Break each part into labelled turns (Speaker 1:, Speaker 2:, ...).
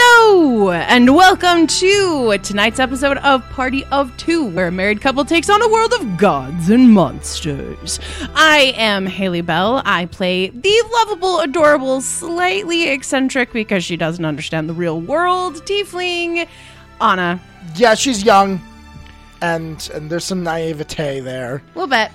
Speaker 1: Hello, and welcome to tonight's episode of Party of Two, where a married couple takes on a world of gods and monsters. I am Haley Bell. I play the lovable, adorable, slightly eccentric because she doesn't understand the real world, tiefling, Anna.
Speaker 2: Yeah, she's young, and and there's some naivete there.
Speaker 1: A little bit.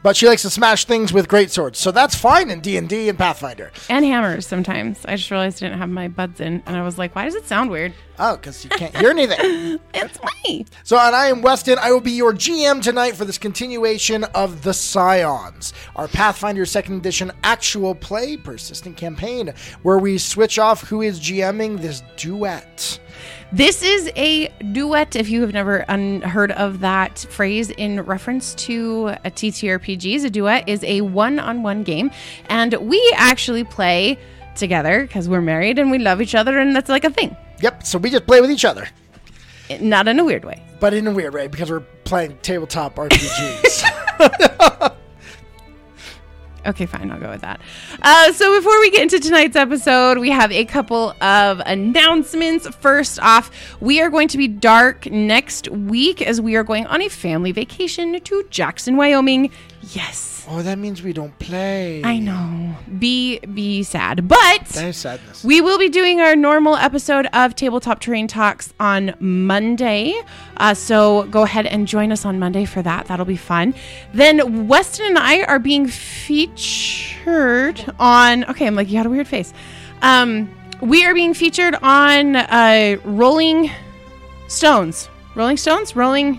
Speaker 2: But she likes to smash things with great swords, so that's fine in D and D and Pathfinder.
Speaker 1: And hammers sometimes. I just realized I didn't have my buds in, and I was like, why does it sound weird?
Speaker 2: Oh, because you can't hear anything.
Speaker 1: It's me.
Speaker 2: So, and I am Weston. I will be your GM tonight for this continuation of the Scions, our Pathfinder Second Edition actual play persistent campaign, where we switch off who is GMing this duet.
Speaker 1: This is a duet. If you have never un- heard of that phrase in reference to uh, a TTRPGs, a duet is a one-on-one game, and we actually play together because we're married and we love each other, and that's like a thing.
Speaker 2: Yep. So we just play with each other,
Speaker 1: It- Not in a weird way.
Speaker 2: but in a weird way because we're playing tabletop RPGs.
Speaker 1: Okay, fine, I'll go with that. Uh, so, before we get into tonight's episode, we have a couple of announcements. First off, we are going to be dark next week as we are going on a family vacation to Jackson, Wyoming. Yes,
Speaker 2: oh, that means we don't play.
Speaker 1: I know. Be be sad, but
Speaker 2: That is sadness.
Speaker 1: we will be doing our normal episode of Tabletop Terrain Talks on Monday. Uh, so go ahead and join us on Monday for that. That'll be fun. Then Weston and I are being featured on. Okay, I'm like, you had a weird face. Um, we are being featured on uh, Rolling Stones. Rolling Stones? Rolling.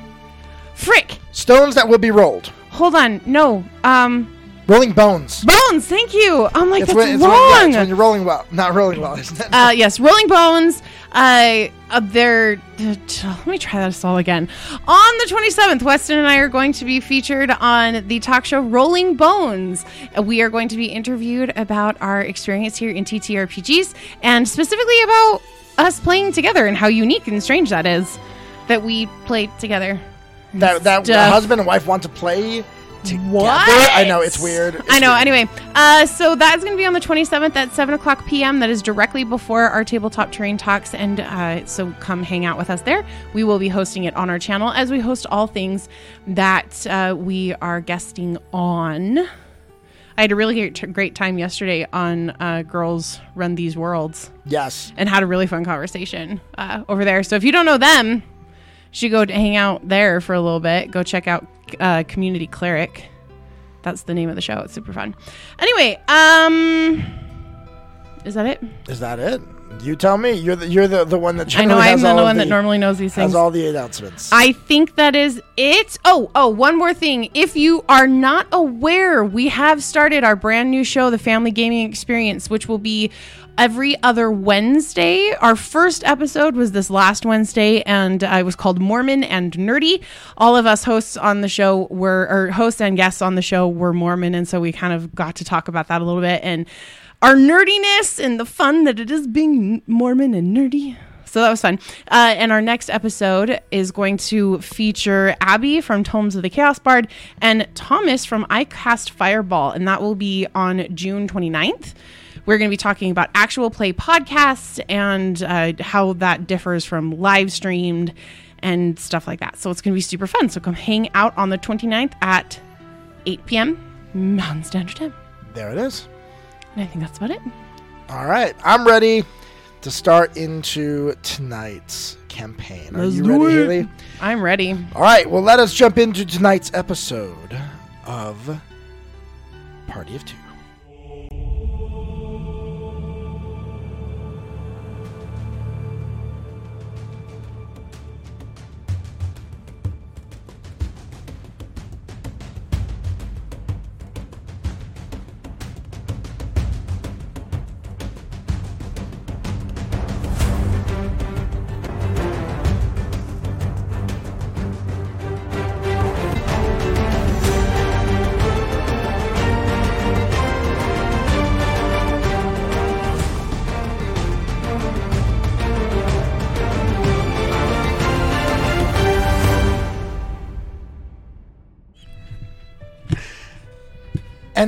Speaker 1: Frick!
Speaker 2: Stones that will be rolled.
Speaker 1: Hold on. No. Um,
Speaker 2: Rolling bones.
Speaker 1: Bones, thank you. I'm like, that's
Speaker 2: when, it's, when, yeah,
Speaker 1: wrong.
Speaker 2: it's when you're rolling well. Not rolling well, isn't it?
Speaker 1: uh, yes, Rolling Bones. Uh, uh, they're, let me try that all again. On the 27th, Weston and I are going to be featured on the talk show Rolling Bones. Uh, We are going to be interviewed about our experience here in TTRPGs and specifically about us playing together and how unique and strange that is that we play together.
Speaker 2: that that
Speaker 1: stuff.
Speaker 2: husband and wife want to play together.
Speaker 1: What?
Speaker 2: I know, it's weird. It's
Speaker 1: I know.
Speaker 2: weird.
Speaker 1: Anyway, uh, so that's going to be on the 27th at 7 o'clock p.m. That is directly before our tabletop terrain talks. And uh, so come hang out with us there. We will be hosting it on our channel as we host all things that uh, we are guesting on. I had a really great, great time yesterday on uh, Girls Run These Worlds
Speaker 2: Yes.
Speaker 1: and had a really fun conversation uh, over there. So if you don't know them, you should go to hang out there for a little bit. Go check out uh, Community Cleric. That's the name of the show. It's super fun. Anyway, um, is that it?
Speaker 2: Is that it? You tell me. You're the, you're the, the one that
Speaker 1: I know
Speaker 2: generally
Speaker 1: I'm
Speaker 2: has
Speaker 1: the
Speaker 2: all
Speaker 1: one
Speaker 2: the,
Speaker 1: that normally knows these
Speaker 2: has
Speaker 1: things.
Speaker 2: all the announcements.
Speaker 1: I think that is it. Oh, oh, one more thing. If you are not aware, we have started our brand new show, The Family Gaming Experience, which will be every other Wednesday. Our first episode was this last Wednesday, and uh, it was called Mormon and Nerdy. All of us hosts on the show were, or hosts and guests on the show were Mormon, and so we kind of got to talk about that a little bit and our nerdiness and the fun that it is being Mormon and nerdy. So that was fun. Uh, and our next episode is going to feature Abby from Tomes of the Chaos Bard and Thomas from I Cast Fireball. And that will be on June 29th. We're going to be talking about actual play podcasts and uh, how that differs from live streamed and stuff like that. So it's going to be super fun. So come hang out on the 29th at 8 p.m. Mountain Standard Time.
Speaker 2: there it is.
Speaker 1: And I think that's about it.
Speaker 2: All right. I'm ready to start into tonight's campaign. Are
Speaker 1: Let's
Speaker 2: you
Speaker 1: do
Speaker 2: ready,
Speaker 1: it.
Speaker 2: Haley?
Speaker 1: I'm ready.
Speaker 2: All right. Well, let us jump into tonight's episode of Party of Two. And welcome back.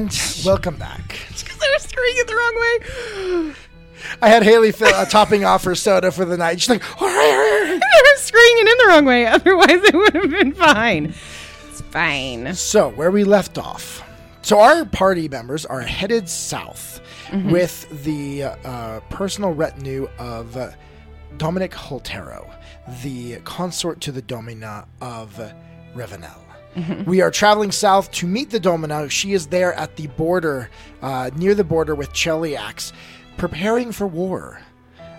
Speaker 1: Because I was screwing it the wrong way.
Speaker 2: I had Haley fill, uh, topping off her soda for the night. She's like,
Speaker 1: they were screwing it in the wrong way. Otherwise, it would have been fine. It's fine.
Speaker 2: So, where we left off. So, our party members are headed south with the uh, personal retinue of uh, Dominic Holtero, the consort to the Domina of Revenel. We are traveling south to meet the Domina. She is there at the border, uh, near the border with Cheliax, preparing for war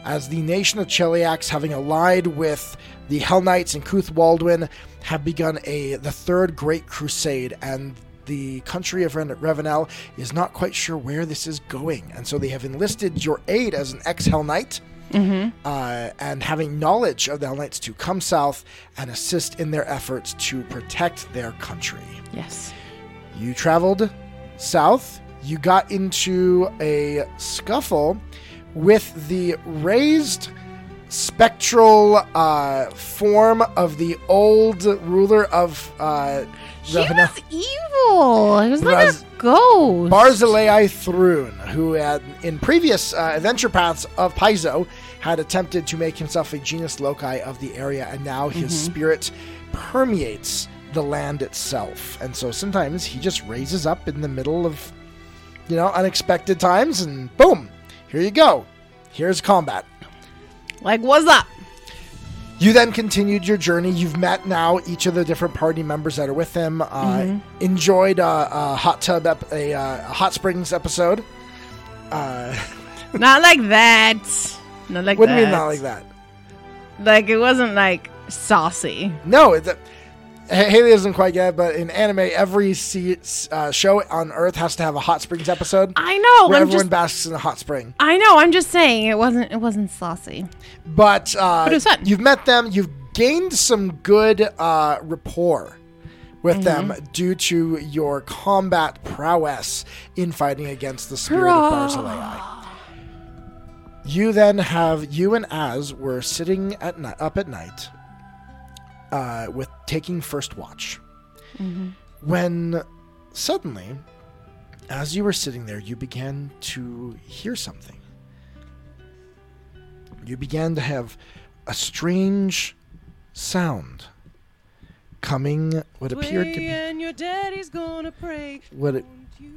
Speaker 2: as the nation of Cheliax, having allied with the Hell Knights and Cuth Waldwin, have begun a the third Great Crusade, and the country of Ren- Revenel is not quite sure where this is going, and so they have enlisted your aid as an ex Hell Knight. Uh, and having knowledge of the Hell Knights to come south and assist in their efforts to protect their country
Speaker 1: Yes.
Speaker 2: you traveled south. You got into a scuffle with the raised spectral uh, form of the old ruler of uh,
Speaker 1: He was evil. He was like
Speaker 2: Raz-
Speaker 1: a ghost.
Speaker 2: Barzilei Thrun, who had in previous uh, adventure paths of Paizo had attempted to make himself a genus loci of the area, and now his spirit permeates the land itself. And so sometimes he just raises up in the middle of, you know, unexpected times, and boom, here you go. Here's combat.
Speaker 1: like, what's up?
Speaker 2: You then continued your journey. You've met now each of the different party members that are with him. Uh, Enjoyed uh, a hot tub, ep- a, uh, a hot springs episode. Uh,
Speaker 1: Not like that. Not like
Speaker 2: what do
Speaker 1: that.
Speaker 2: you mean not like that?
Speaker 1: Like, it wasn't like saucy.
Speaker 2: No, it's, Ha- Haley doesn't quite get it, but in anime, every se- uh, show on Earth has to have a hot springs episode
Speaker 1: I know.
Speaker 2: where
Speaker 1: I'm
Speaker 2: everyone
Speaker 1: just.
Speaker 2: basks in a hot spring.
Speaker 1: I know. I'm just saying it wasn't. It wasn't saucy.
Speaker 2: But, uh,
Speaker 1: it was fun.
Speaker 2: you've met them. You've gained some good uh, rapport with them due to your combat prowess in fighting against the spirit
Speaker 1: Hurrah.
Speaker 2: of Barzillai. You then have you and Az were sitting at ni- up at night, uh, with taking first watch. When suddenly, as you were sitting there, you began to hear something. You began to have a strange sound coming what appeared to be
Speaker 3: And your daddy's gonna pray.
Speaker 2: what it,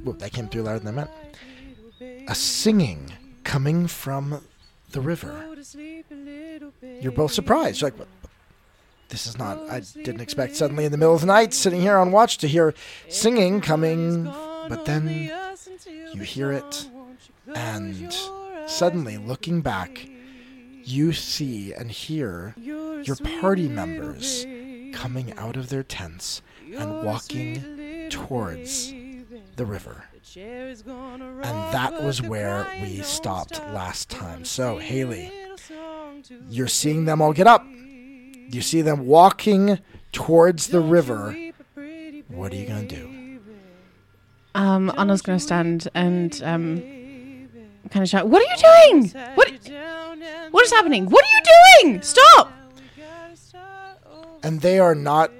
Speaker 2: whoop, that came through louder than I meant. A singing coming from the river.
Speaker 3: Go to sleep a little bit.
Speaker 2: You're both surprised. You're like, what? This is not. I didn't expect suddenly in the middle of the night, sitting here on watch, to hear singing coming. But then, you hear it, and suddenly, looking back, you see and hear your party members coming out of their tents and walking towards the river. And that was where we stopped last time. So, Haley, you're seeing them all get up. You see them walking towards the river. What are you going to do?
Speaker 1: Um, Anna's gonna stand and um, kind of shout. What are you doing? What? What is happening? What are you doing? Stop!
Speaker 2: And they are not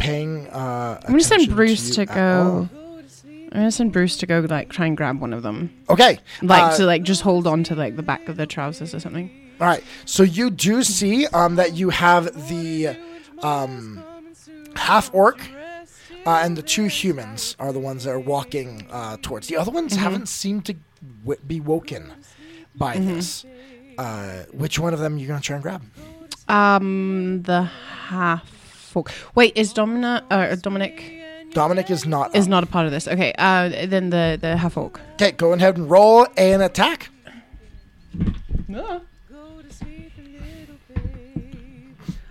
Speaker 2: paying. Uh, I'm
Speaker 1: gonna send Bruce to go. I'm gonna send Bruce to go like try and grab one of them,
Speaker 2: Okay.
Speaker 1: like
Speaker 2: uh,
Speaker 1: to like just hold on to like the back of their trousers or something.
Speaker 2: All right. So you do see um, that you have the um, half orc uh, and the two humans are the ones that are walking uh, towards. The other ones
Speaker 1: Mm-hmm.
Speaker 2: haven't seemed to w- be woken by
Speaker 1: Mm-hmm.
Speaker 2: this. Uh, which one of them you going to try and grab?
Speaker 1: Um, the half. orc- Wait, is Domina uh, Dominic
Speaker 2: Dominic is not.
Speaker 1: is not a part of this? Okay, uh, then the the half orc.
Speaker 2: okay, go ahead and roll an attack.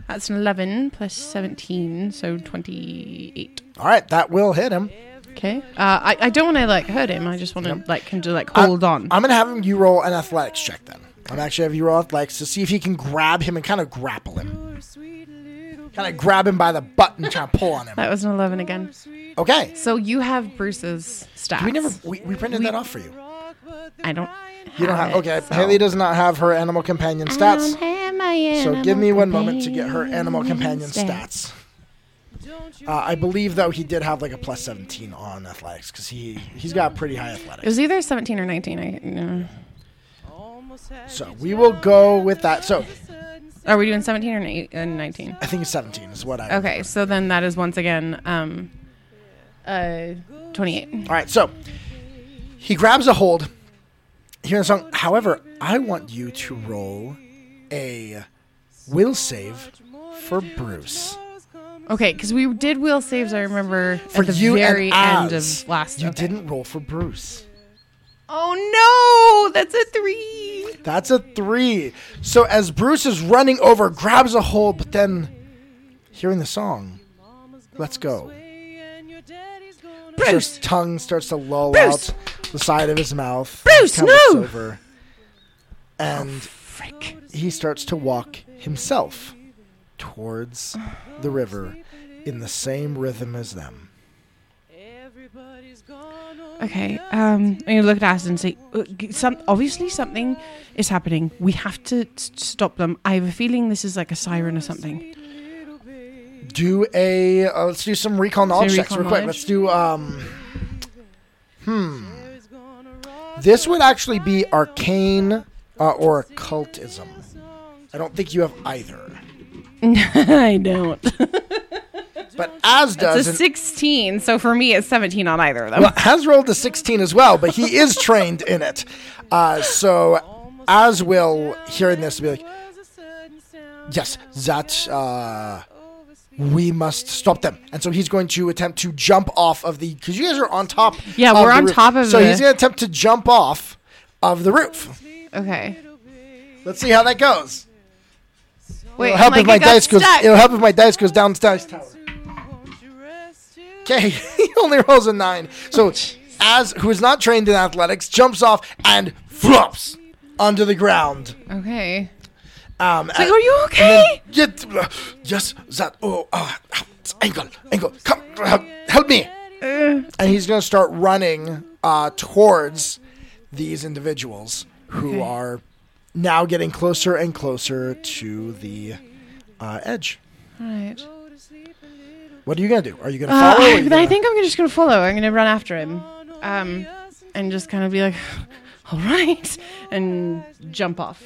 Speaker 1: That's an eleven plus seventeen, so twenty-eight.
Speaker 2: All right, that will hit him.
Speaker 1: Okay. Uh, I I don't want to like hurt him. I just want to like kind of like hold on.
Speaker 2: I'm going to have him, you roll an athletics check then. I'm actually having you roll athletics to see if he can grab him and kind of grapple him. Kind of grab him by the butt and try to pull on him.
Speaker 1: that was an eleven again.
Speaker 2: Okay.
Speaker 1: So you have Bruce's stats.
Speaker 2: We never we, we printed that off for you.
Speaker 1: I don't.
Speaker 2: You don't have
Speaker 1: it,
Speaker 2: okay.
Speaker 1: so-
Speaker 2: Haley does not have her animal companion stats. So give me one moment to get her animal companion stats. Uh, I believe though he did have like a plus seventeen on athletics because he he's got pretty high
Speaker 1: It
Speaker 2: athletics.
Speaker 1: was either 17 or 19. I no.
Speaker 2: So we will go with that. So
Speaker 1: Are we doing 17 or ni- uh, 19?
Speaker 2: I think it's 17 is what I.
Speaker 1: Okay, so then that is once again um, uh, 28.
Speaker 2: All right. So he grabs a hold. Hearing the song. However, I want you to roll a will save for Bruce.
Speaker 1: Okay, because we did wheel saves, I remember,
Speaker 2: For
Speaker 1: at the
Speaker 2: you
Speaker 1: very
Speaker 2: and
Speaker 1: end
Speaker 2: Az,
Speaker 1: of last
Speaker 2: You
Speaker 1: okay.
Speaker 2: didn't roll for Bruce.
Speaker 1: Oh no, that's a three.
Speaker 2: That's a three. So as Bruce is running over, grabs a hold, but then hearing the song, let's go. His tongue starts to loll
Speaker 1: Bruce!
Speaker 2: out the side of his mouth.
Speaker 1: Bruce,
Speaker 2: He kinda looks
Speaker 1: no! Oh,
Speaker 2: Over, and
Speaker 1: Frick.
Speaker 2: he starts to walk himself towards the river in the same rhythm as them.
Speaker 3: Oh,
Speaker 1: Okay. Um, and you look at us and say, "Uh, g- some, obviously something is happening. We have to s- stop them. I have a feeling this is like a siren or something.
Speaker 2: Do a uh, let's do some recall knowledge checks
Speaker 1: recall
Speaker 2: real quick.
Speaker 1: knowledge?
Speaker 2: Let's do um. Hmm. This would actually be arcane uh, or occultism. I don't think you have either,
Speaker 1: I don't.
Speaker 2: but Az
Speaker 1: It's
Speaker 2: does.
Speaker 1: a
Speaker 2: and-
Speaker 1: 16, so for me it's 17 on either of them.
Speaker 2: well, has rolled a 16 as well, but he is trained in it. Uh, so, Az will, hearing this, be like, yes, that uh, we must stop them. And so he's going to attempt to jump off of the, because you guys are on top.
Speaker 1: Yeah,
Speaker 2: of
Speaker 1: we're
Speaker 2: the
Speaker 1: on
Speaker 2: roof.
Speaker 1: top of
Speaker 2: So
Speaker 1: the-
Speaker 2: he's going to attempt to jump off of the roof.
Speaker 1: Okay.
Speaker 2: Let's see how that goes.
Speaker 1: Wait,
Speaker 2: It'll help
Speaker 1: I'm
Speaker 2: if my
Speaker 1: like, I got
Speaker 2: dice goes.
Speaker 1: stuck.
Speaker 2: It'll help if my dice goes down the dice tower. Okay, he only rolls a nine. So,
Speaker 1: Oh,
Speaker 2: as who is not trained in athletics, jumps off and flops onto the ground.
Speaker 1: Okay.
Speaker 2: Um,
Speaker 1: Like,
Speaker 2: and-
Speaker 1: are you
Speaker 2: and then-
Speaker 1: okay?
Speaker 2: Yet- yes, that. Oh, ah, ah, ankle, ankle. Come, help, help me. And he's gonna start running uh, towards these individuals who
Speaker 1: Okay.
Speaker 2: are now getting closer and closer to the uh, edge.
Speaker 1: All right.
Speaker 2: What are you gonna do? Are you gonna
Speaker 1: Uh,
Speaker 2: follow? or are you
Speaker 1: I
Speaker 2: gonna-
Speaker 1: think I'm just gonna follow. I'm gonna run after him, um, and just kind of be like, "All right," and jump off.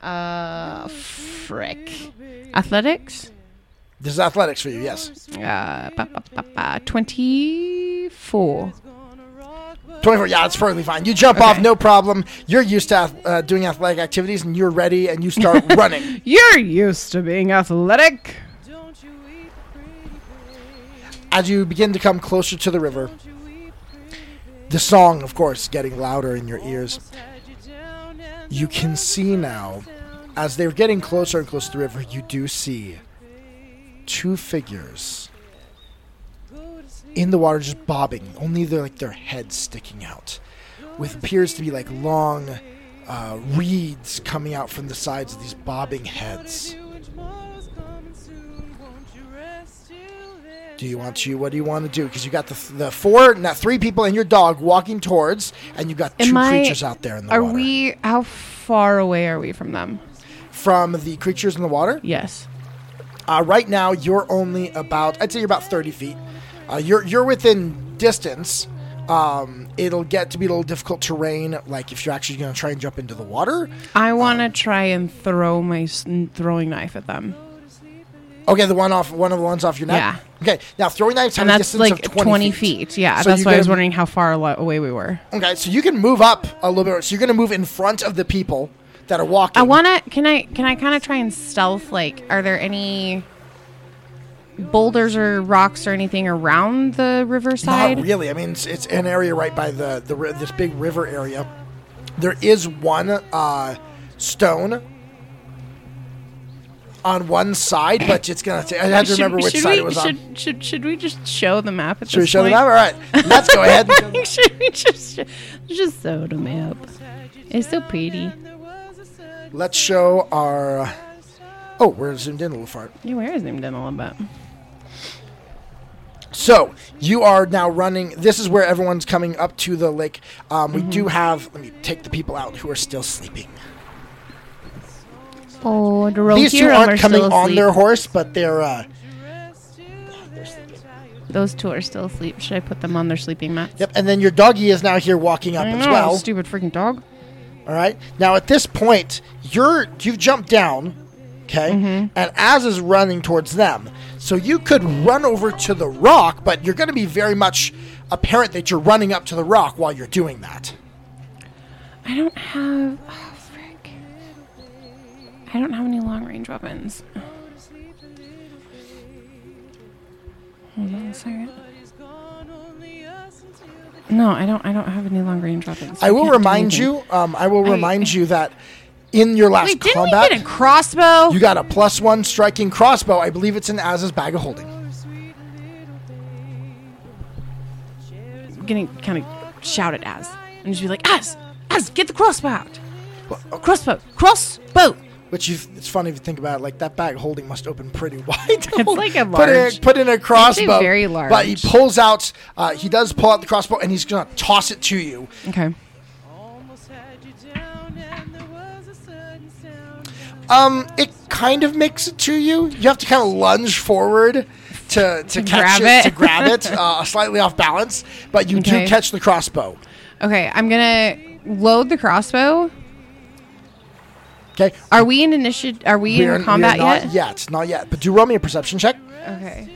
Speaker 1: Uh, frick. Athletics.
Speaker 2: This is athletics for you. Yes.
Speaker 1: Uh, ba- ba- ba- ba- twenty-four.
Speaker 2: 24. Yeah, it's perfectly fine. You jump off,
Speaker 1: Okay.
Speaker 2: no problem. You're used to ath- uh, doing athletic activities, and you're ready, and you start running.
Speaker 1: You're used to being athletic.
Speaker 2: As you begin to come closer to the river, the song, of course, getting louder in your ears. You can see now, as they're getting closer and closer to the river, you do see two figures in the water, just bobbing. Only their like their heads sticking out, with appears to be like long uh, reeds coming out from the sides of these bobbing heads. Do you want to? What do you want to do? Because you got the th- the four, not three people and your dog walking towards, and you got two
Speaker 1: Am I-
Speaker 2: creatures out there in the
Speaker 1: Are
Speaker 2: water.
Speaker 1: we? How far away are we from them?
Speaker 2: From the creatures in the water,
Speaker 1: Yes.
Speaker 2: uh, right now you're only about, I'd say you're about thirty feet. Uh, you're you're within distance. Um, it'll get to be a little difficult terrain, like if you're actually going to try and jump into the water.
Speaker 1: I want
Speaker 2: Um,
Speaker 1: to try and throw my s- throwing knife at them.
Speaker 2: Okay, the one off, one of the ones off your neck. Yeah. Okay, now throwing knives have
Speaker 1: and
Speaker 2: a
Speaker 1: that's
Speaker 2: distance
Speaker 1: like
Speaker 2: of 20,
Speaker 1: 20, feet. Yeah,
Speaker 2: So
Speaker 1: that's
Speaker 2: you
Speaker 1: why I
Speaker 2: gotta
Speaker 1: was
Speaker 2: be-
Speaker 1: wondering how far alo- away we were.
Speaker 2: Okay, so you can move up a little bit. So you're going to move in front of the people that are walking.
Speaker 1: I wanna. Can I? Can I kind of try and stealth? Like, are there any boulders or rocks or anything around the riverside?
Speaker 2: Not really. I mean, it's, it's an area right by the, the ri- this big river area. There is one uh, stone on one side, but it's gonna. T- I have to
Speaker 1: Should-
Speaker 2: remember which
Speaker 1: should
Speaker 2: side
Speaker 1: we,
Speaker 2: it was
Speaker 1: should,
Speaker 2: on.
Speaker 1: Should, should we just show the map at
Speaker 2: Should we
Speaker 1: this
Speaker 2: show them
Speaker 1: point?
Speaker 2: out? All right, let's go ahead. and show them.
Speaker 1: should we just just sew the map? It's so pretty.
Speaker 2: Let's show our. uh, Oh, we're zoomed in a little far.
Speaker 1: Yeah, where is named in a little bit?
Speaker 2: So you are now running. This is where everyone's coming up to the lake. Um, we
Speaker 1: Mm-hmm.
Speaker 2: do have. Let me take the people out who are still sleeping.
Speaker 1: Oh, the road
Speaker 2: These two
Speaker 1: here
Speaker 2: aren't coming
Speaker 1: still
Speaker 2: on their
Speaker 1: asleep.
Speaker 2: horse, but they're. Uh,
Speaker 1: Those two are still asleep. Should I put them on their sleeping mats?
Speaker 2: Yep, and then your doggy is now here walking up
Speaker 1: I
Speaker 2: as
Speaker 1: know,
Speaker 2: well.
Speaker 1: Stupid freaking dog.
Speaker 2: All right. Now at this point, you're you've jumped down, okay,
Speaker 1: Mm-hmm.
Speaker 2: and Az is running towards them. So you could run over to the rock, but you're going to be very much apparent that you're running up to the rock while you're doing that.
Speaker 1: I don't have. Oh, frick. I don't have any long range weapons. Hold on a second. No, I don't. I don't have any long range weapons.
Speaker 2: I will
Speaker 1: can't do
Speaker 2: remind
Speaker 1: anything.
Speaker 2: you. Um, I will
Speaker 1: I-
Speaker 2: remind you that in your last
Speaker 1: Wait, didn't
Speaker 2: combat,
Speaker 1: we get a crossbow?
Speaker 2: you got a plus one striking crossbow. I believe it's in Az's bag of holding.
Speaker 1: getting kind of shouted as, and just be like, "As, as, get the crossbow out! Crossbow, crossbow!"
Speaker 2: Which you, it's funny if you think about it. Like that bag of holding must open pretty wide. it's
Speaker 1: like a
Speaker 2: Put in,
Speaker 1: large-
Speaker 2: put in a crossbow.
Speaker 1: very
Speaker 2: But he
Speaker 1: large.
Speaker 2: pulls out. Uh, he does pull out the crossbow, and he's gonna toss it to you.
Speaker 1: Okay.
Speaker 3: Almost had you down, and there was a sudden sound.
Speaker 2: Um, it kind of makes it to you. You have to kind of lunge forward to to,
Speaker 1: grab
Speaker 2: catch it,
Speaker 1: it.
Speaker 2: to grab it, uh, slightly off balance. But you
Speaker 1: Okay.
Speaker 2: do catch the crossbow.
Speaker 1: Okay, I'm gonna load the crossbow.
Speaker 2: Okay.
Speaker 1: Are we in initiative? Are we
Speaker 2: We're-
Speaker 1: in
Speaker 2: we're
Speaker 1: combat
Speaker 2: not
Speaker 1: yet?
Speaker 2: Yet, not yet. But do roll me a perception check.
Speaker 1: Okay.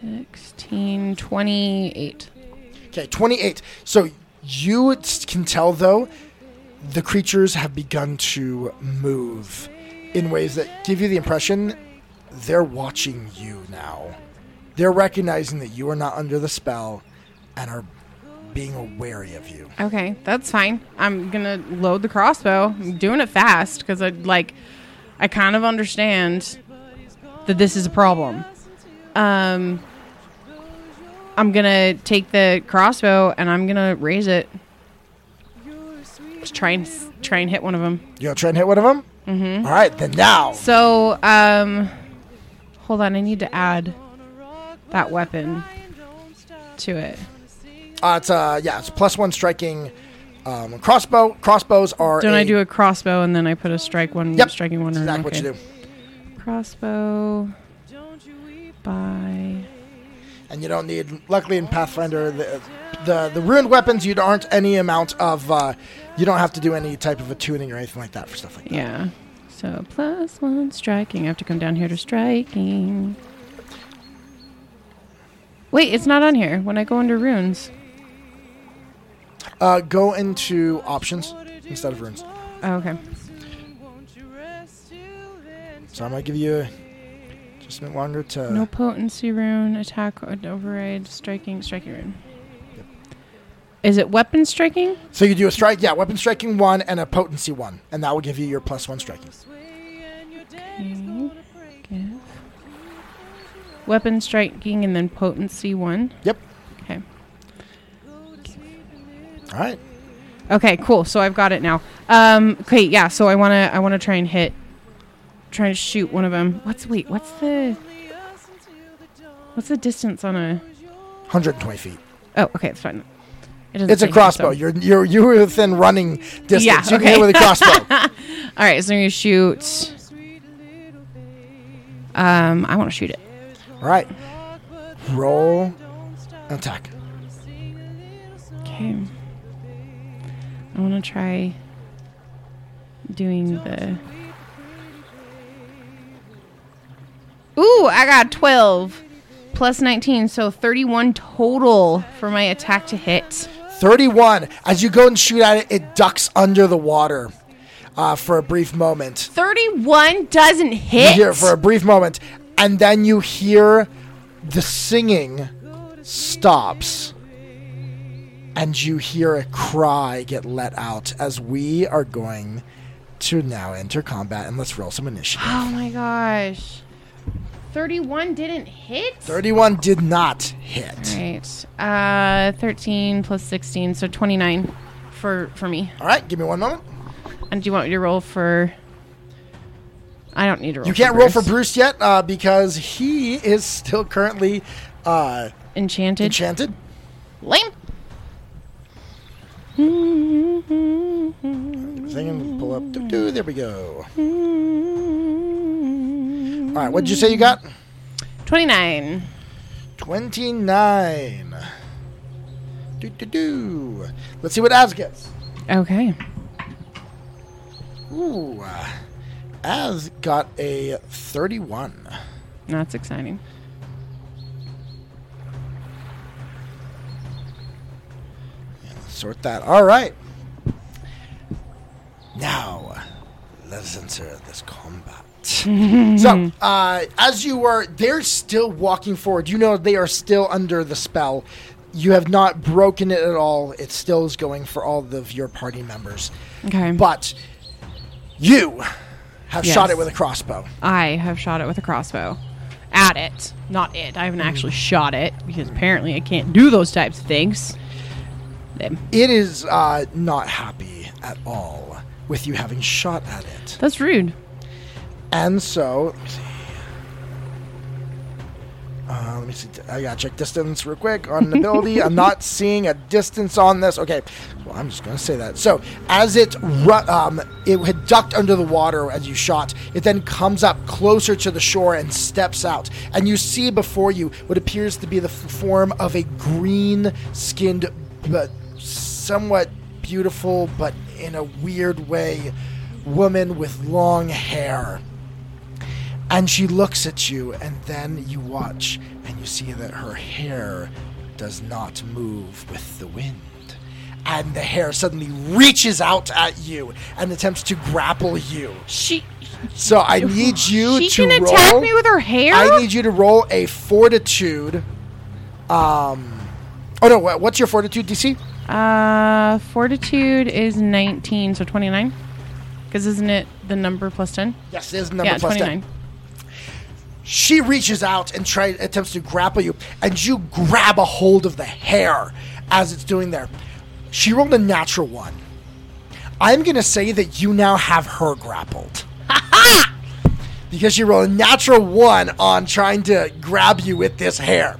Speaker 1: Sixteen twenty-eight.
Speaker 2: Okay, 28. So you t- can tell, though, the creatures have begun to move in ways that give you the impression they're watching you now. They're recognizing that you are not under the spell and are being wary of you.
Speaker 1: Okay, that's fine. I'm gonna load the crossbow. I'm doing it fast because I like, I kind of understand that this is a problem. Um, I'm gonna take the crossbow and I'm gonna raise it. Just try and s- try and hit one of them.
Speaker 2: You gonna try and hit one of them? Mm-hmm. right, then now.
Speaker 1: So, um, hold on. I need to add that weapon to it.
Speaker 2: Uh, it's uh, yeah, it's plus one striking um, crossbow. Crossbows are.
Speaker 1: Don't
Speaker 2: I
Speaker 1: I do a crossbow and then I put a strike one,
Speaker 2: Yep.
Speaker 1: striking one? or-
Speaker 2: Exactly what
Speaker 1: okay.
Speaker 2: you do.
Speaker 1: crossbow by
Speaker 2: and you don't need. Luckily, in Pathfinder, the the, the ruined weapons you aren't any amount of. Uh, you don't have to do any type of attuning or anything like that for stuff like that.
Speaker 1: yeah so plus one striking i have to come down here to striking wait it's not on here when i go into runes
Speaker 2: Uh, go into options instead of runes.
Speaker 1: oh, okay
Speaker 2: So I'm gonna give you just a minute longer to.
Speaker 1: no potency rune attack or override striking striking rune is it weapon striking
Speaker 2: So you do a strike, yeah, weapon striking one and a potency one, and that will give you your plus one striking.
Speaker 1: okay. Give. weapon striking and then potency one
Speaker 2: Yep.
Speaker 1: okay
Speaker 2: All right.
Speaker 1: Okay, cool. So I've got it now. Um, okay, yeah. So I wanna, I wanna try and hit, try and shoot one of them. What's wait? What's the, what's the distance on a?
Speaker 2: 120 feet.
Speaker 1: Oh, okay, it's fine. It doesn't
Speaker 2: It's
Speaker 1: say
Speaker 2: a
Speaker 1: here,
Speaker 2: crossbow.
Speaker 1: so-
Speaker 2: You're you're you're within running distance.
Speaker 1: Yeah,
Speaker 2: You can hit
Speaker 1: okay.
Speaker 2: with a crossbow.
Speaker 1: All right, so I'm gonna shoot. Um, I want to shoot it.
Speaker 2: All right. Roll an attack.
Speaker 1: Okay. I want to try doing the. Ooh, I got 12 plus 19, so 31 total for my attack to hit.
Speaker 2: 31. As you go and shoot at it, it ducks under the water uh, for a brief moment.
Speaker 1: 31 doesn't
Speaker 2: You
Speaker 1: hit.
Speaker 2: hear it for a brief moment, and then you hear the singing stops, and you hear a cry get let out as we are going to now enter combat. And let's roll some initiative.
Speaker 1: oh my gosh. 31 didn't hit?
Speaker 2: 31 did not hit.
Speaker 1: Right. Uh, 13 plus 16, so 29 for for me.
Speaker 2: All right, give me one moment.
Speaker 1: And do you want me to roll for? I don't need to roll.
Speaker 2: You can't roll for
Speaker 1: Bruce.
Speaker 2: Bruce yet uh, because he is still currently uh,
Speaker 1: enchanted.
Speaker 2: enchanted.
Speaker 1: Lame.
Speaker 2: Singing, pull up. Doo-doo, there we go. All right, what'd you say you got?
Speaker 1: 29.
Speaker 2: 29. Do, do, do. Let's see what Az gets.
Speaker 1: Okay.
Speaker 2: Ooh. uh, Az got a 31.
Speaker 1: That's exciting.
Speaker 2: Sort that. All right. Now, let's enter this combat. so, uh, as you were, they're still walking forward. You know they are still under the spell. You have not broken it at all. It still is going for all of your party members.
Speaker 1: Okay.
Speaker 2: But you have
Speaker 1: Yes.
Speaker 2: shot it with a crossbow.
Speaker 1: I have shot it with a crossbow. At it. Not it. I haven't
Speaker 2: Mm.
Speaker 1: actually shot it because apparently I can't do those types of things. Them.
Speaker 2: It is uh, not happy at all with you having shot at it.
Speaker 1: That's rude.
Speaker 2: And so, let me see. Uh, let me see. I gotta check distance real quick on an ability. I'm not seeing a distance on this. Okay, well, I'm just gonna say that. So, as it ru- um, it had ducked under the water as you shot, it then comes up closer to the shore and steps out, and you see before you what appears to be the f- form of a green-skinned but somewhat beautiful, but in a weird way, woman with long hair. And she looks at you, and then you watch, and you see that her hair does not move with the wind. And the hair suddenly reaches out at you and attempts to grapple you.
Speaker 1: She
Speaker 2: So I need you
Speaker 1: she
Speaker 2: to
Speaker 1: can
Speaker 2: roll.
Speaker 1: attack me with her hair?
Speaker 2: I need you to roll a fortitude. Um. Oh no! wha- What's your fortitude DC?
Speaker 1: Uh, fortitude is 19, so 29. Because isn't it the number plus 10?
Speaker 2: Yes, there's number
Speaker 1: yeah,
Speaker 2: plus
Speaker 1: 29.
Speaker 2: ten. She reaches out and try attempts to grapple you, and you grab a hold of the hair as it's doing there. She rolled a natural one. I'm gonna say that you now have her grappled. because she rolled a natural one on trying to grab you with this hair.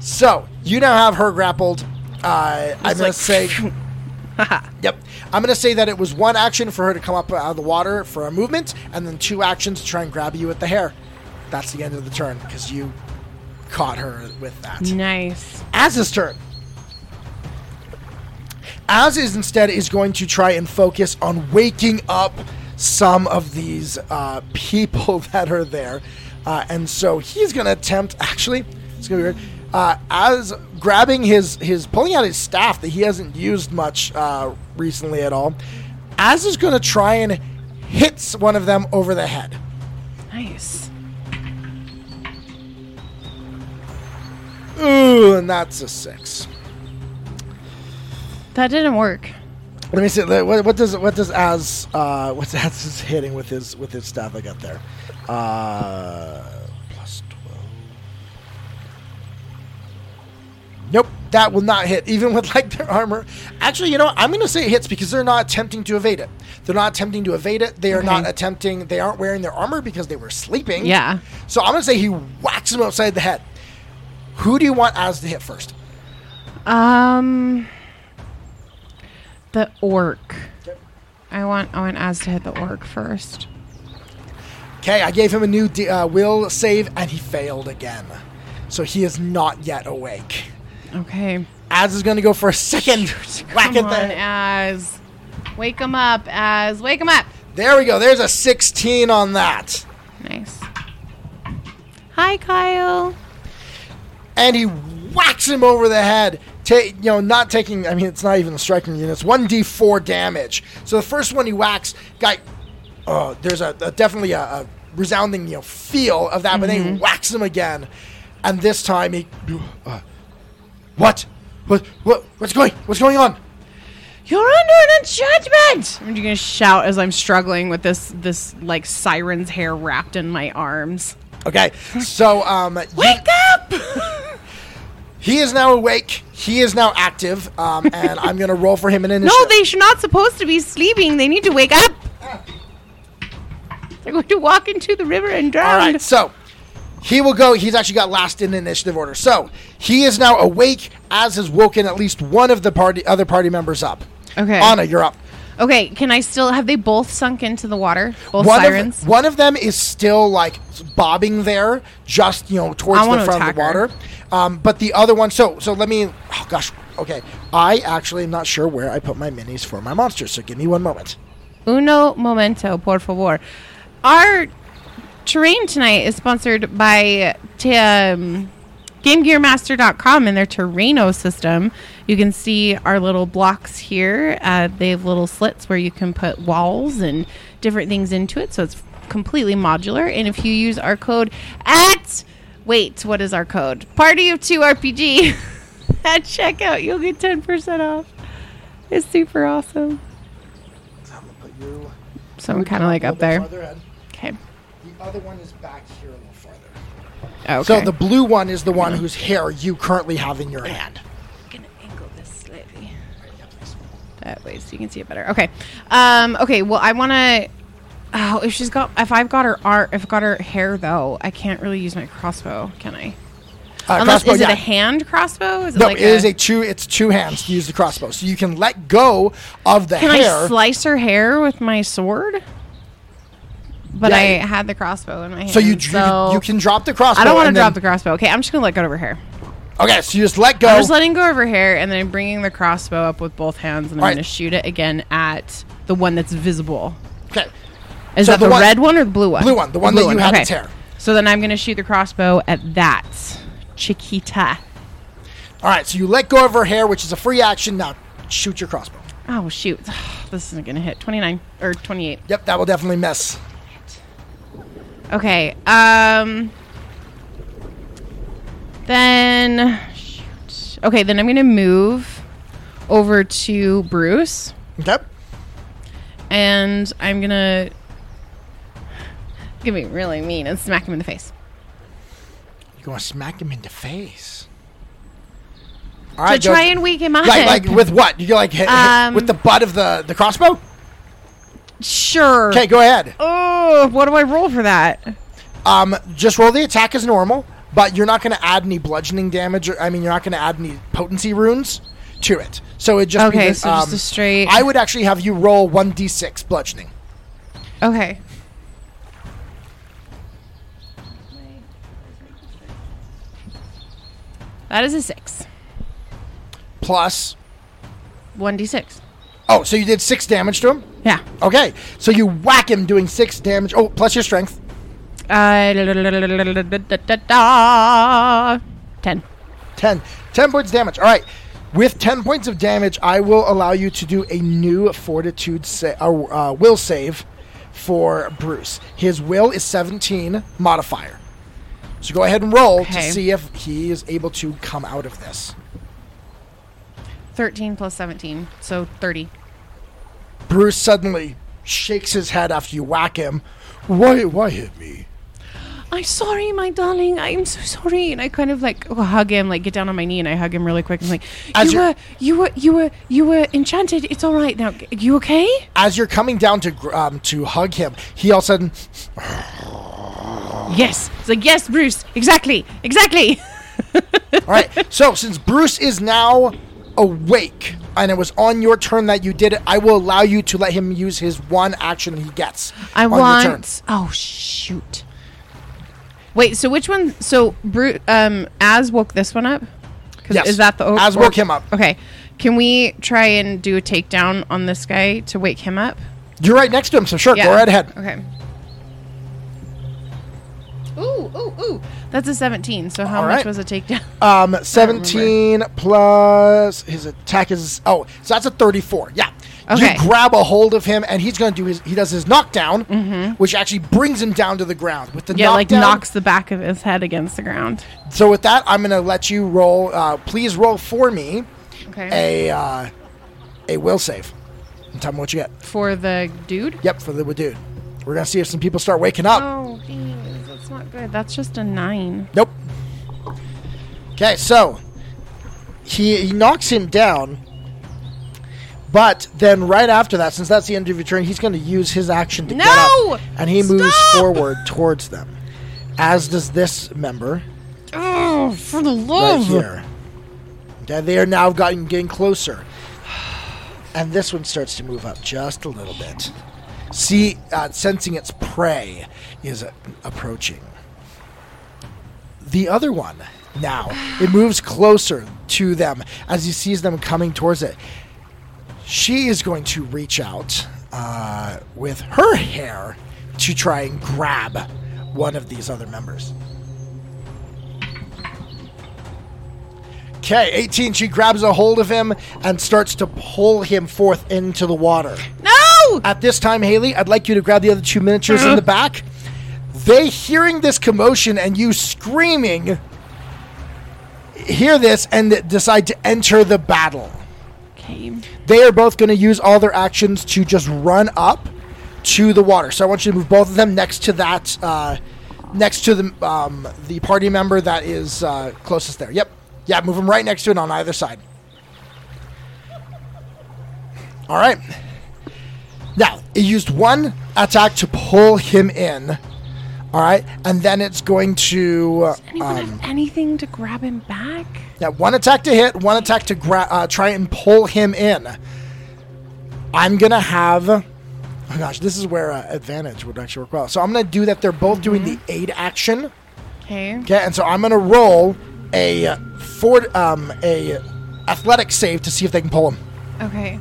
Speaker 2: So you now have her grappled. Uh, I'm gonna
Speaker 1: like,
Speaker 2: say. Yep. I'm going to say that it was one action for her to come up out of the water for a movement, and then two actions to try and grab you with the hair. That's the end of the turn because you caught her with that.
Speaker 1: Nice.
Speaker 2: Az's turn. Az is instead is going to try and focus on waking up some of these uh, people that are there, uh, and so he's going to attempt. Actually, it's going to be weird. Uh, Az grabbing his his pulling out his staff that he hasn't used much uh, recently at all. Az is going to try and hits one of them over the head.
Speaker 1: Nice.
Speaker 2: Ooh, and that's a six.
Speaker 1: That didn't work.
Speaker 2: Let me see. let- What, what does what does Az uh, what's Az is hitting with his with his staff? I got there. Uh, plus twelve. Nope, that will not hit. Even with like their armor. Actually, you know, what? I'm going to say it hits because they're not attempting to evade it. They're not attempting to evade it. They are not
Speaker 1: Okay.
Speaker 2: attempting. They aren't wearing their armor because they were sleeping.
Speaker 1: Yeah.
Speaker 2: So I'm going to say he whacks him outside the head. Who do you want Az to hit first?
Speaker 1: Um, the orc. I want I want Az to hit the orc first.
Speaker 2: Okay, I gave him a new d- uh, will save, and he failed again. So he is not yet awake.
Speaker 1: Okay.
Speaker 2: Az is going to go for a second whack
Speaker 1: Come
Speaker 2: at
Speaker 1: on,
Speaker 2: the.
Speaker 1: Az. Wake him up, Az. Wake him up.
Speaker 2: There we go. There's a 16 on that.
Speaker 1: Nice. Hi, Kyle.
Speaker 2: And he whacks him over the head. Ta- you know, not taking, I mean, it's not even a striking unit. It's 1d4 damage. So the first one he whacks, guy, uh, there's a, a definitely a, a resounding, you know, feel of that, but then he whacks him again. And this time he. Uh, what? What, what? What's going? What's going on?
Speaker 1: You're under an enchantment. I'm just gonna shout as I'm struggling with this this like siren's hair wrapped in my arms.
Speaker 2: Okay, so um, you-
Speaker 1: Wake up!
Speaker 2: he is now awake. He is now active, um, and I'm gonna roll for him in
Speaker 1: No,
Speaker 2: initiative.
Speaker 1: they should not supposed to be sleeping. They need to wake up. They're going to walk into the river and drown.
Speaker 2: All right, so he will go. He's actually got last in initiative order. So he is now awake, as has woken at least one of the party other party members up.
Speaker 1: Okay.
Speaker 2: Anna, you're up.
Speaker 1: Okay, can I still have they both sunk into the water? Both
Speaker 2: One
Speaker 1: sirens.
Speaker 2: of, one of them is still like bobbing there, just you know towards
Speaker 1: I
Speaker 2: the
Speaker 1: wanna
Speaker 2: front of
Speaker 1: attack
Speaker 2: the
Speaker 1: her.
Speaker 2: water. Um, but the other one, so so let me. Oh gosh, okay. I actually am not sure where I put my minis for my monsters. So give me one moment.
Speaker 1: Uno momento, por favor. Our terrain tonight is sponsored by t- um, GameGearMaster.com and their Terrano system. You can see our little blocks here. Uh, they have little slits where you can put walls and different things into it, so it's completely modular. And if you use our code at wait, what is our code? Party of two RPG at checkout, you'll get ten percent off. It's super awesome.
Speaker 2: I'm gonna put you
Speaker 1: So I'm kind of like
Speaker 2: a little
Speaker 1: up
Speaker 2: bit
Speaker 1: there.
Speaker 2: farther in.
Speaker 1: Okay.
Speaker 2: The other one is back here a little farther.
Speaker 1: Okay.
Speaker 2: So the blue one is the one whose hair you currently have in your hand. Uh,
Speaker 1: gonna angle this slightly that way so you can see it better. Okay. Um. Okay. Well, I want to. Oh, if she's got, if I've got her art, if I've got her hair though, I can't really use my crossbow, can I?
Speaker 2: Uh,
Speaker 1: Unless
Speaker 2: crossbow,
Speaker 1: is it
Speaker 2: yeah.
Speaker 1: a hand crossbow? Is it
Speaker 2: No,
Speaker 1: like
Speaker 2: it is a two. It's two hands to use the crossbow. So you can let go of the
Speaker 1: Can
Speaker 2: hair.
Speaker 1: I slice her hair with my sword? But
Speaker 2: Yeah,
Speaker 1: I
Speaker 2: you-
Speaker 1: had the crossbow in my hand.
Speaker 2: so you,
Speaker 1: so
Speaker 2: you you can drop the crossbow.
Speaker 1: I don't want to
Speaker 2: and
Speaker 1: drop the
Speaker 2: then-
Speaker 1: crossbow. Okay, I'm just gonna let go of her hair.
Speaker 2: Okay, so you just let go.
Speaker 1: I'm just letting go of her hair and then bringing the crossbow up with both hands and I'm
Speaker 2: All right.
Speaker 1: going to shoot it again at the one that's visible.
Speaker 2: okay,
Speaker 1: Is
Speaker 2: So
Speaker 1: that
Speaker 2: the
Speaker 1: the,
Speaker 2: one-
Speaker 1: red one or the blue one?
Speaker 2: blue one, the one that you had to tear.
Speaker 1: So then I'm going to shoot the crossbow at that Chiquita.
Speaker 2: all right. So you let go of her hair, which is a free action. Now shoot your crossbow.
Speaker 1: Oh shoot. This isn't going to hit. 29 or 28.
Speaker 2: Yep, that will definitely miss.
Speaker 1: Okay. Um then shoot. Okay, then I'm going to move over to Bruce.
Speaker 2: Okay.
Speaker 1: and I'm gonna gonna be really mean and smack him in the face.
Speaker 2: You're gonna smack him in the face. All
Speaker 1: To
Speaker 2: right, go-
Speaker 1: try and weak him up.
Speaker 2: like like with what? You like hit, hit
Speaker 1: Um,
Speaker 2: with the butt of the the crossbow?
Speaker 1: sure.
Speaker 2: Okay, go ahead.
Speaker 1: Oh, what do I roll for that?
Speaker 2: Um, just roll the attack as normal, but you're not going to add any bludgeoning damage. Or, I mean, you're not going to add any potency runes to it. So it just be
Speaker 1: Okay,
Speaker 2: this,
Speaker 1: so just
Speaker 2: um,
Speaker 1: a straight.
Speaker 2: I would actually have you roll one d6 bludgeoning.
Speaker 1: okay. That is a six.
Speaker 2: Plus,
Speaker 1: One d six.
Speaker 2: oh, so you did six damage to him.
Speaker 1: Yeah.
Speaker 2: Okay, so you whack him doing six damage. Oh, plus your strength.
Speaker 1: Uh, da- da- da- da- da- da- da- da- da- Ten.
Speaker 2: 10. 10 points damage. All right. With 10 points of damage, I will allow you to do a new fortitude sa- uh, uh, will save for Bruce. His will is 17 modifier. So go ahead and roll
Speaker 1: Okay.
Speaker 2: to see if he is able to come out of this.
Speaker 1: Thirteen plus seventeen, so thirty.
Speaker 2: Bruce suddenly shakes his head after you whack him. Why why hit me?
Speaker 1: I'm sorry, my darling. I'm so sorry. And I kind of like hug him, like get down on my knee, and I hug him really quick. I'm like,
Speaker 2: As
Speaker 1: you
Speaker 2: you're-
Speaker 1: were, you were, you were, you were enchanted. It's all right now. G- You okay?
Speaker 2: As you're coming down to gr- um, to hug him, he all of a sudden
Speaker 1: Yes. It's like yes, Bruce. Exactly. Exactly.
Speaker 2: All right. So since Bruce is now awake, and it was on your turn that you did it, I will allow you to let him use his one action he gets.
Speaker 1: I
Speaker 2: on Your turn.
Speaker 1: want. Oh shoot. Wait. So which one? So Bruce, um, as woke this one up. 'Cause
Speaker 2: Yes.
Speaker 1: Is that the o-
Speaker 2: As woke him up.
Speaker 1: Okay. Can we try and do a takedown on this guy to wake him up?
Speaker 2: You're right next to him, so sure,
Speaker 1: Yeah.
Speaker 2: go right ahead.
Speaker 1: Okay. Ooh, ooh, ooh. That's a 17. So how
Speaker 2: All
Speaker 1: much
Speaker 2: right.
Speaker 1: was a takedown?
Speaker 2: Um, 17 plus his attack is oh, so that's a 34. Yeah.
Speaker 1: Okay.
Speaker 2: You grab a hold of him, and he's going to do his. He does his knockdown, which actually brings him down to the ground with the
Speaker 1: Mm-hmm. yeah, like
Speaker 2: knockdown-
Speaker 1: knocks the back of his head against the ground.
Speaker 2: So with that, I'm going to let you roll. Uh, please roll for me
Speaker 1: Okay.
Speaker 2: a uh, a will save. And tell me what you get.
Speaker 1: For the dude?
Speaker 2: Yep, for the dude. We're gonna see if some people start waking up.
Speaker 1: Oh, geez, that's not good. That's just a 9.
Speaker 2: Nope. Okay, so he, he knocks him down, but then right after that, since that's the end of your turn, he's gonna use his action to get
Speaker 1: No!
Speaker 2: up, and he moves
Speaker 1: Stop!
Speaker 2: forward towards them. As does this member
Speaker 1: Oh, for the
Speaker 2: right
Speaker 1: love.
Speaker 2: here. Okay, they are now gotten getting closer. and this one starts to move up just a little bit. See, uh, sensing its prey is uh, approaching. The other one now it moves closer to them as he sees them coming towards it. She is going to reach out uh, with her hair to try and grab one of these other members. Okay, 18. She grabs a hold of him and starts to pull him forth into the water.
Speaker 1: No!
Speaker 2: At this time, Haley, I'd like you to grab the other two miniatures in the back. They, hearing this commotion and you screaming, hear this and decide to enter the battle.
Speaker 1: Okay.
Speaker 2: They are both going to use all their actions to just run up to the water. So I want you to move both of them next to that, uh, next to the um, the party member that is uh, closest there. Yep, yeah, move them right next to it on either side. All right. Now it used one attack to pull him in. All right, and then it's going to. uh,
Speaker 1: Anyone have anything to grab him back?
Speaker 2: yeah, one attack to hit, one attack to gra- uh, try and pull him in. I'm gonna have. Oh gosh, this is where uh, advantage would actually work well. So I'm gonna do that. They're both doing the aid action.
Speaker 1: Okay.
Speaker 2: Okay, and so I'm gonna roll a fort um a athletic save to see if they can pull him.
Speaker 1: Okay.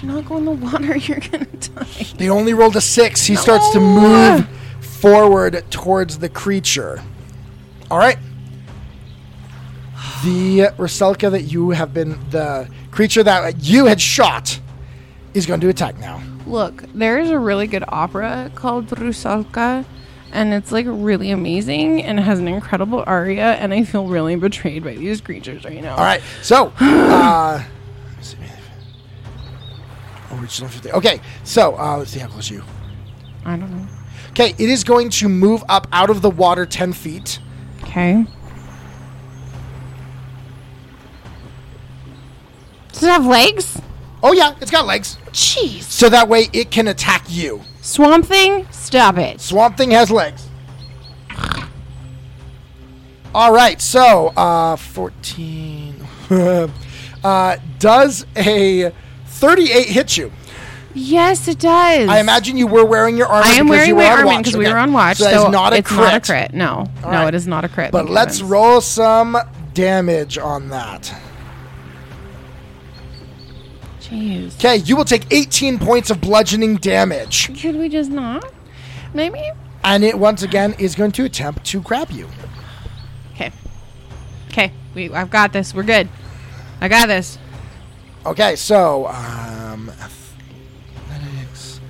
Speaker 1: Do not go in the water. You're gonna die.
Speaker 2: They only rolled a six. He starts to move forward towards the creature. All right. The Roselka that you have been, the creature that you had shot, is going to attack now.
Speaker 1: Look, there is a really good opera called Rusalka, and it's like really amazing and it has an incredible aria. And I feel really betrayed by these creatures right now.
Speaker 2: All right. So, uh, let's see. original 50. Okay. So, uh, let's see how close you.
Speaker 1: I don't know.
Speaker 2: Okay. It is going to move up out of the water 10 feet.
Speaker 1: Okay. Does it have legs?
Speaker 2: Oh, yeah. It's got legs.
Speaker 1: Jeez.
Speaker 2: So that way it can attack you.
Speaker 1: Swamp Thing, stop it.
Speaker 2: Swamp Thing has legs. All right, so uh, 14. uh, does a 38 hit you?
Speaker 1: Yes, it does.
Speaker 2: I imagine you were wearing your armor.
Speaker 1: I am
Speaker 2: because
Speaker 1: wearing
Speaker 2: you were
Speaker 1: my
Speaker 2: on
Speaker 1: armin
Speaker 2: watch.
Speaker 1: because we
Speaker 2: Okay.
Speaker 1: were on watch.
Speaker 2: So,
Speaker 1: So,
Speaker 2: that is not a
Speaker 1: it's
Speaker 2: crit.
Speaker 1: not a crit. No, no,
Speaker 2: right.
Speaker 1: it is not a crit.
Speaker 2: But
Speaker 1: Thank
Speaker 2: let's
Speaker 1: heavens.
Speaker 2: roll some damage on that.
Speaker 1: Jeez.
Speaker 2: Okay, you will take 18 points of bludgeoning damage,
Speaker 1: Could we just not? Maybe.
Speaker 2: and it once again is going to attempt to grab you.
Speaker 1: Okay. Okay. We. I've got this. We're good. I got this.
Speaker 2: Okay, so um, athletics.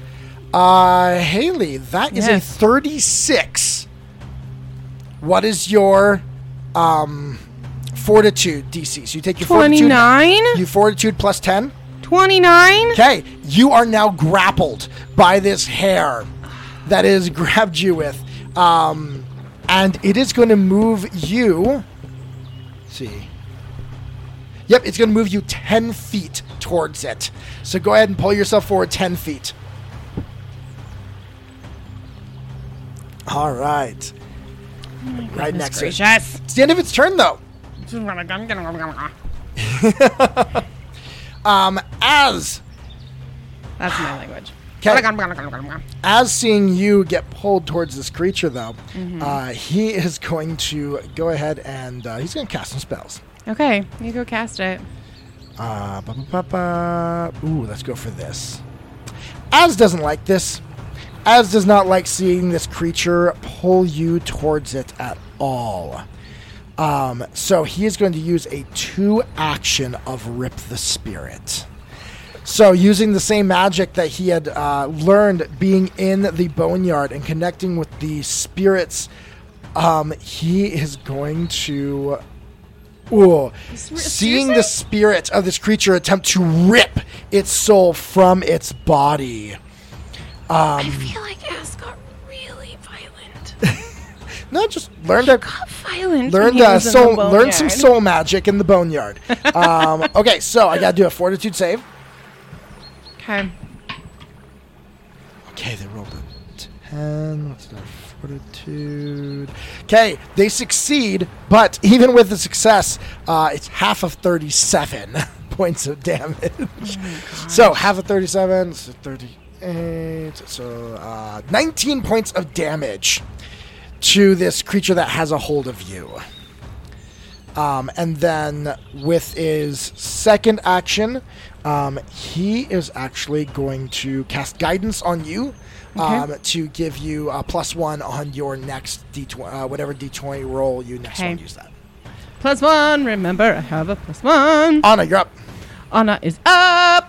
Speaker 2: Uh, Haley, that is
Speaker 1: Yes.
Speaker 2: a thirty-six. What is your um fortitude DC? So you take your fortitude-
Speaker 1: 29?
Speaker 2: You fortitude plus ten.
Speaker 1: Twenty nine.
Speaker 2: Okay, you are now grappled by this hair that is grabbed you with, um, and it is going to move you. see. Yep, it's going to move you ten feet towards it. So go ahead and pull yourself forward ten feet. All right. right next to it.
Speaker 1: Gracious.
Speaker 2: It's the end of its turn, though.
Speaker 1: That's
Speaker 2: Um, as
Speaker 1: my language.
Speaker 2: 'Kay. As seeing you get pulled towards this creature, though, uh, he is going to go ahead and uh, he's going to cast some spells.
Speaker 1: Okay, you go cast it.
Speaker 2: Uh, ba, ba, ba, ba. Ooh, let's go for this. As doesn't like this. As does not like seeing this creature pull you towards it at all. Um, so he is going to use a two action of Rip the Spirit. So, using the same magic that he had uh, learned being in the boneyard and connecting with the spirits, um, he is going to. Ooh, seeing the spirit of this creature attempt to rip its soul from its body. Um,
Speaker 4: I feel like Ass got really violent.
Speaker 2: No, just learned a
Speaker 1: Violent.
Speaker 2: learned
Speaker 1: when he
Speaker 2: uh,
Speaker 1: was in
Speaker 2: soul,
Speaker 1: the
Speaker 2: learned some
Speaker 1: boneyard.
Speaker 2: soul magic in the boneyard. um, okay, so I gotta do a fortitude save.
Speaker 1: Okay.
Speaker 2: Okay, they rolled a 10. What's their fortitude? Okay, they succeed, but even with the success, uh, it's half of 37 points of damage.
Speaker 1: Oh
Speaker 2: so half of 37, so 38, so uh, 19 points of damage to this creature that has a hold of you. Um, and then with his second action, um, he is actually going to cast guidance on you um, to give you a plus one on your next d20, uh, whatever d20 roll you next
Speaker 1: Okay.
Speaker 2: one use that.
Speaker 1: Plus one. Remember, I have a plus one.
Speaker 2: Anna, you're up.
Speaker 1: Anna is up.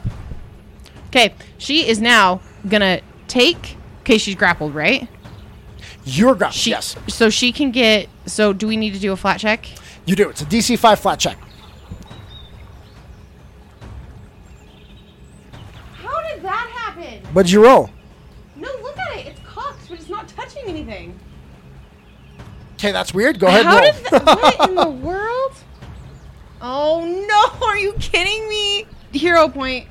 Speaker 1: Okay, she is now gonna take. Okay, she's grappled, right?
Speaker 2: You're grabbed.
Speaker 1: She,
Speaker 2: yes,
Speaker 1: So she can get. So do we need to do a flat check?
Speaker 2: you do. It's a DC five flat check.
Speaker 1: How did that happen?
Speaker 2: What'd you roll?
Speaker 1: No, look at it. It's cocked, but it's not touching anything.
Speaker 2: Okay, that's weird. Go ahead.
Speaker 1: How
Speaker 2: and roll.
Speaker 1: did that? What in the world? Oh no! Are you kidding me? Hero point.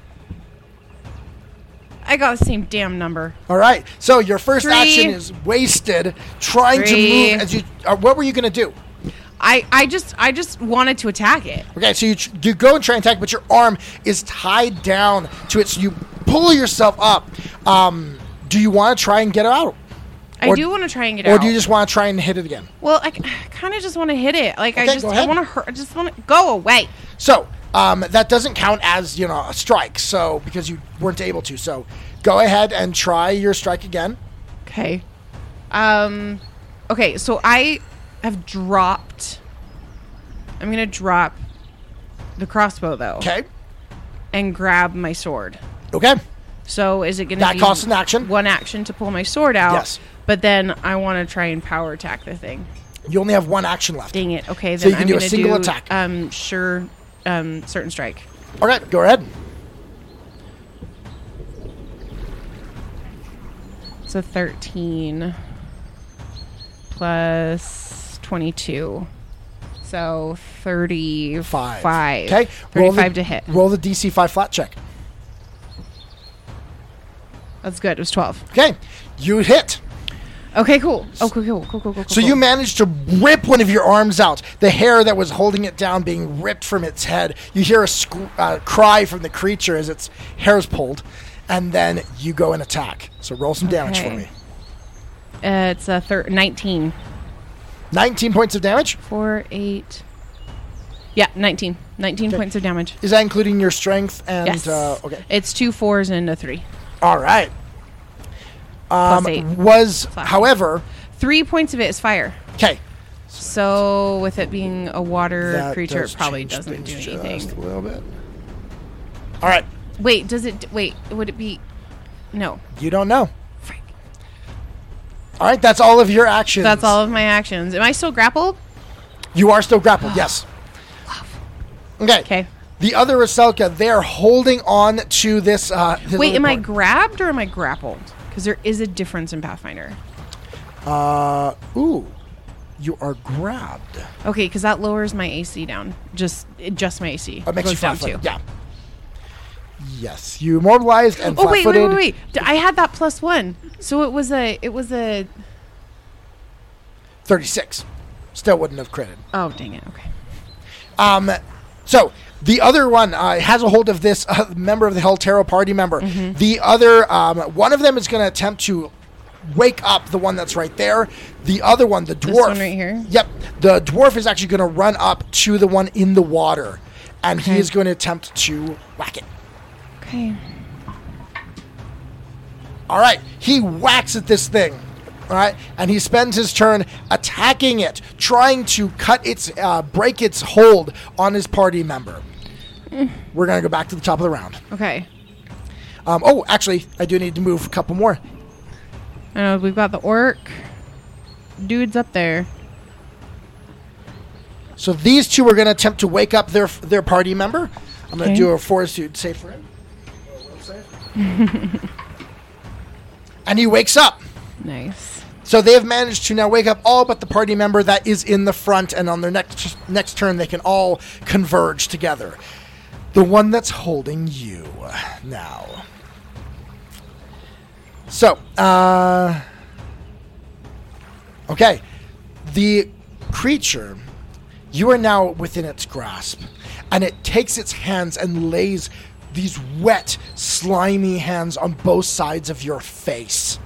Speaker 1: I got the same damn number.
Speaker 2: All right. So your first
Speaker 1: Three.
Speaker 2: action is wasted trying
Speaker 1: Three.
Speaker 2: to move. As you, uh, what were you going to do?
Speaker 1: I I just I just wanted to attack it.
Speaker 2: Okay, so you, tr- you go and try and attack, but your arm is tied down to it. So you pull yourself up. Um, do you want to try and get out,
Speaker 1: I
Speaker 2: Or-
Speaker 1: do want to try and get
Speaker 2: or
Speaker 1: out.
Speaker 2: do you just want to try and hit it again?
Speaker 1: Well, I kind of just want to hit it. Like I
Speaker 2: Okay,
Speaker 1: just
Speaker 2: go
Speaker 1: I
Speaker 2: ahead.
Speaker 1: want to hurt. I just want to go away.
Speaker 2: So um, that doesn't count as you know a strike. So because you weren't able to, so go ahead and try your strike again.
Speaker 1: Okay. Um. Okay. So I have dropped. I'm gonna drop the crossbow though,
Speaker 2: Okay.
Speaker 1: and grab my sword.
Speaker 2: Okay.
Speaker 1: So is it gonna
Speaker 2: That
Speaker 1: be
Speaker 2: costs an action.
Speaker 1: One action to pull my sword out.
Speaker 2: Yes.
Speaker 1: But then I want to try and power attack the thing.
Speaker 2: You only have one action left.
Speaker 1: Dang it. Okay. Then
Speaker 2: So you can
Speaker 1: I'm
Speaker 2: do a
Speaker 1: gonna
Speaker 2: single
Speaker 1: do,
Speaker 2: attack.
Speaker 1: Um. Sure. Um. Certain strike.
Speaker 2: All right, go ahead.
Speaker 1: It's a 13 plus 22. So 35.
Speaker 2: Five.
Speaker 1: Five.
Speaker 2: Okay. roll
Speaker 1: 35
Speaker 2: the-
Speaker 1: to hit.
Speaker 2: Roll the DC five flat check.
Speaker 1: That's good. It was 12.
Speaker 2: Okay, you hit.
Speaker 1: Okay, cool. Oh, cool, cool, cool, cool, cool.
Speaker 2: So
Speaker 1: cool.
Speaker 2: you managed to rip one of your arms out, the hair that was holding it down being ripped from its head. You hear a sc- uh, cry from the creature as its hair is pulled, and then you go and attack. So roll some damage for
Speaker 1: Okay.
Speaker 2: me.
Speaker 1: Uh, it's a thir- 19.
Speaker 2: 19 points of damage.
Speaker 1: 4, 8. Yeah, 19. 19 points of damage.
Speaker 2: Is that including your strength and
Speaker 1: Yes.
Speaker 2: uh, okay?
Speaker 1: It's two fours and a three.
Speaker 2: All right.
Speaker 1: Plus
Speaker 2: Um,
Speaker 1: eight.
Speaker 2: was
Speaker 1: Five.
Speaker 2: however
Speaker 1: Three points of it is fire.
Speaker 2: okay.
Speaker 1: So, with it being a water
Speaker 2: That
Speaker 1: creature,
Speaker 2: does
Speaker 1: it probably
Speaker 2: change
Speaker 1: doesn't do
Speaker 2: things
Speaker 1: anything.
Speaker 2: Just a little bit. All right.
Speaker 1: Wait, does it? Wait, would it be? No.
Speaker 2: You don't know.
Speaker 1: Frick.
Speaker 2: All right. That's all of your actions.
Speaker 1: That's all of my actions. Am I still grappled?
Speaker 2: You are still grappled, yes. Okay.
Speaker 1: Okay.
Speaker 2: The other Raselka, they are holding on to this. Uh, this
Speaker 1: Wait,
Speaker 2: other
Speaker 1: am I
Speaker 2: cord.
Speaker 1: grabbed or am I grappled? Because there is a difference in Pathfinder.
Speaker 2: Uh, ooh, you are grabbed.
Speaker 1: Okay, because that lowers my AC down. Just it- just my AC.
Speaker 2: It makes
Speaker 1: goes
Speaker 2: you
Speaker 1: down
Speaker 2: five
Speaker 1: too.
Speaker 2: footed. Yeah. Yes, you immobilized and
Speaker 1: Oh wait, wait, wait,
Speaker 2: flat-footed.
Speaker 1: wait! D- I had that plus one, so it was a, it was a.
Speaker 2: Thirty-six, still wouldn't have critted.
Speaker 1: Oh dang it! Okay.
Speaker 2: Um, so the other one uh, has a hold of this uh, member of the Heltero party member.
Speaker 1: Mm-hmm.
Speaker 2: The other um, one of them is going to attempt to wake up the one that's right there. The other one, the dwarf,
Speaker 1: one right here?
Speaker 2: Yep, the dwarf is actually going to run up to the one in the water, and he is going to attempt to whack it.
Speaker 1: Okay.
Speaker 2: All right, he whacks at this thing. All right, and he spends his turn attacking it, trying to cut its, uh, break its hold on his party member. We're gonna go back to the top of the round.
Speaker 1: Okay.
Speaker 2: Um, oh, actually, I do need to move a couple more.
Speaker 1: I know we've got the orc dudes up there.
Speaker 2: So these two are gonna attempt to wake up their their party member. I'm gonna
Speaker 1: Okay.
Speaker 2: do a fortitude save for him. and he wakes up.
Speaker 1: Nice.
Speaker 2: So they have managed to now wake up all but the party member that is in the front, and on their next next turn, they can all converge together. The one that's holding you now. So, uh, okay, the creature, you are now within its grasp, and it takes its hands and lays these wet, slimy hands on both sides of your face.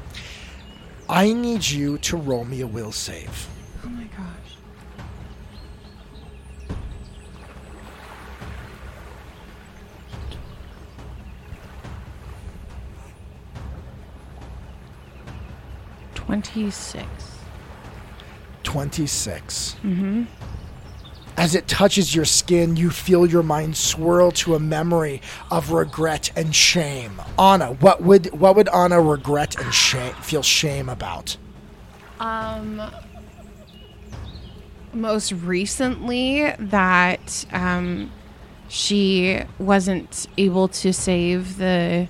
Speaker 2: I need you to roll me a will save.
Speaker 1: Oh my gosh. Twenty-six.
Speaker 2: 26. Mm-hmm. As it touches your skin, you feel your mind swirl to a memory of regret and shame. Anna, what would what would Anna regret and shame, feel shame about?
Speaker 1: Most recently, that um, she wasn't able to save the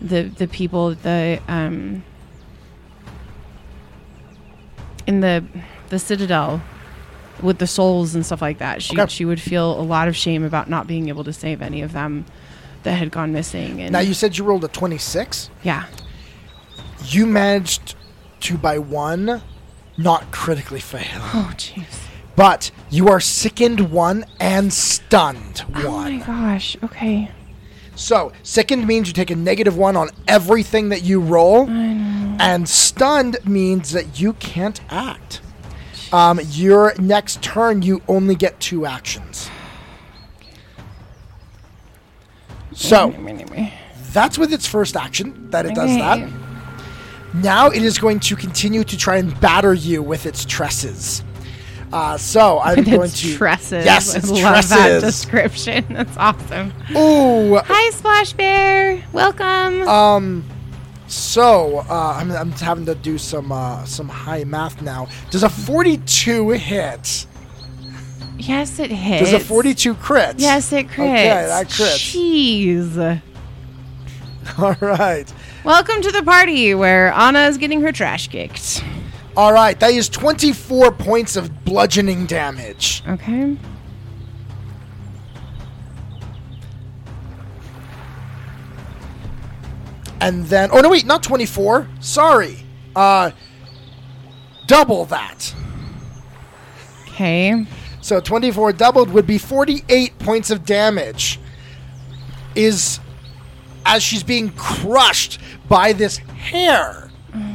Speaker 1: the the people the um, in the the citadel with the souls and stuff like that. She
Speaker 2: Okay.
Speaker 1: she would feel a lot of shame about not being able to save any of them that had gone missing. And
Speaker 2: Now you said you rolled a 26.
Speaker 1: yeah,
Speaker 2: You managed to by one not critically fail,
Speaker 1: oh jeez.
Speaker 2: but you are sickened one and stunned one.
Speaker 1: Oh my gosh. Okay.
Speaker 2: So, sickened means you take a negative one on everything that you roll, and stunned means that you can't act. Um, your next turn, you only get two actions. So,
Speaker 1: Anyway.
Speaker 2: that's with its first action that it does that.
Speaker 1: Okay.
Speaker 2: Now it is going to continue to try and batter you with its tresses. Uh, so I'm
Speaker 1: With
Speaker 2: going
Speaker 1: its
Speaker 2: to
Speaker 1: tresses.
Speaker 2: Yes,
Speaker 1: I
Speaker 2: its
Speaker 1: love that
Speaker 2: tresses.
Speaker 1: description. That's awesome.
Speaker 2: Ooh,
Speaker 1: Hi, Splash Bear. Welcome.
Speaker 2: Oh. Um, So uh, I'm, I'm having to do some uh, some high math now. Does a 42 hit?
Speaker 1: yes, it hits.
Speaker 2: Does a 42 crit?
Speaker 1: Yes, it crits.
Speaker 2: Okay, that crits.
Speaker 1: Jeez.
Speaker 2: All right,
Speaker 1: Welcome to the party where Anna is getting her trash kicked.
Speaker 2: all right. That is 24 points of bludgeoning damage.
Speaker 1: Okay.
Speaker 2: And then, oh no, wait, not 24. Sorry. Uh, double that.
Speaker 1: Okay.
Speaker 2: So 24 doubled would be 48 points of damage. Is as she's being crushed by this hair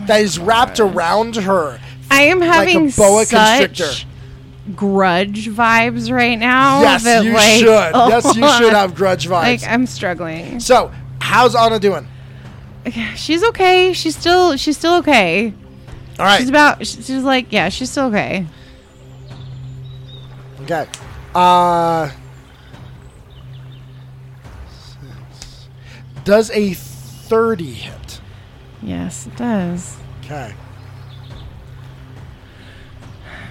Speaker 2: that is wrapped around her.
Speaker 1: I am
Speaker 2: Like a
Speaker 1: having
Speaker 2: boa
Speaker 1: such
Speaker 2: constrictor.
Speaker 1: grudge vibes right now.
Speaker 2: yes,
Speaker 1: that,
Speaker 2: you
Speaker 1: like,
Speaker 2: should. Yes, you should have grudge vibes.
Speaker 1: Like I'm struggling.
Speaker 2: so, how's Anna doing?
Speaker 1: She's okay. She's still. She's still okay.
Speaker 2: All right.
Speaker 1: She's about. She's like. Yeah. She's still okay.
Speaker 2: Okay. Uh, six. does a 30 hit?
Speaker 1: Yes, it does.
Speaker 2: Okay.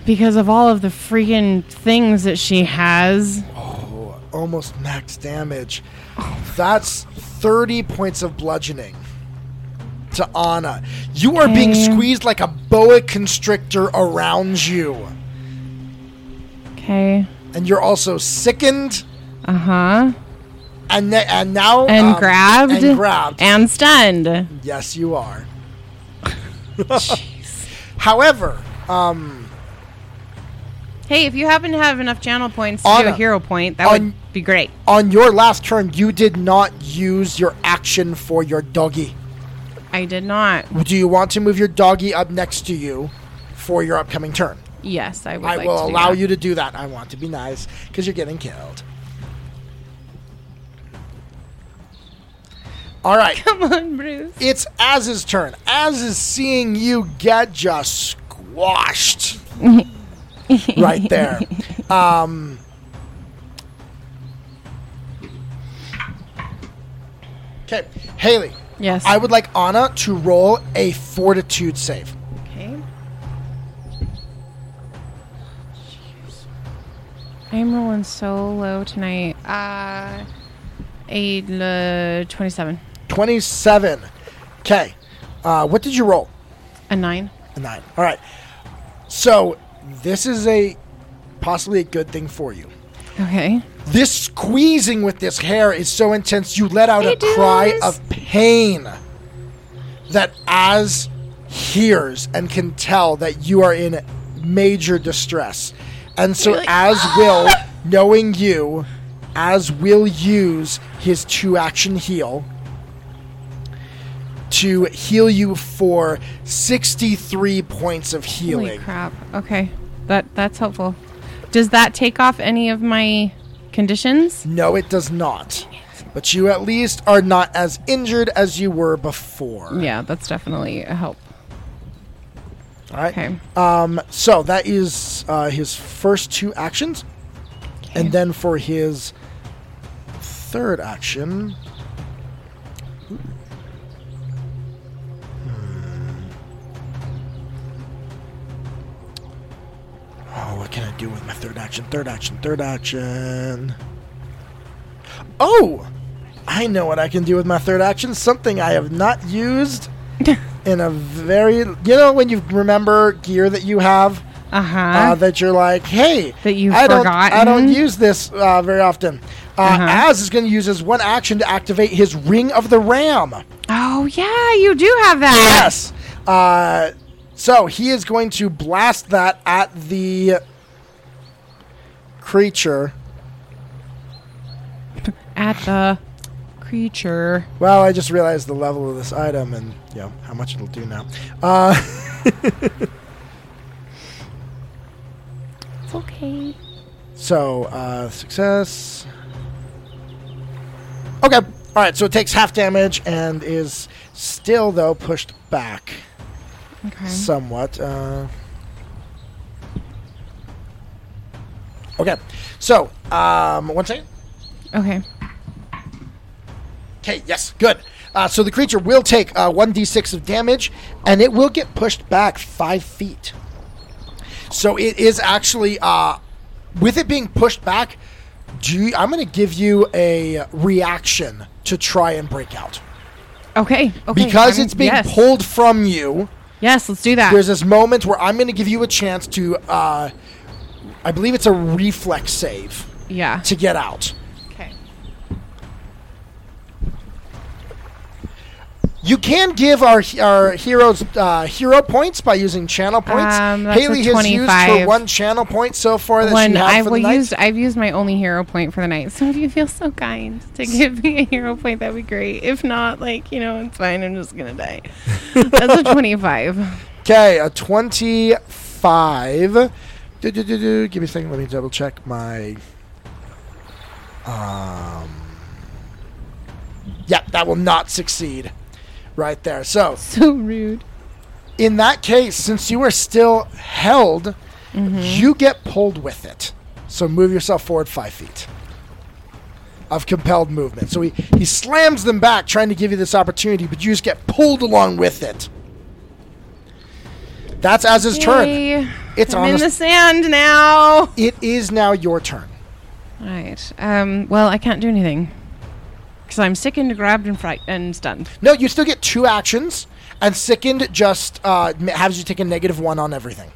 Speaker 1: Because of all of the freaking things that she has.
Speaker 2: Oh, almost max damage. That's 30 points of bludgeoning to Anna. You are being
Speaker 1: Okay.
Speaker 2: squeezed like a boa constrictor around you.
Speaker 1: Okay.
Speaker 2: And you're also sickened
Speaker 1: Uh huh.
Speaker 2: and, ne- and now.
Speaker 1: And
Speaker 2: um,
Speaker 1: grabbed.
Speaker 2: And grabbed.
Speaker 1: And stunned.
Speaker 2: yes, you are. However, um,
Speaker 1: Hey, if you happen to have enough channel points to do
Speaker 2: Anna,
Speaker 1: a hero point, that
Speaker 2: on-
Speaker 1: would be great.
Speaker 2: on your last turn, you did not use your action for your doggy.
Speaker 1: I did not.
Speaker 2: Do you want to move your doggy up next to you for your upcoming turn?
Speaker 1: Yes, I would.
Speaker 2: I
Speaker 1: like
Speaker 2: will
Speaker 1: to do
Speaker 2: allow
Speaker 1: that.
Speaker 2: you to do that. I want to be nice because you're getting killed. All right,
Speaker 1: Come on, Bruce.
Speaker 2: it's Az's turn. Az is seeing you get just squashed right there. Um, okay, Haley,
Speaker 1: Yes.
Speaker 2: I would like Anna to roll a fortitude save.
Speaker 1: okay. I'm rolling so low tonight. Uh, a uh, 27.
Speaker 2: 27. Okay. Uh, what did you roll?
Speaker 1: A 9.
Speaker 2: A nine. All right. So this is a possibly a good thing for you.
Speaker 1: Okay.
Speaker 2: This squeezing with this hair is so intense, you let out
Speaker 1: Hey,
Speaker 2: a cry
Speaker 1: dudes.
Speaker 2: of pain that Az hears and can tell that you are in major distress. And so,
Speaker 1: You're like, "Ah!"
Speaker 2: Az will, knowing you, as will use his two action heal to heal you for 63 points of
Speaker 1: Holy
Speaker 2: healing.
Speaker 1: crap. Okay. That that's helpful. Does that take off any of my conditions?
Speaker 2: No, it does not. But you at least are not as injured as you were before.
Speaker 1: Yeah, that's definitely a help.
Speaker 2: All right.
Speaker 1: Okay.
Speaker 2: Um, so that is uh, his first two actions. And then for his third action. Ooh. Hmm. Oh, what can I do with my third action? Third action, third action. Oh! I know what I can do with my third action. Something I have not used in a very. You know, when you remember gear that you have?
Speaker 1: Uh-huh.
Speaker 2: uh, that you're like, hey,
Speaker 1: That you've
Speaker 2: I don't, I don't
Speaker 1: forgotten? Uh-huh.
Speaker 2: use this uh, very often. Uh, Az is going to use his one action to activate his Ring of the Ram.
Speaker 1: oh yeah, you do have that.
Speaker 2: Yes. Uh, so he is going to blast that at the creature.
Speaker 1: At the creature.
Speaker 2: Well, I just realized the level of this item and you know, how much it'll do now. Uh,
Speaker 4: It's okay.
Speaker 2: So, uh, success. Okay. All right. So it takes half damage and is still, though, pushed back
Speaker 1: Okay.
Speaker 2: somewhat. Uh, okay. So, um, one second.
Speaker 1: Okay.
Speaker 2: Okay. Yes. Good. Uh, so the creature will take uh, 1d6 of damage and it will get pushed back five feet. So it is actually, uh, with it being pushed back, do you- I'm going to give you a reaction to try and break out.
Speaker 1: Okay. Okay.
Speaker 2: Because
Speaker 1: I'm-
Speaker 2: it's being
Speaker 1: yes.
Speaker 2: pulled from you,
Speaker 1: Yes, let's do that.
Speaker 2: there's this moment where I'm going to give you a chance to, uh, I believe it's a reflex save
Speaker 1: yeah.
Speaker 2: to get out.
Speaker 1: Okay.
Speaker 2: You can give our our heroes uh, hero points by using channel points.
Speaker 1: Um, that's a
Speaker 2: Haley has used
Speaker 1: 25.
Speaker 2: her one channel point so far that
Speaker 1: One,
Speaker 2: she had
Speaker 1: I've
Speaker 2: for the night.
Speaker 1: used, I've used my only hero point for the night. So if you feel so kind to give me a hero point, that'd be great. If not, like you know, it's fine. I'm just gonna die. That's a twenty-five.
Speaker 2: Okay, a twenty-five. Do-do-do-do. Give me a second. Let me double check my. Um. Yep, that will not succeed. Right there. So
Speaker 1: So rude.
Speaker 2: in that case, since you are still held,
Speaker 1: Mm-hmm.
Speaker 2: you get pulled with it. So move yourself forward five feet of compelled movement. So he, he slams them back, trying to give you this opportunity, but you just get pulled along with it. That's as his turn.
Speaker 1: Yay.
Speaker 2: It's
Speaker 1: I'm
Speaker 2: on
Speaker 1: in
Speaker 2: the
Speaker 1: the
Speaker 2: s-
Speaker 1: sand now. All
Speaker 2: It is now your turn.
Speaker 1: right. Um. Well, I can't do anything because I'm sickened, grabbed, and fright and stunned.
Speaker 2: No, you still get two actions, and sickened just uh, ma- has you take a negative one on everything.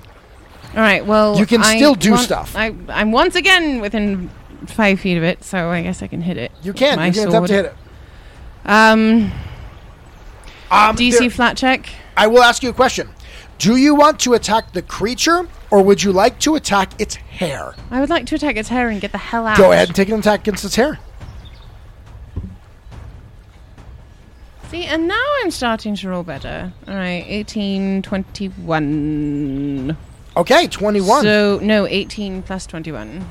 Speaker 1: All right. Well,
Speaker 2: You can
Speaker 1: I
Speaker 2: still do
Speaker 1: want-
Speaker 2: stuff.
Speaker 1: I, I'm once again within five feet of it, so I guess I can hit it.
Speaker 2: You can.
Speaker 1: My
Speaker 2: you can
Speaker 1: sword.
Speaker 2: attempt to hit it.
Speaker 1: Um.
Speaker 2: Um,
Speaker 1: DC
Speaker 2: there-
Speaker 1: flat check.
Speaker 2: I will ask you a question. Do you want to attack the creature, or would you like to attack its hair?
Speaker 1: I would like to attack its hair and get the hell out.
Speaker 2: Go ahead and take an attack against its hair.
Speaker 1: See, and now I'm starting to roll better. All right, 18, 21.
Speaker 2: Okay, 21.
Speaker 1: So, no, 18 plus 21.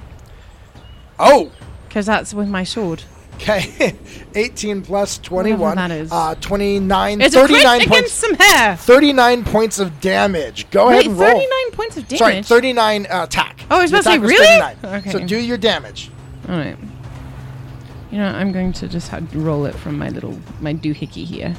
Speaker 2: oh,
Speaker 1: Because that's with my sword.
Speaker 2: okay. 18 plus 21.
Speaker 1: that is.
Speaker 2: Uh, 29,
Speaker 1: It's
Speaker 2: 39
Speaker 1: a crit against
Speaker 2: points.
Speaker 1: some hair.
Speaker 2: 39 points of damage. Go
Speaker 1: Wait,
Speaker 2: ahead and roll.
Speaker 1: 39 points of damage.
Speaker 2: Sorry, 39 uh, attack.
Speaker 1: Oh, I was
Speaker 2: Your
Speaker 1: about to say,
Speaker 2: attack was
Speaker 1: really?
Speaker 2: 39. So
Speaker 1: Okay.
Speaker 2: do your damage.
Speaker 1: All right. You know, I'm going to just have to roll it from my little, my doohickey here.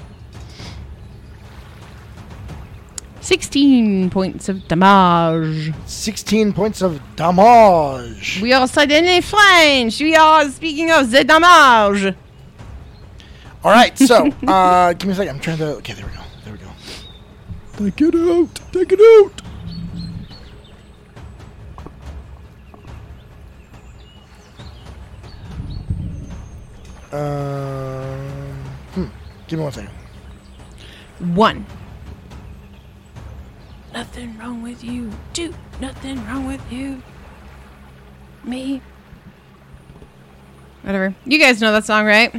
Speaker 1: 16 points of damage.
Speaker 2: 16 points of damage.
Speaker 1: We are suddenly French. We are speaking of the damage.
Speaker 2: All right, so uh, give me a second. I'm trying to. Okay, there we go. There we go. Take it out. Take it out. Um, hmm. Give me one second.
Speaker 1: One.
Speaker 4: Nothing wrong with you. Do nothing wrong with you.
Speaker 1: Me. whatever. You guys know that song, right?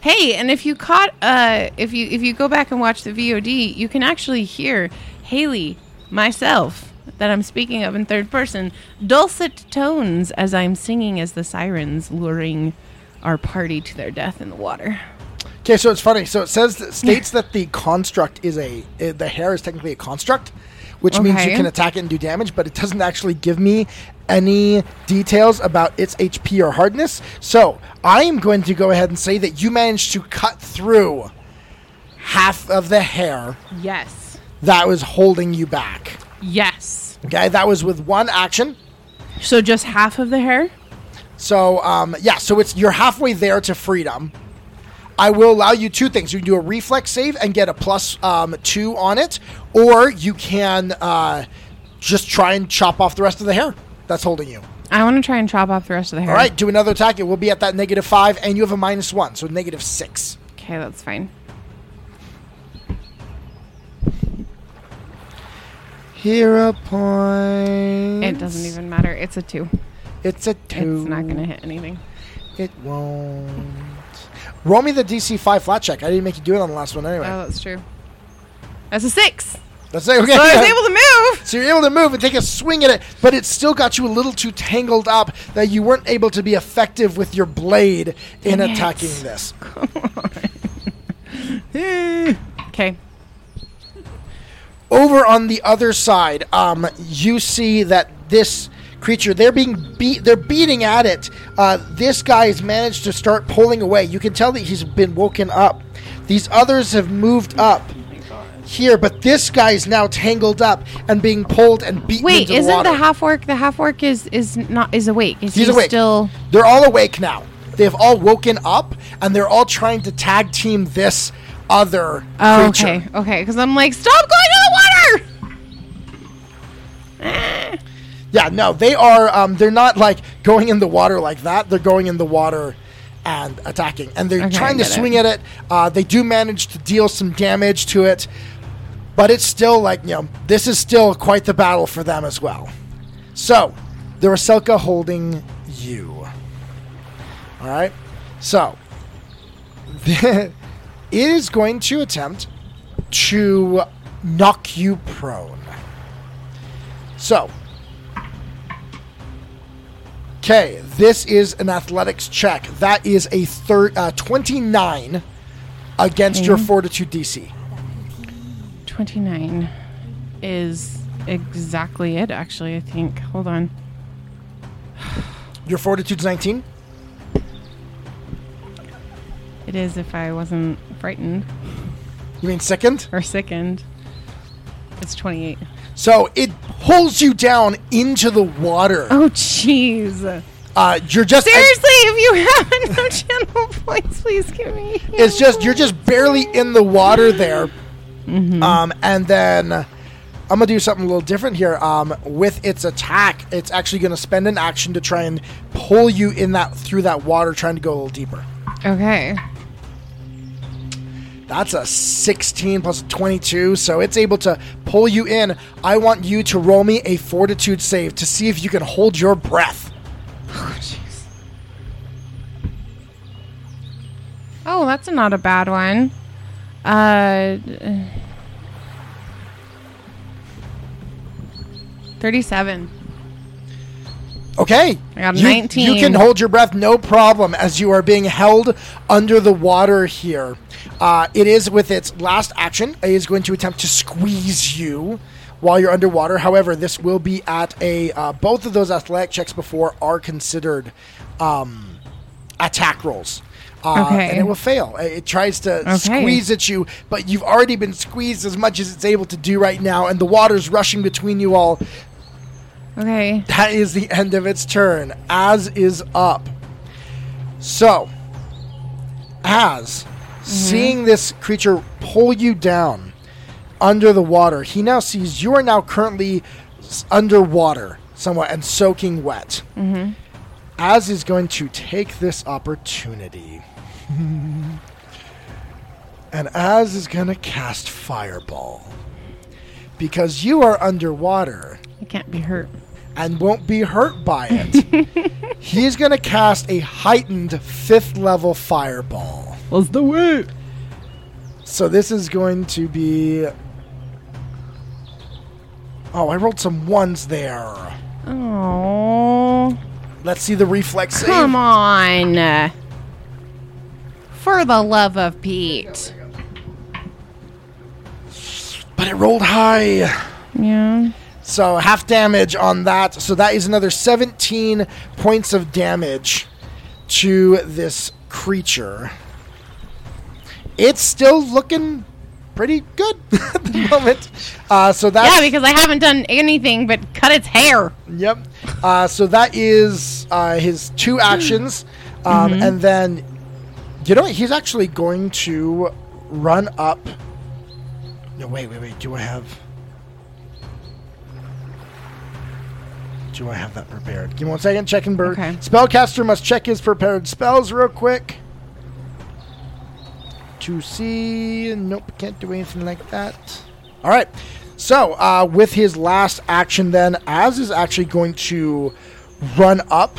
Speaker 1: Hey, and if you caught, uh, if you if you go back and watch the VOD, you can actually hear Haley, myself, that I'm speaking of in third person, dulcet tones as I'm singing as the sirens luring our party to their death in the water.
Speaker 2: Okay, so it's funny. So it says that states that the construct is a uh, the hair is technically a construct, which means you
Speaker 1: Okay.
Speaker 2: can attack it and do damage, but it doesn't actually give me any details about its HP or hardness. So I am going to go ahead and say that you managed to cut through half of the hair
Speaker 1: Yes,
Speaker 2: that was holding you back.
Speaker 1: yes.
Speaker 2: Okay, that was with one action.
Speaker 1: So just half of the hair.
Speaker 2: So um, yeah, so it's you're halfway there to freedom. I will allow you two things. You can do a reflex save and get a plus um, two on it, or you can uh, just try and chop off the rest of the hair that's holding you.
Speaker 1: I want to try and chop off the rest of the hair.
Speaker 2: All right, do another attack. It will be at that negative five, and you have a minus one, so negative six.
Speaker 1: Okay, that's fine.
Speaker 2: Hero point.
Speaker 1: It doesn't even matter. It's a two.
Speaker 2: It's a
Speaker 1: It's
Speaker 2: two.
Speaker 1: not going to hit anything.
Speaker 2: It won't. Roll me the DC five flat check. I didn't make you do it on the last one anyway.
Speaker 1: Oh, that's true. That's a six.
Speaker 2: That's it. Okay.
Speaker 1: So I was able to move.
Speaker 2: So you're able to move and take a swing at it, but it still got you a little too tangled up that you weren't able to be effective with your blade in
Speaker 1: Dang it.
Speaker 2: attacking this.
Speaker 1: Okay.
Speaker 2: Over on the other side, um, you see that this creature they're being beat they're beating at it uh, this guy has managed to start pulling away you can tell that he's been woken up these others have moved up here but this guy is now tangled up and being pulled and beaten
Speaker 1: Wait,
Speaker 2: into
Speaker 1: isn't
Speaker 2: the, water.
Speaker 1: the half work? The half work is is not is awake. Is
Speaker 2: He's
Speaker 1: he
Speaker 2: awake.
Speaker 1: still?
Speaker 2: They're all awake now. They've all woken up and they're all trying to tag team this other
Speaker 1: Oh,
Speaker 2: creature.
Speaker 1: okay, okay. Because I'm like, stop going to the water.
Speaker 2: Yeah, no, they are. Um, they're not like going in the water like that. They're going in the water and attacking, and they're
Speaker 1: Okay,
Speaker 2: trying
Speaker 1: I
Speaker 2: to
Speaker 1: get
Speaker 2: swing
Speaker 1: it.
Speaker 2: at it. Uh, they do manage to deal some damage to it, but it's still like you know this is still quite the battle for them as well. So, the Raselka holding you. All right, so it is going to attempt to knock you prone. So, Okay, this is an athletics check. That is a thir- uh, 29 against your
Speaker 1: Mm-hmm.
Speaker 2: fortitude DC.
Speaker 1: Twenty nine is exactly it. Actually, I think. Hold on.
Speaker 2: Your fortitude's 19?
Speaker 1: It is if I wasn't frightened
Speaker 2: You mean second?
Speaker 1: or sickened. It's twenty eight.
Speaker 2: So it pulls you down into the water.
Speaker 1: Oh, jeez.
Speaker 2: Uh, you're just.
Speaker 1: Seriously, if you have enough channel points, please give me.
Speaker 2: It's just you're just barely in the water there.
Speaker 1: Mm-hmm.
Speaker 2: Um, and then I'm gonna do something a little different here. Um, with its attack, it's actually gonna spend an action to try and pull you in that through that water, trying to go a little deeper.
Speaker 1: okay.
Speaker 2: That's a 16 plus a 22, so it's able to pull you in. I want you to roll me a fortitude save to see if you can hold your breath.
Speaker 1: Oh, that's not a bad one. Uh, d- thirty-seven.
Speaker 2: Okay.
Speaker 1: I got a
Speaker 2: you,
Speaker 1: 19.
Speaker 2: You can hold your breath no problem as you are being held under the water here. Uh, it is with its last action. It is going to attempt to squeeze you while you're underwater. However, this will be at a. Uh, both of those athletic checks before are considered um, attack rolls. Uh,
Speaker 1: Okay.
Speaker 2: And it will fail. Uh, It tries to
Speaker 1: Okay.
Speaker 2: squeeze at you, but you've already been squeezed as much as it's able to do right now, and the water's rushing between you all.
Speaker 1: Okay.
Speaker 2: That is the end of its turn, as is up. So, as seeing this creature pull you down under the water, he now sees you are now currently s- underwater somewhat and soaking wet. As is going to take this opportunity. and As is going to cast Fireball. Because you are underwater
Speaker 1: I can't be hurt.
Speaker 2: and won't be hurt by it. He's going to cast a heightened fifth level fireball.
Speaker 5: Let's do it.
Speaker 2: So this is going to be. Oh, I rolled some ones there.
Speaker 1: Oh,
Speaker 2: Let's see the reflex save.
Speaker 1: come on. For the love of Pete.
Speaker 2: But it rolled high.
Speaker 1: Yeah.
Speaker 2: So half damage on that. So that is another 17 points of damage to this creature. It's still looking pretty good at the moment. Uh, so that's
Speaker 1: Yeah, because I haven't done anything but cut its hair.
Speaker 2: Yep. Uh, so that is uh, his two actions, um,
Speaker 1: Mm-hmm.
Speaker 2: and then you know what? He's actually going to run up. No, wait, wait, wait. Do I have? Do I have that prepared? Give me one second. Checking. Bur-
Speaker 1: Okay.
Speaker 2: Spellcaster must check his prepared spells real quick. To see, nope, can't do anything like that. All right. So, uh, with his last action, then, Az is actually going to run up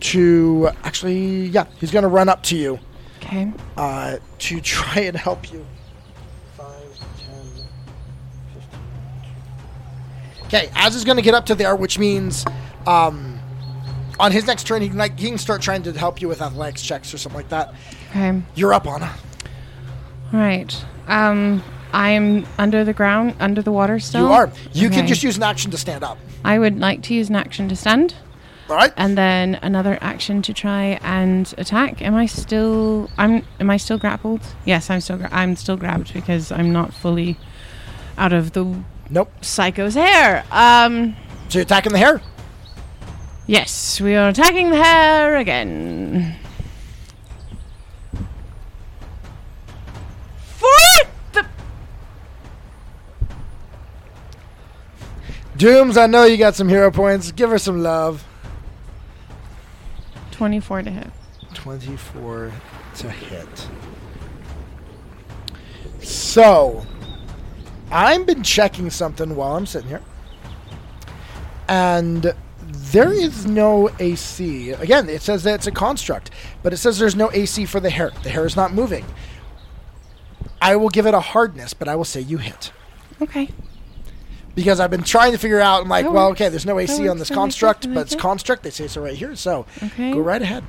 Speaker 2: to. Actually, yeah, he's going to run up to you
Speaker 1: Okay.
Speaker 2: uh, to try and help you. Five, 10, 15. Okay, Az is going to get up to there, which means um, on his next turn, he can, like, he can start trying to help you with athletics checks or something like that.
Speaker 1: Okay.
Speaker 2: You're up, Anna.
Speaker 1: All right. Um, I'm under the ground, under the water still.
Speaker 2: You are. You can
Speaker 1: Oh, Okay.
Speaker 2: just use an action to stand up.
Speaker 1: I would like to use an action to stand,
Speaker 2: All right.
Speaker 1: and then another action to try and attack. Am I still? I'm. Am I still grappled? Yes, I'm still. Gra- I'm still grabbed because I'm not fully out of the
Speaker 2: nope.
Speaker 1: psycho's hair. Um.
Speaker 2: So you're attacking the hair.
Speaker 1: Yes, we are attacking the hair again. For the
Speaker 2: Dooms, I know you got some hero points. Give her some love.
Speaker 1: twenty-four to hit.
Speaker 2: 24 to hit. So, I've been checking something while I'm sitting here. And there is no AC. Again, it says that it's a construct, but it says there's no AC for the hair. The hair is not moving. I will give it a hardness, but I will say you hit.
Speaker 1: Okay.
Speaker 2: because I've been trying to figure out. I'm like,
Speaker 1: That
Speaker 2: well,
Speaker 1: works.
Speaker 2: okay, there's no
Speaker 1: That
Speaker 2: AC on
Speaker 1: works.
Speaker 2: this
Speaker 1: I like it.
Speaker 2: construct,
Speaker 1: I
Speaker 2: but
Speaker 1: like
Speaker 2: it's
Speaker 1: it.
Speaker 2: construct. They say so right here. So
Speaker 1: Okay.
Speaker 2: go right ahead.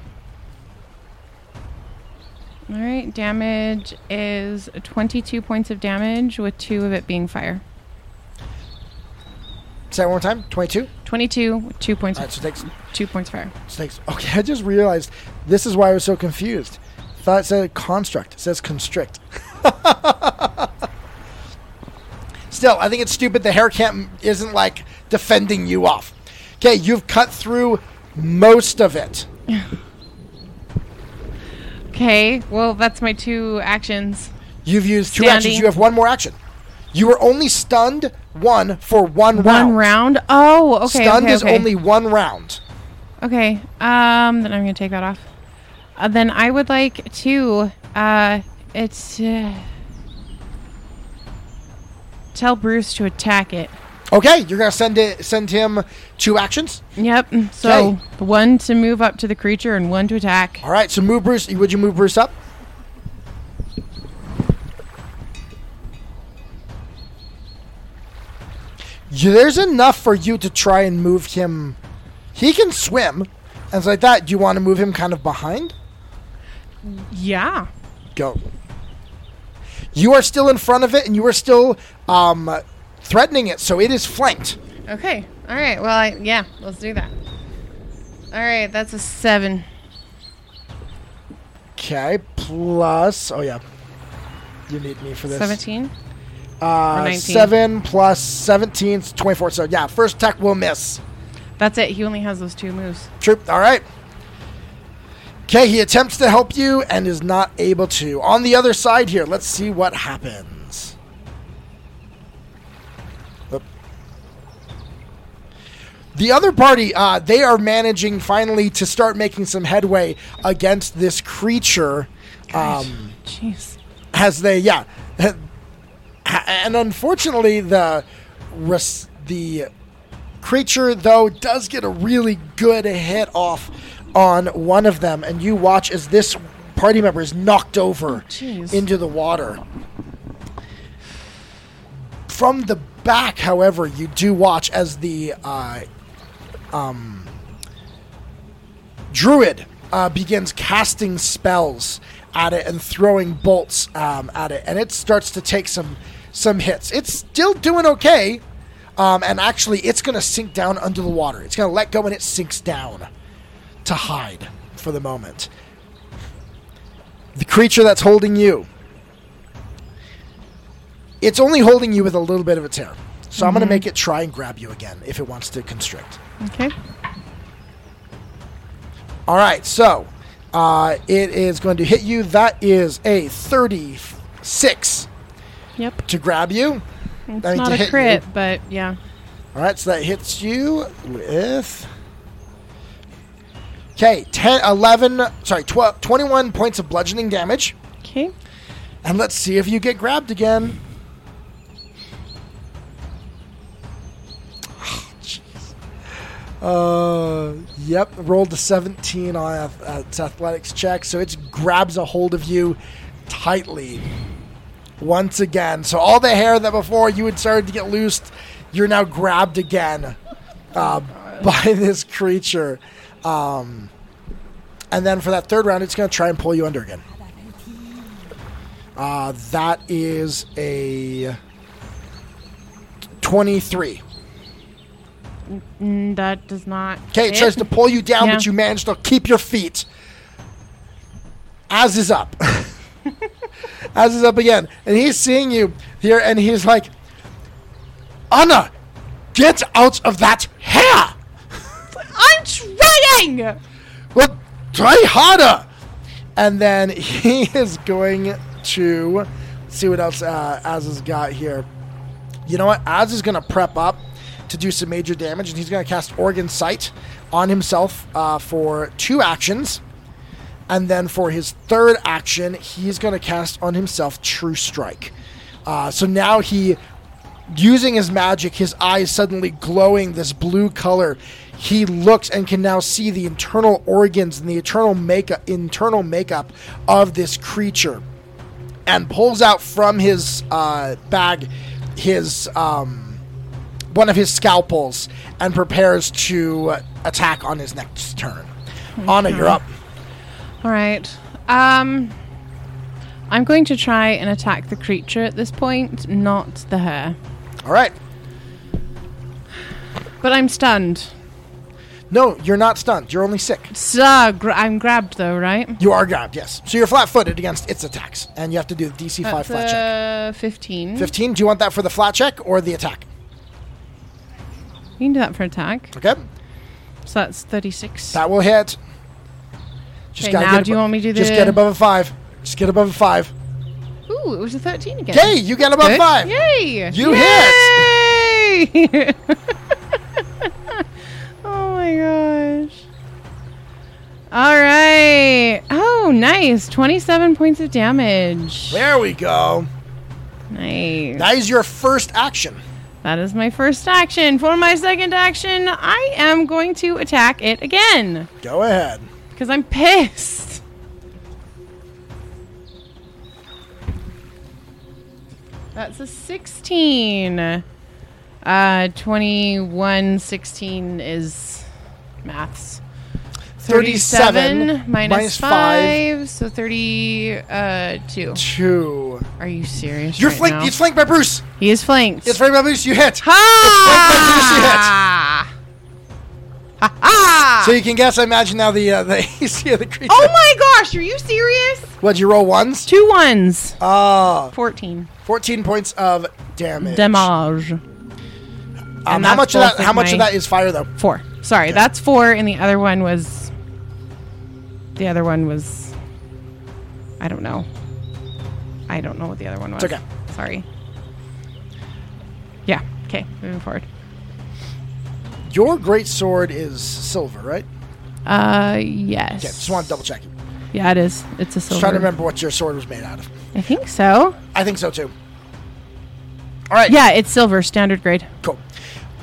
Speaker 1: All right, damage is 22 points of damage, with two of it being fire.
Speaker 2: Say that one more time. Twenty-two.
Speaker 1: 22, with two points,
Speaker 2: All right, so takes,
Speaker 1: two points fire.
Speaker 2: so takes. Okay, I just realized this is why I was so confused. Thought it said construct. It says constrict. Still, I think it's stupid. The hair can't isn't like defending you off. Okay, you've cut through most of it.
Speaker 1: Okay, well, that's my two actions.
Speaker 2: You've used two
Speaker 1: Standing.
Speaker 2: actions. You have one more action. You were only stunned one for one round.
Speaker 1: One round? Oh, okay.
Speaker 2: Stunned
Speaker 1: okay,
Speaker 2: is
Speaker 1: okay.
Speaker 2: only one round.
Speaker 1: Okay, um, then I'm going to take that off. Uh, then I would like to, uh, it's, uh, tell Bruce to attack it.
Speaker 2: Okay, you're gonna send it, send him two actions.
Speaker 1: Yep, so
Speaker 2: Okay.
Speaker 1: the one to move up to the creature and one to attack.
Speaker 2: All right, so move Bruce. Would you move Bruce up? You- There's enough for you to try and move him. He can swim, and so like that. Do you want to move him kind of behind?
Speaker 1: Yeah.
Speaker 2: Go. You are still in front of it, and you are still um, threatening it, so it is flanked.
Speaker 1: Okay. All right. Well, I, yeah, let's do that. All right. That's a seven.
Speaker 2: Okay, plus. Oh, yeah. You need me for this.
Speaker 1: 17.
Speaker 2: Uh,
Speaker 1: 19.
Speaker 2: 7 plus 17 is 24. So, yeah, first attack will miss.
Speaker 1: That's it. He only has those two moves.
Speaker 2: Troop. All right. Okay, he attempts to help you and is not able to. On the other side here, let's see what happens. Oop. The other party, uh, they are managing finally to start making some headway against this creature. Um,
Speaker 1: Jeez.
Speaker 2: has they yeah and unfortunately the res- the Creature, though, does get a really good hit off on one of them, and you watch as this party member is knocked over
Speaker 1: jeez.
Speaker 2: into the water. From the back, however, you do watch as the uh, druid uh, begins casting spells at it and throwing bolts um, at it, and it starts to take some some hits. It's still doing okay, um, and actually, it's going to sink down under the water. It's going to let go, and it sinks down to hide for the moment. The creature that's holding you, it's only holding you with a little bit of a tear. So I'm going to make it try and grab you again if it wants to constrict.
Speaker 1: Okay.
Speaker 2: All right, so uh, it is going to hit you. That is a 36
Speaker 1: Yep.
Speaker 2: to grab you.
Speaker 1: It's
Speaker 2: I mean,
Speaker 1: not
Speaker 2: to hit
Speaker 1: a
Speaker 2: you.
Speaker 1: crit, but yeah.
Speaker 2: All right, so that hits you with. Okay, 10, 11, sorry, 12, 21 points of bludgeoning damage.
Speaker 1: Okay.
Speaker 2: And let's see if you get grabbed again. Ah, Uh, yep, rolled a 17 on ath- uh, its athletics check, so it grabs a hold of you tightly once again. So all the hair that before you had started to get loosed, you're now grabbed again uh, by this creature. Um, and then for that third round, it's going to try and pull you under again. Uh, that is a 23.
Speaker 1: Mm, that does not.
Speaker 2: Okay, it
Speaker 1: hit.
Speaker 2: tries to pull you down,
Speaker 1: Yeah.
Speaker 2: but you manage to keep your feet. As is up. As is up again. And he's seeing you here, and he's like, Anna, get out of that hair!
Speaker 1: I'm trying.
Speaker 2: Well, try harder. And then he is going to let's see what else uh, Az has got here. You know what? Az is going to prep up to do some major damage, and he's going to cast Organ Sight on himself uh, for two actions. And then for his third action, he's going to cast on himself True Strike. Uh, so now he, using his magic, his eyes suddenly glowing this blue color. He looks and can now see the internal organs and the internal makeup, internal makeup of this creature, and pulls out from his uh, bag his um, one of his scalpels and prepares to attack on his next turn. Anna, you're up.
Speaker 1: All right. Um, I'm going to try and attack the creature at this point, not the hair.
Speaker 2: All right.
Speaker 1: But I'm stunned.
Speaker 2: No, you're not stunned. You're only sick.
Speaker 1: So gra- I'm grabbed though, right?
Speaker 2: You are grabbed, yes. So you're flat footed against its attacks, and you have to do the DC 5
Speaker 1: That's
Speaker 2: flat check.
Speaker 1: uh, 15.
Speaker 2: 15, do you want that for the flat check or the attack?
Speaker 1: You can do that for attack.
Speaker 2: Okay.
Speaker 1: So that's 36.
Speaker 2: That will hit. Just
Speaker 1: Okay,
Speaker 2: gotta
Speaker 1: now
Speaker 2: get
Speaker 1: do you
Speaker 2: abo-
Speaker 1: want me to do
Speaker 2: Just
Speaker 1: the-
Speaker 2: get above a 5. Just get above a 5.
Speaker 1: Ooh, it was a 13 again.
Speaker 2: Okay, you get above
Speaker 1: Good.
Speaker 2: 5.
Speaker 1: Yay!
Speaker 2: You
Speaker 1: hit! Yay! oh my gosh. All right. Oh, nice. 27 points of damage.
Speaker 2: There we go.
Speaker 1: Nice.
Speaker 2: That is your first action.
Speaker 1: that is my first action. For my second action, I am going to attack it again
Speaker 2: Go ahead.
Speaker 1: because I'm pissed. That's a 16. Uh, 21, 16 is maths.
Speaker 2: 37
Speaker 1: minus,
Speaker 2: minus five.
Speaker 1: 5, so 32. Uh, two.
Speaker 2: 2.
Speaker 1: Are you serious?
Speaker 2: You're
Speaker 1: right
Speaker 2: flanked.
Speaker 1: now?
Speaker 2: It's flanked by Bruce.
Speaker 1: he is flanked.
Speaker 2: It's flanked by Bruce. You hit.
Speaker 1: ha! Ha ha!
Speaker 2: So you can guess, I imagine, now the, uh, the AC of the creature.
Speaker 1: Oh my gosh, are you serious?
Speaker 2: What'd you roll? Ones?
Speaker 1: Two ones.
Speaker 2: Ah.
Speaker 1: 14.
Speaker 2: 14 points of damage.
Speaker 1: Damage.
Speaker 2: Um,
Speaker 1: And
Speaker 2: how
Speaker 1: that's
Speaker 2: much of that?
Speaker 1: both
Speaker 2: How
Speaker 1: of
Speaker 2: much of
Speaker 1: my-
Speaker 2: that is fire, though?
Speaker 1: Four. Sorry, that's four, and the other one was. The other one was. I don't know. I don't know what the other one was.
Speaker 2: It's okay.
Speaker 1: Sorry. Yeah, okay, moving forward.
Speaker 2: Your great sword is silver, right?
Speaker 1: Uh, yes.
Speaker 2: Okay, just want to double check.
Speaker 1: Yeah, it is. It's a silver.
Speaker 2: Just trying to remember what your sword was made out of.
Speaker 1: I think so.
Speaker 2: I think so too. All right.
Speaker 1: Yeah, it's silver, standard grade.
Speaker 2: Cool.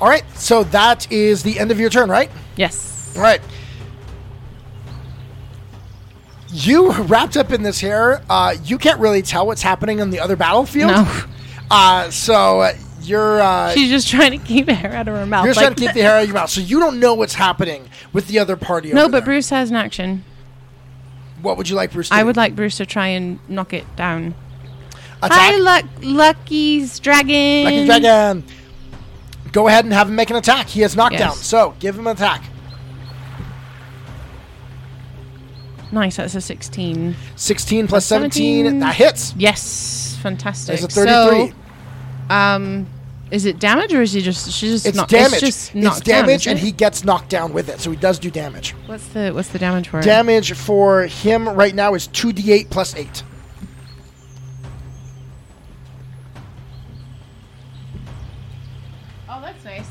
Speaker 2: All right, so that is the end of your turn, right?
Speaker 1: Yes.
Speaker 2: All right. You wrapped up in this hair. Uh, you can't really tell what's happening on the other battlefield.
Speaker 1: No.
Speaker 2: Uh, so uh, you're uh,
Speaker 1: She's just trying to keep hair out of her mouth.
Speaker 2: you're
Speaker 1: like
Speaker 2: trying to keep the hair out of your mouth, so you don't know what's happening with the other party.
Speaker 1: no,
Speaker 2: over
Speaker 1: but
Speaker 2: there.
Speaker 1: Bruce has an action.
Speaker 2: what would you like, Bruce? To
Speaker 1: I
Speaker 2: do?
Speaker 1: would like Bruce to try and knock it down.
Speaker 2: attack.
Speaker 1: Hi, Luck Lucky's dragon.
Speaker 2: Lucky Dragon. Go ahead and have him make an attack. He has knockdown,
Speaker 1: Yes.
Speaker 2: so give him an attack.
Speaker 1: Nice. That's a sixteen.
Speaker 2: 16 plus 17.
Speaker 1: 17.
Speaker 2: That hits.
Speaker 1: Yes. Fantastic.
Speaker 2: There's a 33.
Speaker 1: So, um, is it damage or is he just she's just
Speaker 2: it's
Speaker 1: knocked-
Speaker 2: damage.
Speaker 1: It's,
Speaker 2: It's,
Speaker 1: just knocked down,
Speaker 2: damage,
Speaker 1: isn't
Speaker 2: and
Speaker 1: it?
Speaker 2: he gets knocked down with it, so he does do damage.
Speaker 1: What's the what's the damage for it?
Speaker 2: Damage for him right now is 2d8 plus 8.
Speaker 1: Oh, that's nice.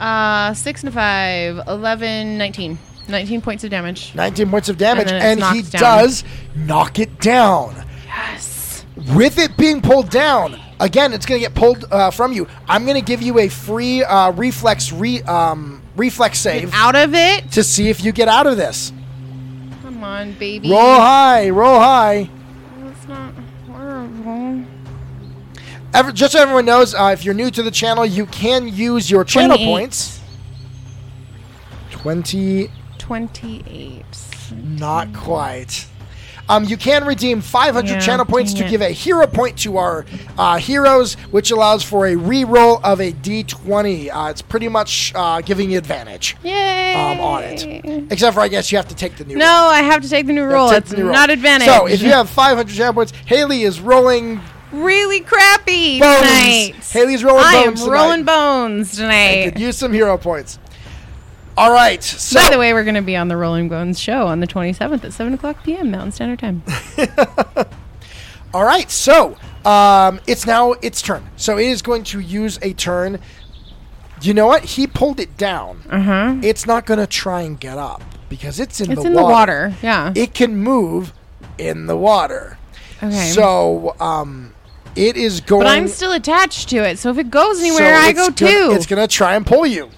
Speaker 1: Uh, six and a five, 11, 19. 19 points of damage.
Speaker 2: 19 points of damage,
Speaker 1: then it's
Speaker 2: and, he
Speaker 1: knocked down.
Speaker 2: does knock it down.
Speaker 1: Yes.
Speaker 2: With it being pulled down, again, it's going to get pulled uh, from you. I'm going to give you a free uh, reflex re- um, reflex save
Speaker 1: Out of it.
Speaker 2: to see if you get out of this.
Speaker 1: Come on, baby.
Speaker 2: Roll high, roll high.
Speaker 1: That's not horrible.
Speaker 2: Ever, just so everyone knows, uh, if you're new to the channel, you can use your channel
Speaker 1: 28.
Speaker 2: points. 20
Speaker 1: 28.
Speaker 2: Not quite. Um, you can redeem 500
Speaker 1: Yeah,
Speaker 2: channel points
Speaker 1: dang
Speaker 2: to
Speaker 1: it.
Speaker 2: give a hero point to our uh, heroes, which allows for a reroll of a d20. Uh, it's pretty much uh, giving you advantage
Speaker 1: Yay.
Speaker 2: um, on it. Except for, I guess, you have to take the new
Speaker 1: No,
Speaker 2: roll.
Speaker 1: I have to take the new
Speaker 2: You have
Speaker 1: roll.
Speaker 2: to take
Speaker 1: It's
Speaker 2: the new roll.
Speaker 1: not advantage.
Speaker 2: So if you have 500 channel points, Haley is rolling
Speaker 1: really crappy
Speaker 2: Bones.
Speaker 1: tonight.
Speaker 2: Haley's rolling
Speaker 1: I
Speaker 2: bones
Speaker 1: am
Speaker 2: tonight.
Speaker 1: rolling bones
Speaker 2: could
Speaker 1: tonight.
Speaker 2: use some hero points. All right. So
Speaker 1: By the way, we're going to be on the Rolling Bones show on the 27th at 7 o'clock p.m. Mountain Standard Time.
Speaker 2: All right, so um, it's now its turn. So it is going to use a turn. You know what? He pulled it down. Uh-huh. It's not going to try and get up because it's in,
Speaker 1: Mm-hmm. It's
Speaker 2: the,
Speaker 1: in the
Speaker 2: water.
Speaker 1: water. Yeah.
Speaker 2: It can move in the water.
Speaker 1: Okay.
Speaker 2: So um, it is going.
Speaker 1: But I'm still attached to it, so if it goes
Speaker 2: so
Speaker 1: anywhere, I
Speaker 2: it's
Speaker 1: go
Speaker 2: gonna-
Speaker 1: too.
Speaker 2: It's going to try and pull you.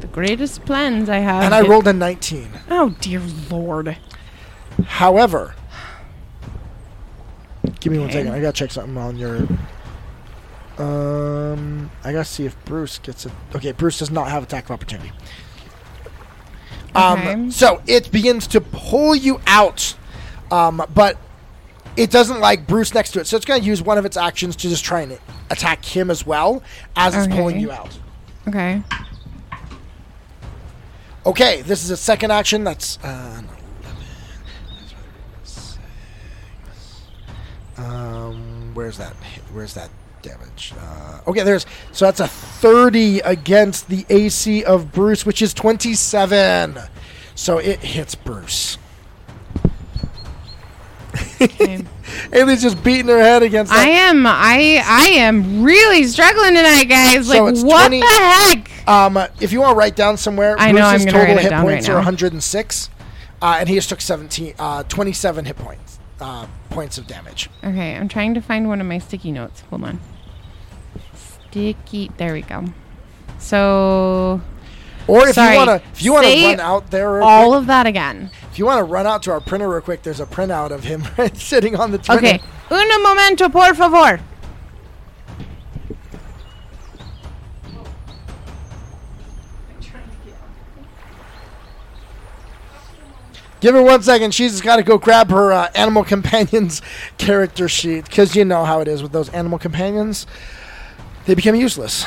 Speaker 1: the greatest plans I have.
Speaker 2: And I
Speaker 1: It-
Speaker 2: rolled a 19.
Speaker 1: Oh dear lord!
Speaker 2: However, give me one
Speaker 1: Okay.
Speaker 2: second. I gotta check something on your. Um, I gotta see if Bruce gets a. Okay, Bruce does not have attack of opportunity. Um,
Speaker 1: Okay.
Speaker 2: so it begins to pull you out, um, but it doesn't like Bruce next to it. So it's gonna use one of its actions to just try and attack him as well as it's pulling
Speaker 1: Okay.
Speaker 2: you out.
Speaker 1: Okay.
Speaker 2: Okay, this is a second action. That's uh, an 11. um, where's that? hit- Where's that damage? Uh, okay, there's so that's a thirty against the AC of Bruce, which is twenty-seven. So it hits Bruce.
Speaker 1: okay.
Speaker 2: Aileen's just beating her head against.
Speaker 1: I
Speaker 2: That.
Speaker 1: am. I I am really struggling tonight, guys.
Speaker 2: So
Speaker 1: Like
Speaker 2: it's
Speaker 1: what
Speaker 2: 20
Speaker 1: the heck?
Speaker 2: Um, if you want to write down somewhere,
Speaker 1: I know,
Speaker 2: Bruce's
Speaker 1: I'm gonna
Speaker 2: total
Speaker 1: write it
Speaker 2: hit
Speaker 1: down right
Speaker 2: points are
Speaker 1: now.
Speaker 2: 106, uh, and he just took 17, uh, 27 hit points, uh, points of damage.
Speaker 1: Okay, I'm trying to find one of my sticky notes. Hold on. Sticky. There we go. So
Speaker 2: Or if
Speaker 1: Sorry.
Speaker 2: you want to, if you want to
Speaker 1: Say
Speaker 2: run out there, real
Speaker 1: all
Speaker 2: quick-
Speaker 1: of that again.
Speaker 2: if you want to run out to our printer real quick, there's a printout of him sitting on the printer.
Speaker 1: Okay. Un momento, por favor.
Speaker 2: Give her one second. She's got to go grab her uh, animal companions character sheet because you know how it is with those animal companions. They become useless.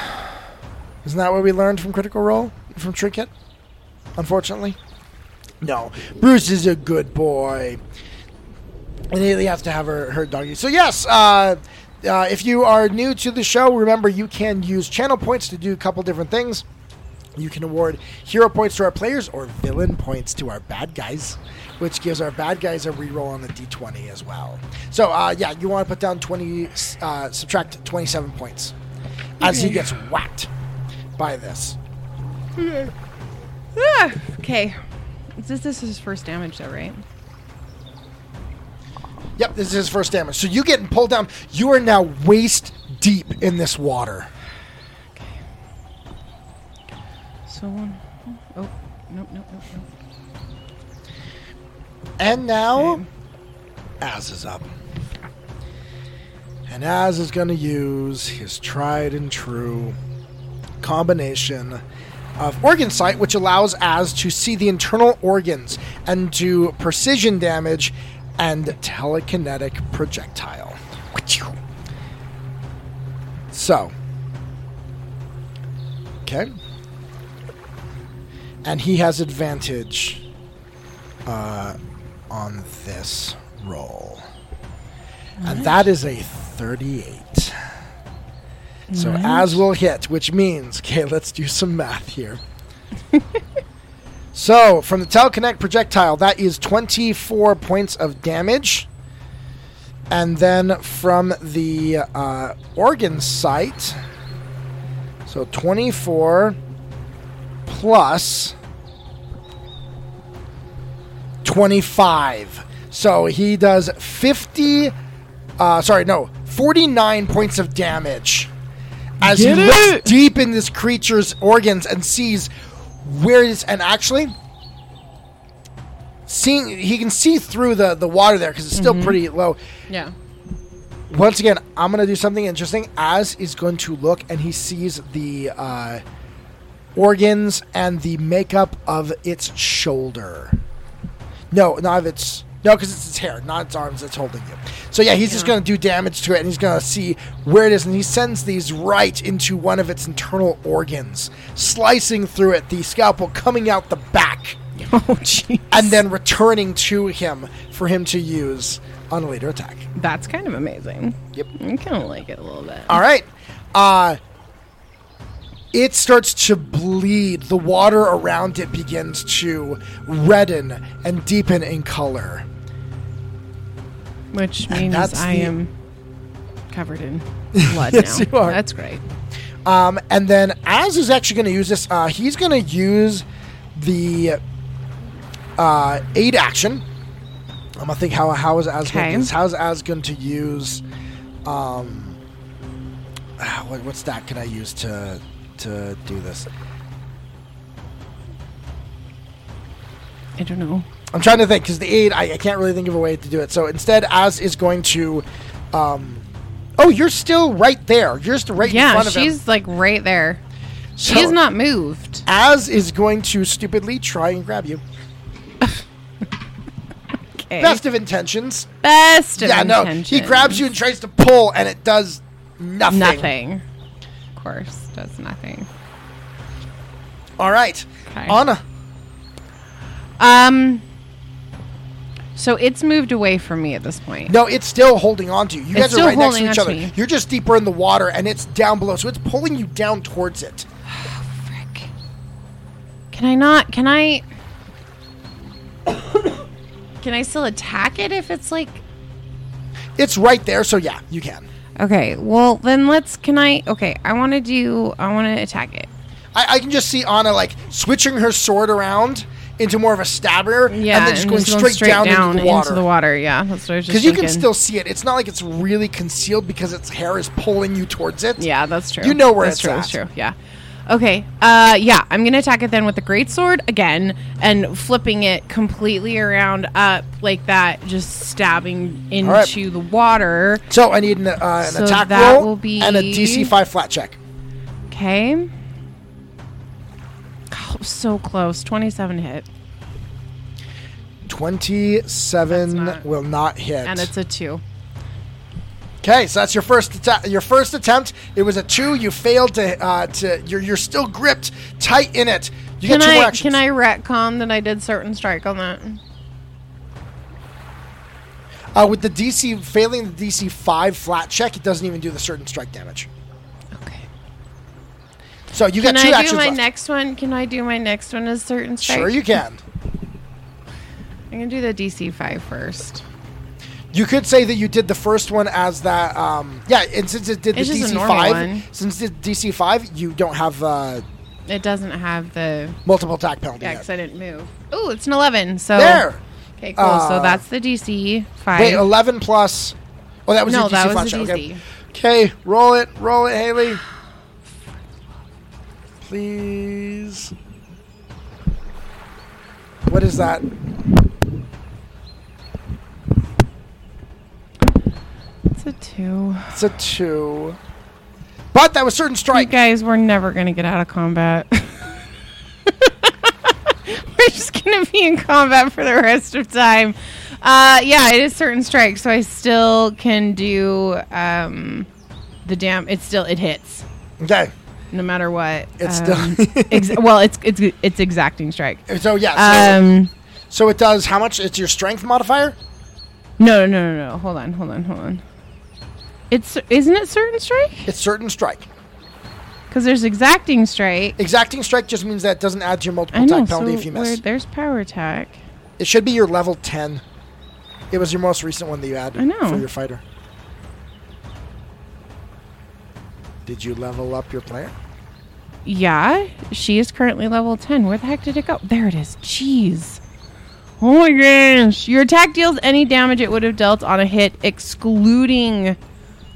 Speaker 2: Isn't that what we learned from Critical Role from Trinket? Unfortunately, no. Bruce is a good boy. And Haley has to have her, her doggy. So, yes, uh, uh, if you are new to the show, remember you can use channel points to do a couple different things. You can award hero points to our players or villain points to our bad guys, which gives our bad guys a reroll on the d20 as well. So, uh, yeah, you want to put down 20, uh, subtract 27 points as he gets whacked by this.
Speaker 1: Ah, okay. This, this is his first damage, though, right?
Speaker 2: Yep, this is his first damage. So you getting pulled down. You are now waist deep in this water.
Speaker 1: So one. Oh, nope, nope, nope, nope.
Speaker 2: And now, Az is up. And Az is going to use his tried and true combination of organ sight, which allows Az to see the internal organs and do precision damage and telekinetic projectile. So, okay. And he has advantage on this roll. And that is a 38. So as will hit, which means, okay, let's do some math here. so from the Telconnect projectile, that is 24 points of damage. And then from the uh, organ site, so 24 plus 25. So he does 50, uh, sorry, no, 49 points of damage as
Speaker 1: Get
Speaker 2: he looks
Speaker 1: it?
Speaker 2: deep in this creature's organs and sees where it is. And actually, seeing he can see through the, the water there because it's still
Speaker 1: Mm-hmm.
Speaker 2: pretty low.
Speaker 1: Yeah.
Speaker 2: Once again, I'm going to do something interesting. As is going to look and he sees the uh, organs and the makeup of its shoulder. No, not of its. No, because it's its hair, not its arms that's holding you. So yeah, he's just going to do damage to it, and he's going to see where it is, and he sends these right into one of its internal organs, slicing through it, the scalpel coming out the back,
Speaker 1: Oh, jeez.
Speaker 2: and then returning to him for him to use on a later attack.
Speaker 1: That's kind of amazing.
Speaker 2: Yep.
Speaker 1: I kind of like it a little bit.
Speaker 2: All right. Uh, it starts to bleed. The water around it begins to redden and deepen in color.
Speaker 1: Which means
Speaker 2: that's
Speaker 1: I
Speaker 2: the-
Speaker 1: am covered in blood
Speaker 2: Yes,
Speaker 1: now.
Speaker 2: you are.
Speaker 1: That's great.
Speaker 2: Um, and then Az is actually going to use this. Uh, he's going to use the uh, aid action. I'm gonna think how how is Az going
Speaker 1: Okay.
Speaker 2: to this? How's Az going to use? Um, ah, what, what stat can I use to to do this?
Speaker 1: I don't know.
Speaker 2: I'm trying to think because the aid I, I can't really think of a way to do it. So instead, Az is going to. Um, oh, you're still right there. You're still right in
Speaker 1: Yeah,
Speaker 2: front of him.
Speaker 1: she's like right there. She
Speaker 2: So-
Speaker 1: has not moved.
Speaker 2: Az is going to stupidly try and grab you.
Speaker 1: Okay.
Speaker 2: Best of intentions.
Speaker 1: eh? Best of
Speaker 2: yeah,
Speaker 1: intentions.
Speaker 2: no. He grabs you and tries to pull, and it does nothing.
Speaker 1: Nothing. Of course, does nothing.
Speaker 2: All right.
Speaker 1: 'Kay.
Speaker 2: Anna.
Speaker 1: Um. So it's moved away from me at this point.
Speaker 2: No, it's still holding on to you. You
Speaker 1: It's
Speaker 2: guys
Speaker 1: still
Speaker 2: are right next
Speaker 1: holding
Speaker 2: to each
Speaker 1: on to
Speaker 2: other.
Speaker 1: me.
Speaker 2: You're just deeper in the water, and it's down below, so it's pulling you down towards it.
Speaker 4: Frick.
Speaker 1: Can I not? Can I? can I still attack it if it's like?
Speaker 2: It's right there, so yeah, you can.
Speaker 1: Okay. Well, then let's. Can I? Okay. I want to do. I want to attack it.
Speaker 2: I, I can just see Anna like switching her sword around into more of a stabber,
Speaker 1: Yeah.
Speaker 2: and then just going straight, down, into the water.
Speaker 1: Yeah. That's what I was just.
Speaker 2: Because you can
Speaker 1: thinking.
Speaker 2: still see it. It's not like it's really concealed because its hair is pulling you towards it.
Speaker 1: Yeah, that's true.
Speaker 2: You know where
Speaker 1: that's
Speaker 2: it's
Speaker 1: true.
Speaker 2: at.
Speaker 1: That's true. Yeah. Okay. Uh, yeah, I'm gonna attack it then with the greatsword again and flipping it completely around up like that, just stabbing into
Speaker 2: right.
Speaker 1: the water.
Speaker 2: So I need an, uh, an
Speaker 1: So
Speaker 2: attack
Speaker 1: that
Speaker 2: roll
Speaker 1: will be-
Speaker 2: and a DC five flat check.
Speaker 1: Okay. Oh, so close. 27 hit,
Speaker 2: Twenty-seven
Speaker 1: That's not-
Speaker 2: will not hit.
Speaker 1: and it's a two.
Speaker 2: okay, so that's your first atta- your first attempt. It was a two. You failed to uh, to you're you're still gripped tight in it. You
Speaker 1: Can
Speaker 2: get two
Speaker 1: I
Speaker 2: more actions.
Speaker 1: can I retcon that I did certain strike on that?
Speaker 2: Uh, with the DC failing the DC five flat check, it doesn't even do the certain strike damage.
Speaker 1: Okay.
Speaker 2: So you
Speaker 1: Can
Speaker 2: got two
Speaker 1: I do
Speaker 2: actions
Speaker 1: my
Speaker 2: left.
Speaker 1: next one? Can I do my next one as certain strike?
Speaker 2: Sure, you can.
Speaker 1: I'm gonna do the DC five first.
Speaker 2: You could say that you did the first one as that. Um, yeah, and since it did
Speaker 1: It's
Speaker 2: the
Speaker 1: just a
Speaker 2: DC
Speaker 1: normal
Speaker 2: five,
Speaker 1: one.
Speaker 2: since it did DC five, you don't have uh,
Speaker 1: It doesn't have the
Speaker 2: multiple attack penalty.
Speaker 1: Yeah,
Speaker 2: yet.
Speaker 1: because I didn't move. Ooh, it's an 11. So
Speaker 2: There. Uh,
Speaker 1: Okay, cool. so that's the DC five.
Speaker 2: Wait, 11 plus. Oh, that was
Speaker 1: No,
Speaker 2: your DC
Speaker 1: that was
Speaker 2: font
Speaker 1: the
Speaker 2: shot.
Speaker 1: DC.
Speaker 2: Okay. okay, roll it. Roll it, Haley. Please. What is that?
Speaker 1: it's a two.
Speaker 2: It's a two. But that was certain
Speaker 1: You
Speaker 2: strike.
Speaker 1: guys, we're never gonna get out of combat. we're just gonna be in combat for the rest of time. Uh, yeah, it is certain strike, so I still can do um, the damn. It still it hits
Speaker 2: Okay.
Speaker 1: no matter what.
Speaker 2: It's
Speaker 1: um,
Speaker 2: still-
Speaker 1: ex- well, it's it's it's exacting strike.
Speaker 2: So, yeah. So,
Speaker 1: Um,
Speaker 2: so it does how much? It's your strength modifier?
Speaker 1: no, no, no, no, no. Hold on, hold on, hold on. It's isn't it certain strike?
Speaker 2: It's certain strike.
Speaker 1: Because there's exacting strike.
Speaker 2: Exacting strike just means that doesn't add to your multiple
Speaker 1: I know.
Speaker 2: attack penalty
Speaker 1: so
Speaker 2: if you
Speaker 1: where-
Speaker 2: miss.
Speaker 1: there's power attack.
Speaker 2: It should be your level 10. It was your most recent one that you added
Speaker 1: I know.
Speaker 2: for your fighter. Did you level up your player?
Speaker 1: Yeah, she is currently level 10. Where the heck did it go? There it is. Jeez. Oh my gosh. Your attack deals any damage it would have dealt on a hit, excluding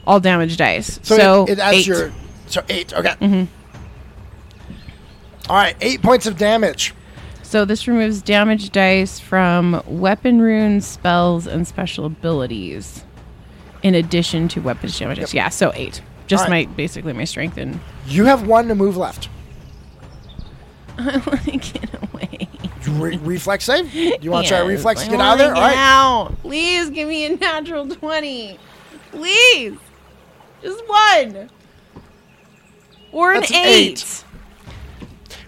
Speaker 1: all damage dice. So,
Speaker 2: it, it adds
Speaker 1: eight. Mm-hmm.
Speaker 2: your. So eight, okay. All right, eight points of damage.
Speaker 1: So this removes damage dice from weapon runes, spells, and special abilities, in addition to weapons damage dice. Yeah, so eight. Just
Speaker 2: All right.
Speaker 1: my basically my strength and
Speaker 2: You have one to move left.
Speaker 1: I want to get away.
Speaker 2: You re- reflex save? You want to try a
Speaker 1: Yes,
Speaker 2: reflex
Speaker 1: I
Speaker 2: to get out of
Speaker 1: wanna
Speaker 2: there? All
Speaker 1: get
Speaker 2: right.
Speaker 1: out. Please give me a natural 20. Please. Just one. Or an
Speaker 2: That's an
Speaker 1: eight.
Speaker 2: eight.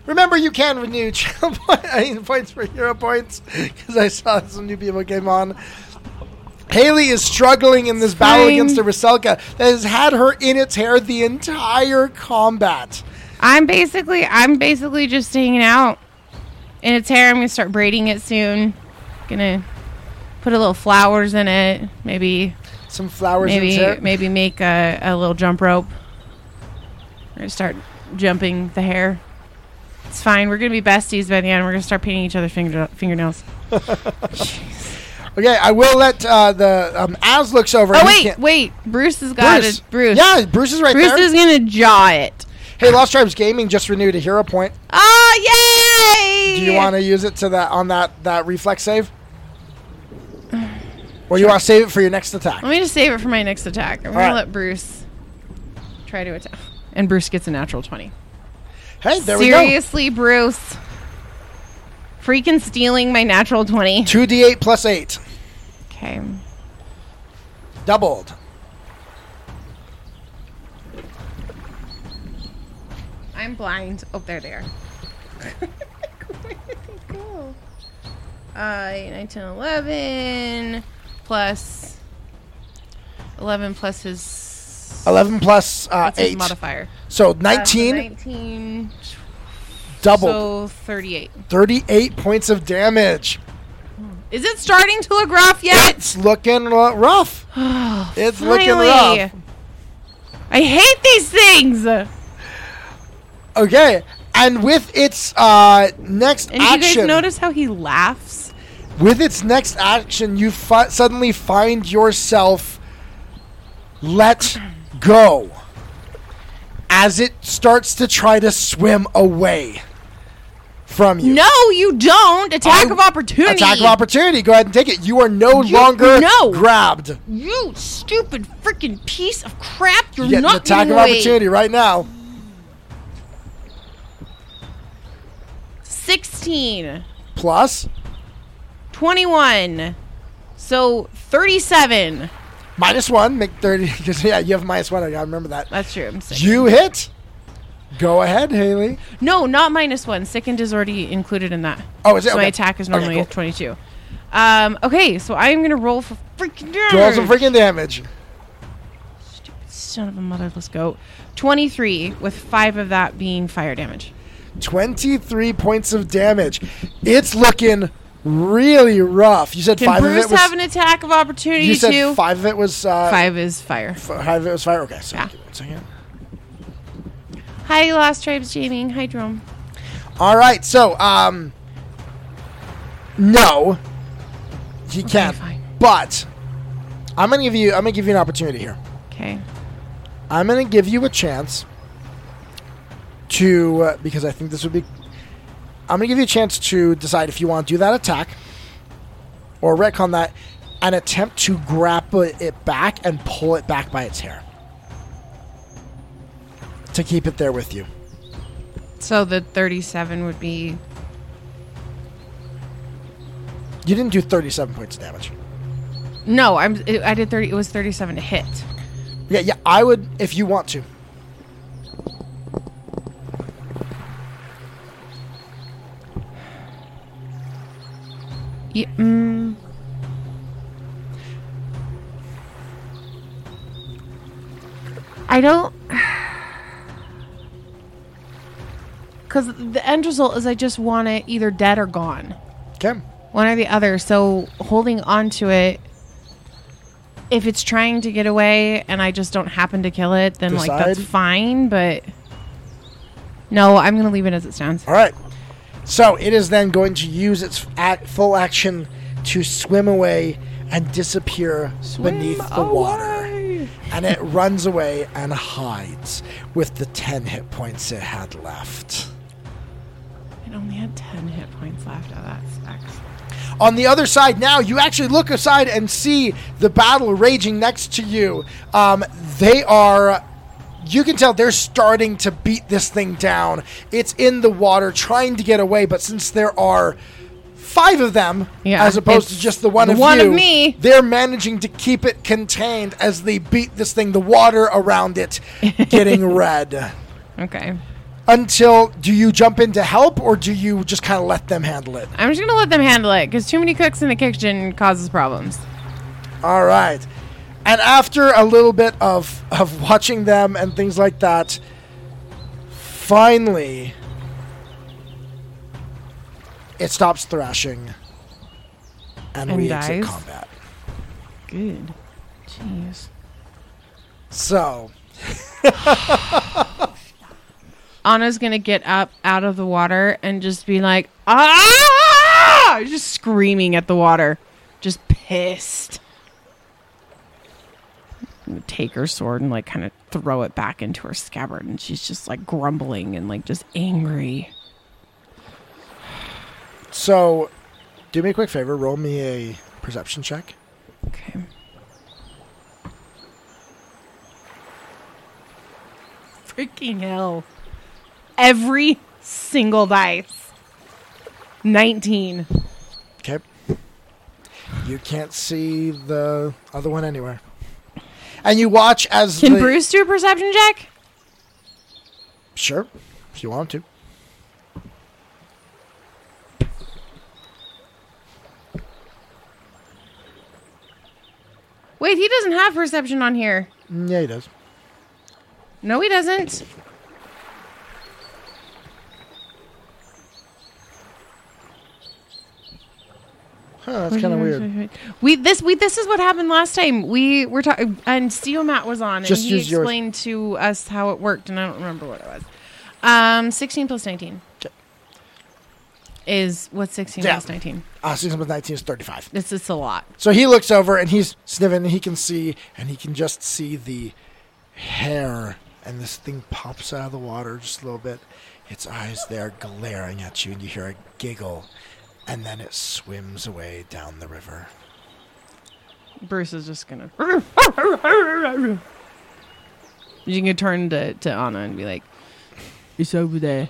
Speaker 2: Remember, you can renew channel point, I mean, points for hero points because I saw some new people came on. Haley is struggling in this battle
Speaker 1: fine.
Speaker 2: against the Raselka that has had her in its hair the entire combat.
Speaker 1: I'm basically I'm basically just hanging out. And it's hair, I'm gonna start braiding it soon. Gonna put a little flowers in it. Maybe
Speaker 2: Some flowers in its hair.
Speaker 1: maybe maybe make a, a little jump rope. We're gonna start jumping the hair. It's fine. We're gonna be besties by the end. We're gonna start painting each other finger, fingernails.
Speaker 2: Okay, I will let uh, the um, Az looks over.
Speaker 1: Oh
Speaker 2: He
Speaker 1: wait,
Speaker 2: can't-
Speaker 1: wait. Bruce has got
Speaker 2: Bruce.
Speaker 1: it. Bruce.
Speaker 2: Yeah, Bruce is right
Speaker 1: Bruce
Speaker 2: there.
Speaker 1: is gonna jaw it.
Speaker 2: hey, Lost Tribes Gaming just renewed a hero point.
Speaker 1: Oh yay!
Speaker 2: Do you want to use it to that on that that reflex save? Or you want to save it for your next attack?
Speaker 1: Let me just save it for my next attack. I'm gonna
Speaker 2: Alright.
Speaker 1: let Bruce try to attack. And Bruce gets a natural twenty.
Speaker 2: Hey, there we go.
Speaker 1: Seriously, Bruce. Freaking stealing my natural twenty.
Speaker 2: Two D eight plus eight.
Speaker 1: Okay.
Speaker 2: Doubled.
Speaker 1: I'm blind. Oh, there they are. cool. Uh, 8, 9, 10, 11, plus 11 plus his,
Speaker 2: Eleven plus uh,
Speaker 1: what's his
Speaker 2: eight.
Speaker 1: modifier.
Speaker 2: So
Speaker 1: Uh, so
Speaker 2: nineteen
Speaker 1: 19,
Speaker 2: doubled.
Speaker 1: so 38.
Speaker 2: Thirty eight points of damage.
Speaker 1: Is it starting to look rough yet?
Speaker 2: It's looking lo- rough. it's looking rough.
Speaker 1: I hate these things. And
Speaker 2: Okay. And with its uh, next action,
Speaker 1: you guys notice how he laughs?
Speaker 2: with its next action, you fi- suddenly find yourself let go as it starts to try to swim away from you.
Speaker 1: No, you don't. Attack
Speaker 2: I-
Speaker 1: of opportunity.
Speaker 2: Oh, Attack of opportunity. Go ahead and take it. You are no
Speaker 1: You-
Speaker 2: longer
Speaker 1: no.
Speaker 2: grabbed.
Speaker 1: You stupid freaking piece of crap! You're
Speaker 2: You get an
Speaker 1: not
Speaker 2: attack of
Speaker 1: away.
Speaker 2: opportunity right now.
Speaker 1: Sixteen.
Speaker 2: Plus,
Speaker 1: 21. So 37.
Speaker 2: minus one, make 30. 'cause, yeah, you have minus one. I gotta remember that.
Speaker 1: That's true. I'm sick.
Speaker 2: You hit. Go ahead, Haley.
Speaker 1: No, not minus one. Second is already included in that.
Speaker 2: Oh, is it?
Speaker 1: So my
Speaker 2: Okay.
Speaker 1: attack is
Speaker 2: Okay,
Speaker 1: normally
Speaker 2: cool.
Speaker 1: 22. Um, okay, so I am going to roll for freaking damage.
Speaker 2: Roll some freaking damage.
Speaker 1: Son of a motherless goat. 23, with five of that being fire damage.
Speaker 2: 23 points of damage. It's looking really rough. You said
Speaker 1: Can
Speaker 2: five
Speaker 1: Bruce
Speaker 2: of it was.
Speaker 1: have an attack of opportunity
Speaker 2: you said
Speaker 1: too?
Speaker 2: five of it was. Uh,
Speaker 1: Five is fire.
Speaker 2: f- Five of it was fire. Okay. So
Speaker 1: Yeah.
Speaker 2: give me one second.
Speaker 1: Hi, Lost Tribes Jamie. Hi, Drum.
Speaker 2: All right. So, um, no. He can.
Speaker 1: fine.
Speaker 2: But I'm gonna give you. I'm gonna give you an opportunity here.
Speaker 1: Okay.
Speaker 2: I'm gonna give you a chance to uh, because I think this would be. I'm gonna give you a chance to decide if you want to do that attack or retcon that and attempt to grapple it back and pull it back by its hair to keep it there with you.
Speaker 1: So the 37 would be.
Speaker 2: You didn't do 37 points of damage.
Speaker 1: No, I'm. It, I did 30. It was 37 to hit.
Speaker 2: Yeah, yeah. I would if you want to.
Speaker 1: Yeah, mm, I don't. Because the end result is I just want it either dead or gone.
Speaker 2: Okay.
Speaker 1: one or the other. So holding on to it, if it's trying to get away and I just don't happen to kill it, then like that's
Speaker 2: Decide.
Speaker 1: fine. But no, I'm gonna leave it as it stands.
Speaker 2: All right. So it is then going to use its ac full action to swim away and disappear beneath the water. And it runs away and hides with the 10 hit points it had left.
Speaker 1: It only had ten hit points left. Oh, that sucks.
Speaker 2: On the other side now, you actually look aside and see the battle raging next to you. Um, they are. You can tell they're starting to beat this thing down. It's in the water trying to get away, but since there are five of them
Speaker 1: Yeah,
Speaker 2: as opposed to
Speaker 1: it's
Speaker 2: just the one
Speaker 1: the
Speaker 2: of
Speaker 1: one
Speaker 2: you,
Speaker 1: of me.
Speaker 2: they're managing to keep it contained as they beat this thing, the water around it getting red.
Speaker 1: Okay,
Speaker 2: Until do you jump in to help or do you just kind of let them handle it?
Speaker 1: I'm just gonna let them handle it because too many cooks in the kitchen causes problems.
Speaker 2: All right. And after a little bit of, of watching them and things like that, finally, it stops thrashing and,
Speaker 1: And
Speaker 2: we
Speaker 1: dies.
Speaker 2: exit combat.
Speaker 1: Good. Jeez.
Speaker 2: So,
Speaker 1: Anna's gonna get up out of the water and just be like, ah! Just screaming at the water, just pissed. Take her sword and like kind of throw it back into her scabbard, and she's just like grumbling and like just angry.
Speaker 2: so do me a quick favor, roll me a perception check.
Speaker 1: Okay. Freaking hell. Every single dice. 19.
Speaker 2: Okay. You can't see the other one anywhere. And you watch as
Speaker 1: Can
Speaker 2: the-
Speaker 1: Bruce do a perception check?
Speaker 2: Sure, if you want to.
Speaker 1: Wait, he doesn't have perception on here.
Speaker 2: Mm, Yeah, he does.
Speaker 1: No, he doesn't.
Speaker 2: Huh, that's kind of weird.
Speaker 1: We this we this is what happened last time. We were talking, and Steel Matt was on,
Speaker 2: Just
Speaker 1: and he
Speaker 2: use yours.
Speaker 1: explained to us how it worked, and I don't remember what it was. Um, sixteen plus nineteen
Speaker 2: Okay.
Speaker 1: is what's sixteen
Speaker 2: Yeah.
Speaker 1: plus nineteen.
Speaker 2: Uh, season with 19 is 35.
Speaker 1: This is a lot.
Speaker 2: So he looks over and he's sniffing and he can see and he can just see the hair and this thing pops out of the water just a little bit. Its eyes there glaring at you and you hear a giggle and then it swims away down the river.
Speaker 1: Bruce is just gonna. You can turn to, to Anna and be like, "It's over there.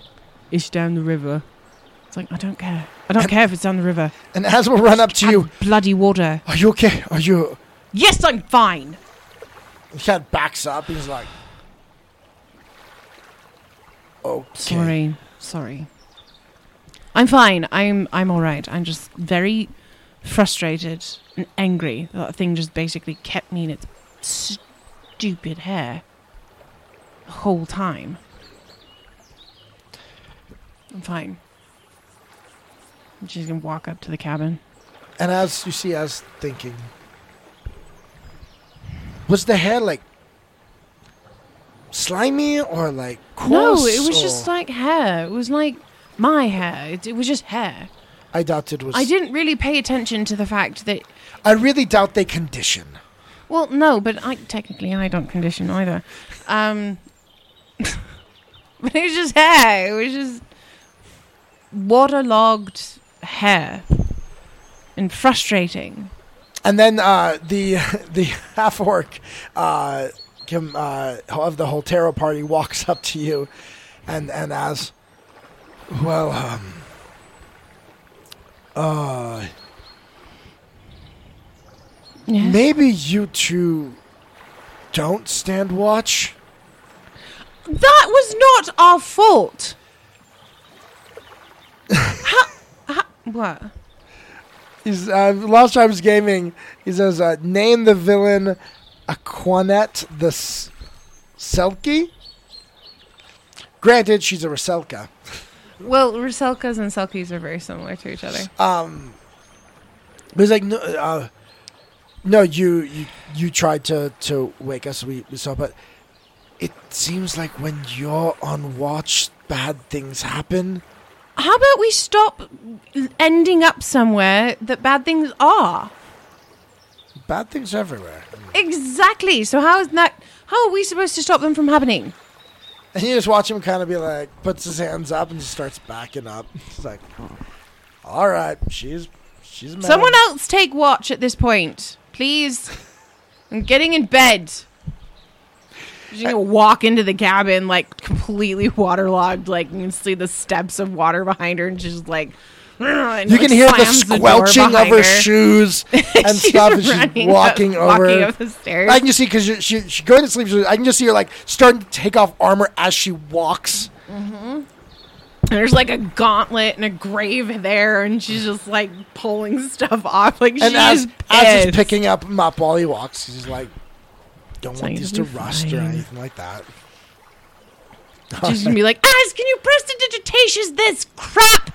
Speaker 1: It's down the river." It's like I don't care. I don't care if it's down the river.
Speaker 2: And as we'll run up to you,
Speaker 1: Bloody water.
Speaker 2: are you okay? Are you.
Speaker 1: Yes, I'm fine.
Speaker 2: He kind of backs up. He's like. Okay.
Speaker 1: Sorry, sorry. I'm fine. I'm I'm all right. I'm just very frustrated and angry. That thing just basically kept me in its stupid hair the whole time. I'm fine. And She's gonna walk up to the cabin.
Speaker 2: And as you see, I was thinking, was the hair like slimy or like coarse?
Speaker 1: no, it was
Speaker 2: or-
Speaker 1: just like hair. It was like my hair. It, it was just hair.
Speaker 2: I doubt it was.
Speaker 1: I didn't really pay attention to the fact that.
Speaker 2: I really doubt they condition.
Speaker 1: Well, no, but I technically I don't condition either. Um, but it was just hair. It was just waterlogged hair, and frustrating.
Speaker 2: And then uh, the the half orc uh, com- uh, of the Holtero party walks up to you, and and asks, "Well, um, uh,
Speaker 1: Yes.
Speaker 2: maybe you two don't stand watch.
Speaker 1: That was not our fault. how, how, what?
Speaker 2: He's, uh, Lost Tribes Gaming. He says, uh, "Name the villain, Aquanet the S- Selkie." Granted, she's a Reselka.
Speaker 1: Well, Raselkas and Selkies are very similar to each other.
Speaker 2: Um, but he's like, no, uh, no, you, you, you tried to to wake us. We, we saw, but it seems like when you're on watch, bad things happen.
Speaker 1: How about we stop ending up somewhere that bad things are?
Speaker 2: Bad things everywhere.
Speaker 1: Exactly. So how is that? How are we supposed to stop them from happening?
Speaker 2: And you just watch him kind of be like, puts his hands up and just starts backing up. It's like, "Oh, all right, she's she's mad.
Speaker 1: Someone else take watch at this point, please. I'm getting in bed. She's
Speaker 2: Uh,
Speaker 1: gonna walk into the cabin like completely waterlogged. Like you can see the steps of water behind her, and she's just like. and,
Speaker 2: You
Speaker 1: like,
Speaker 2: can hear the
Speaker 1: slams door
Speaker 2: squelching of
Speaker 1: behind
Speaker 2: her shoes and
Speaker 1: She's
Speaker 2: stuff as she's
Speaker 1: running
Speaker 2: walking
Speaker 1: up,
Speaker 2: over.
Speaker 1: walking up the stairs.
Speaker 2: I can just see because she, she, she's going to sleep. so I can just see her like starting to take off armor as she walks.
Speaker 1: And there's like a gauntlet and a grave there, and she's just like pulling stuff off. Like
Speaker 2: And
Speaker 1: she's
Speaker 2: as, as he's
Speaker 1: pissed.
Speaker 2: picking up him up while he walks, he's just like, don't want
Speaker 1: like,
Speaker 2: these to
Speaker 1: "You'll
Speaker 2: rust or
Speaker 1: be fine."
Speaker 2: anything like that.
Speaker 1: she's gonna be like, "Eyes, can you press the digitations this crap,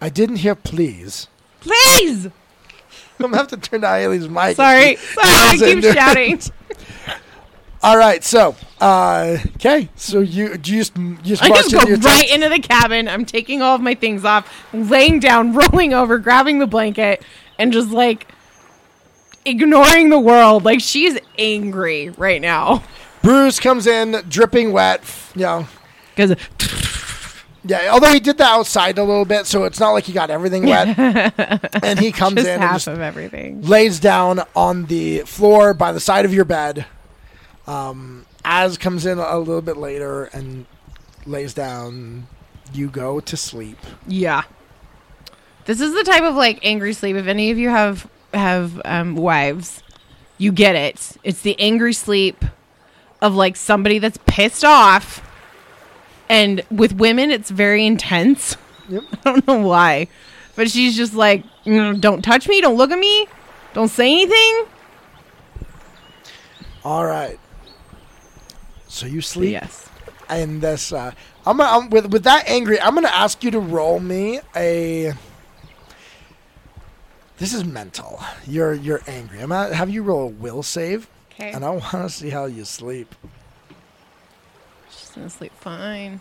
Speaker 2: I didn't hear please.
Speaker 1: please?"
Speaker 2: I'm going to have to turn to Aileen's mic.
Speaker 1: Sorry, sorry, I
Speaker 2: Yells
Speaker 1: keep
Speaker 2: into her.
Speaker 1: shouting.
Speaker 2: All right, so, uh, okay. So you, do you just, you just
Speaker 1: I
Speaker 2: march
Speaker 1: just go
Speaker 2: into your
Speaker 1: right
Speaker 2: tent?
Speaker 1: into the cabin. I'm taking all of my things off, laying down, rolling over, grabbing the blanket, and just like ignoring the world. Like she's angry right now
Speaker 2: Bruce comes in dripping wet. f- You know,
Speaker 1: because
Speaker 2: Yeah, although he did that outside a little bit, so it's not like he got everything wet. and he comes
Speaker 1: just
Speaker 2: in and
Speaker 1: half
Speaker 2: just
Speaker 1: of everything.
Speaker 2: lays down on the floor by the side of your bed. Um, Az comes in a little bit later and lays down. You go to sleep.
Speaker 1: Yeah. This is the type of like angry sleep. If any of you have have um, wives, you get it. It's the angry sleep of like somebody that's pissed off, and with women, it's very intense.
Speaker 2: Yep.
Speaker 1: I don't know why, but she's just like, "Mm, don't touch me, don't look at me, don't say anything.
Speaker 2: All right. So you
Speaker 1: But
Speaker 2: sleep.
Speaker 1: yes.
Speaker 2: and this uh, I'm, gonna- I'm with with that angry. I'm gonna ask you to roll me a. This is mental. You're you're angry. I'm gonna have you roll a will save,
Speaker 1: Okay.
Speaker 2: and I want to see how you sleep.
Speaker 1: She's gonna sleep fine.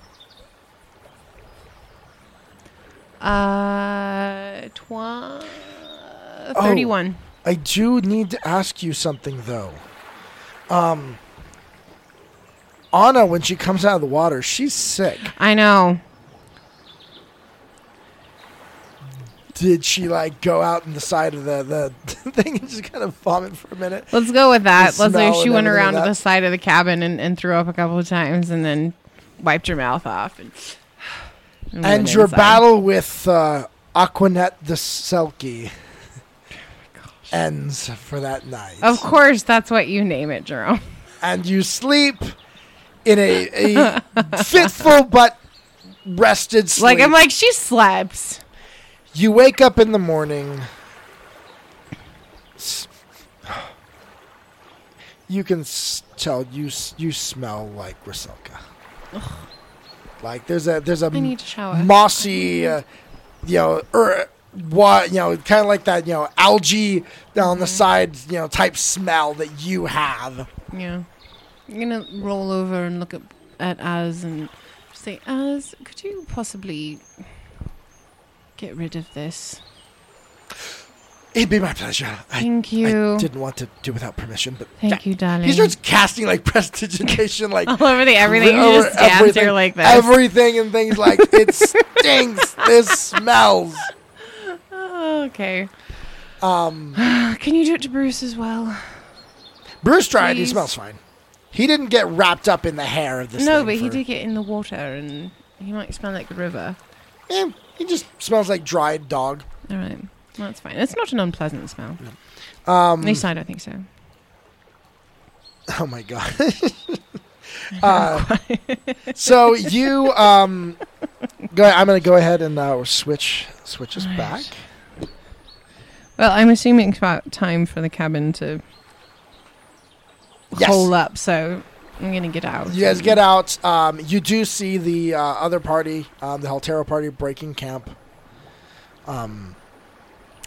Speaker 1: Uh, twa-
Speaker 2: Oh.
Speaker 1: 31.
Speaker 2: I do need to ask you something though. Um. Anna, when she comes out of the water, she's sick.
Speaker 1: I know.
Speaker 2: Did she like go out in the side of the, the thing and just kind of vomit for a minute?
Speaker 1: Let's go with that.
Speaker 2: The
Speaker 1: Let's
Speaker 2: smell
Speaker 1: say she
Speaker 2: and
Speaker 1: went
Speaker 2: everything
Speaker 1: around to
Speaker 2: like
Speaker 1: the
Speaker 2: that.
Speaker 1: side of the cabin and, and threw up a couple of times and then wiped her mouth off. And, and
Speaker 2: And
Speaker 1: went
Speaker 2: your
Speaker 1: Mm-hmm. inside.
Speaker 2: battle with uh, Aquanet the Selkie ends for that night.
Speaker 1: Of course, that's what you name it, Jerome.
Speaker 2: And you sleep in a, a fitful but rested sleep.
Speaker 1: Like, I'm like, she slept.
Speaker 2: you wake up in the morning. S- You can s- tell you s- you smell like Griselka. Like there's a there's a
Speaker 1: I need to shower.
Speaker 2: mossy, uh, you know, or what, you know, kind of like that, you know, algae down
Speaker 1: Mm-hmm.
Speaker 2: the sides, you know, type smell that you have.
Speaker 1: yeah. I'm going to roll over and look at, at Az and say, Az, could you possibly get rid of this.
Speaker 2: It'd be my pleasure. I-
Speaker 1: Thank
Speaker 2: I
Speaker 1: you.
Speaker 2: didn't want to do without permission, but
Speaker 1: Thank you, darling.
Speaker 2: He starts casting like prestidigitation, like
Speaker 1: All over the everything. You
Speaker 2: over
Speaker 1: just stabs
Speaker 2: oh, everything,
Speaker 1: her like this.
Speaker 2: Everything and things like it stinks. This smells.
Speaker 1: Oh, okay.
Speaker 2: Um,
Speaker 1: Uh, Can you do it to Bruce as well?
Speaker 2: Bruce tried. He
Speaker 1: Please.
Speaker 2: smells fine. He didn't get wrapped up in the hair of this.
Speaker 1: no,
Speaker 2: thing
Speaker 1: but he
Speaker 2: for-
Speaker 1: did get in the water and he might smell like the river.
Speaker 2: Eh, he just smells like dried dog.
Speaker 1: All right. Well, that's fine. It's not an unpleasant smell.
Speaker 2: Um,
Speaker 1: At least I don't think so.
Speaker 2: Oh my god. uh, so you um, go. I'm going to go ahead and uh, switch switch us
Speaker 1: Right.
Speaker 2: back.
Speaker 1: Well, I'm assuming it's about time for the cabin to
Speaker 2: Yes.
Speaker 1: hole up, so I'm going to get out.
Speaker 2: You guys get out. Um, you do see the uh, other party, um, the Haltero party, breaking camp. Um,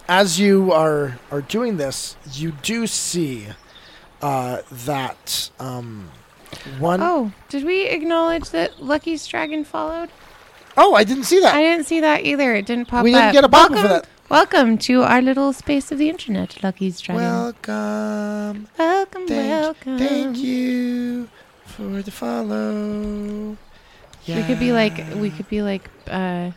Speaker 2: as you are are doing this, you do see uh, that um, one oh
Speaker 1: Oh, did we acknowledge that Lucky's dragon followed?
Speaker 2: Oh, I didn't see that.
Speaker 1: I didn't see that either. It didn't pop
Speaker 2: We
Speaker 1: up.
Speaker 2: didn't get a button for
Speaker 1: welcome,
Speaker 2: that.
Speaker 1: Welcome to our little space of the internet, Lucky's Dragon.
Speaker 2: Welcome,
Speaker 1: welcome,
Speaker 2: thank,
Speaker 1: welcome.
Speaker 2: thank you for the follow.
Speaker 1: We could be like,
Speaker 2: Yeah.
Speaker 1: we could be like, uh,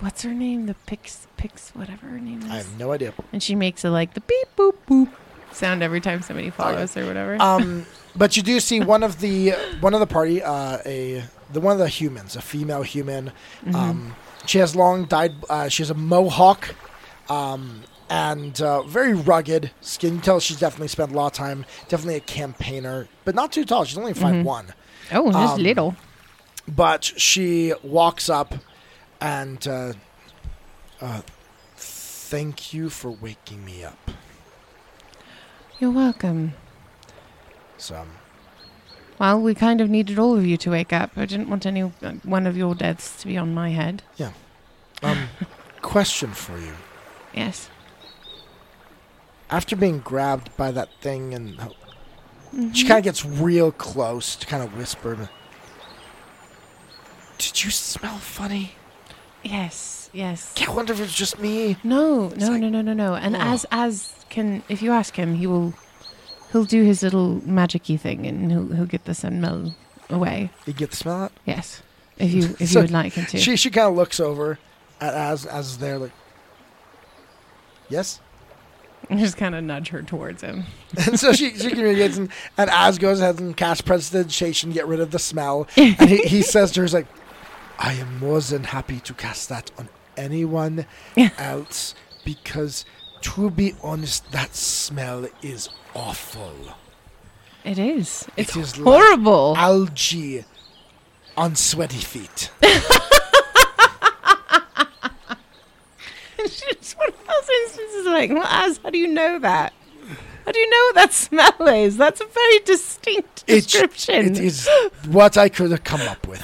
Speaker 1: what's her name? The Pix, Pix, whatever her name is.
Speaker 2: I have no idea.
Speaker 1: and she makes a like the beep boop boop sound every time
Speaker 2: Oh,
Speaker 1: somebody follows or whatever.
Speaker 2: um, but you do see one of the one of the party, uh, a the one of the humans, a female human. Um, she has long dyed. Uh, she has a mohawk, um, and uh, very rugged skin. You can tell she's definitely spent a lot of time. Definitely a campaigner, but not too tall. She's only 5 one.
Speaker 1: oh, just
Speaker 2: um,
Speaker 1: little.
Speaker 2: But she walks up, and uh, uh, thank you for waking me up.
Speaker 1: You're welcome.
Speaker 2: So. um,
Speaker 1: Well, we kind of needed all of you to wake up. I didn't want any uh, one of your deaths to be on my head.
Speaker 2: um question for you.
Speaker 1: Yes.
Speaker 2: after being grabbed by that thing and she kind of gets real close to kind of whisper did you smell funny
Speaker 1: Yes. Yes.
Speaker 2: can't wonder if it's just me
Speaker 1: No, no,
Speaker 2: like-
Speaker 1: no, no, no, no. And
Speaker 2: Oh.
Speaker 1: as as can if you ask him, he will he'll do his little magicy thing and he'll he'll get the smell away.
Speaker 2: you get the smell out
Speaker 1: Yes. If you if
Speaker 2: So
Speaker 1: you would like him to.
Speaker 2: she, she kind of looks over at as as is there like yes
Speaker 1: just kind of nudge her towards him.
Speaker 2: and so she, she communicates and, and as goes ahead and casts prestidigitation get rid of the smell and he, he says to her he's like i am more than happy to cast that on anyone else because to be honest that smell is awful
Speaker 1: It is. It's
Speaker 2: is like-
Speaker 1: horrible.
Speaker 2: algae on sweaty feet
Speaker 1: it's just one of those instances like, well, as how do you know that? How do you know what that smell is? That's a very distinct
Speaker 2: It's-
Speaker 1: description.
Speaker 2: it is what i could have come up with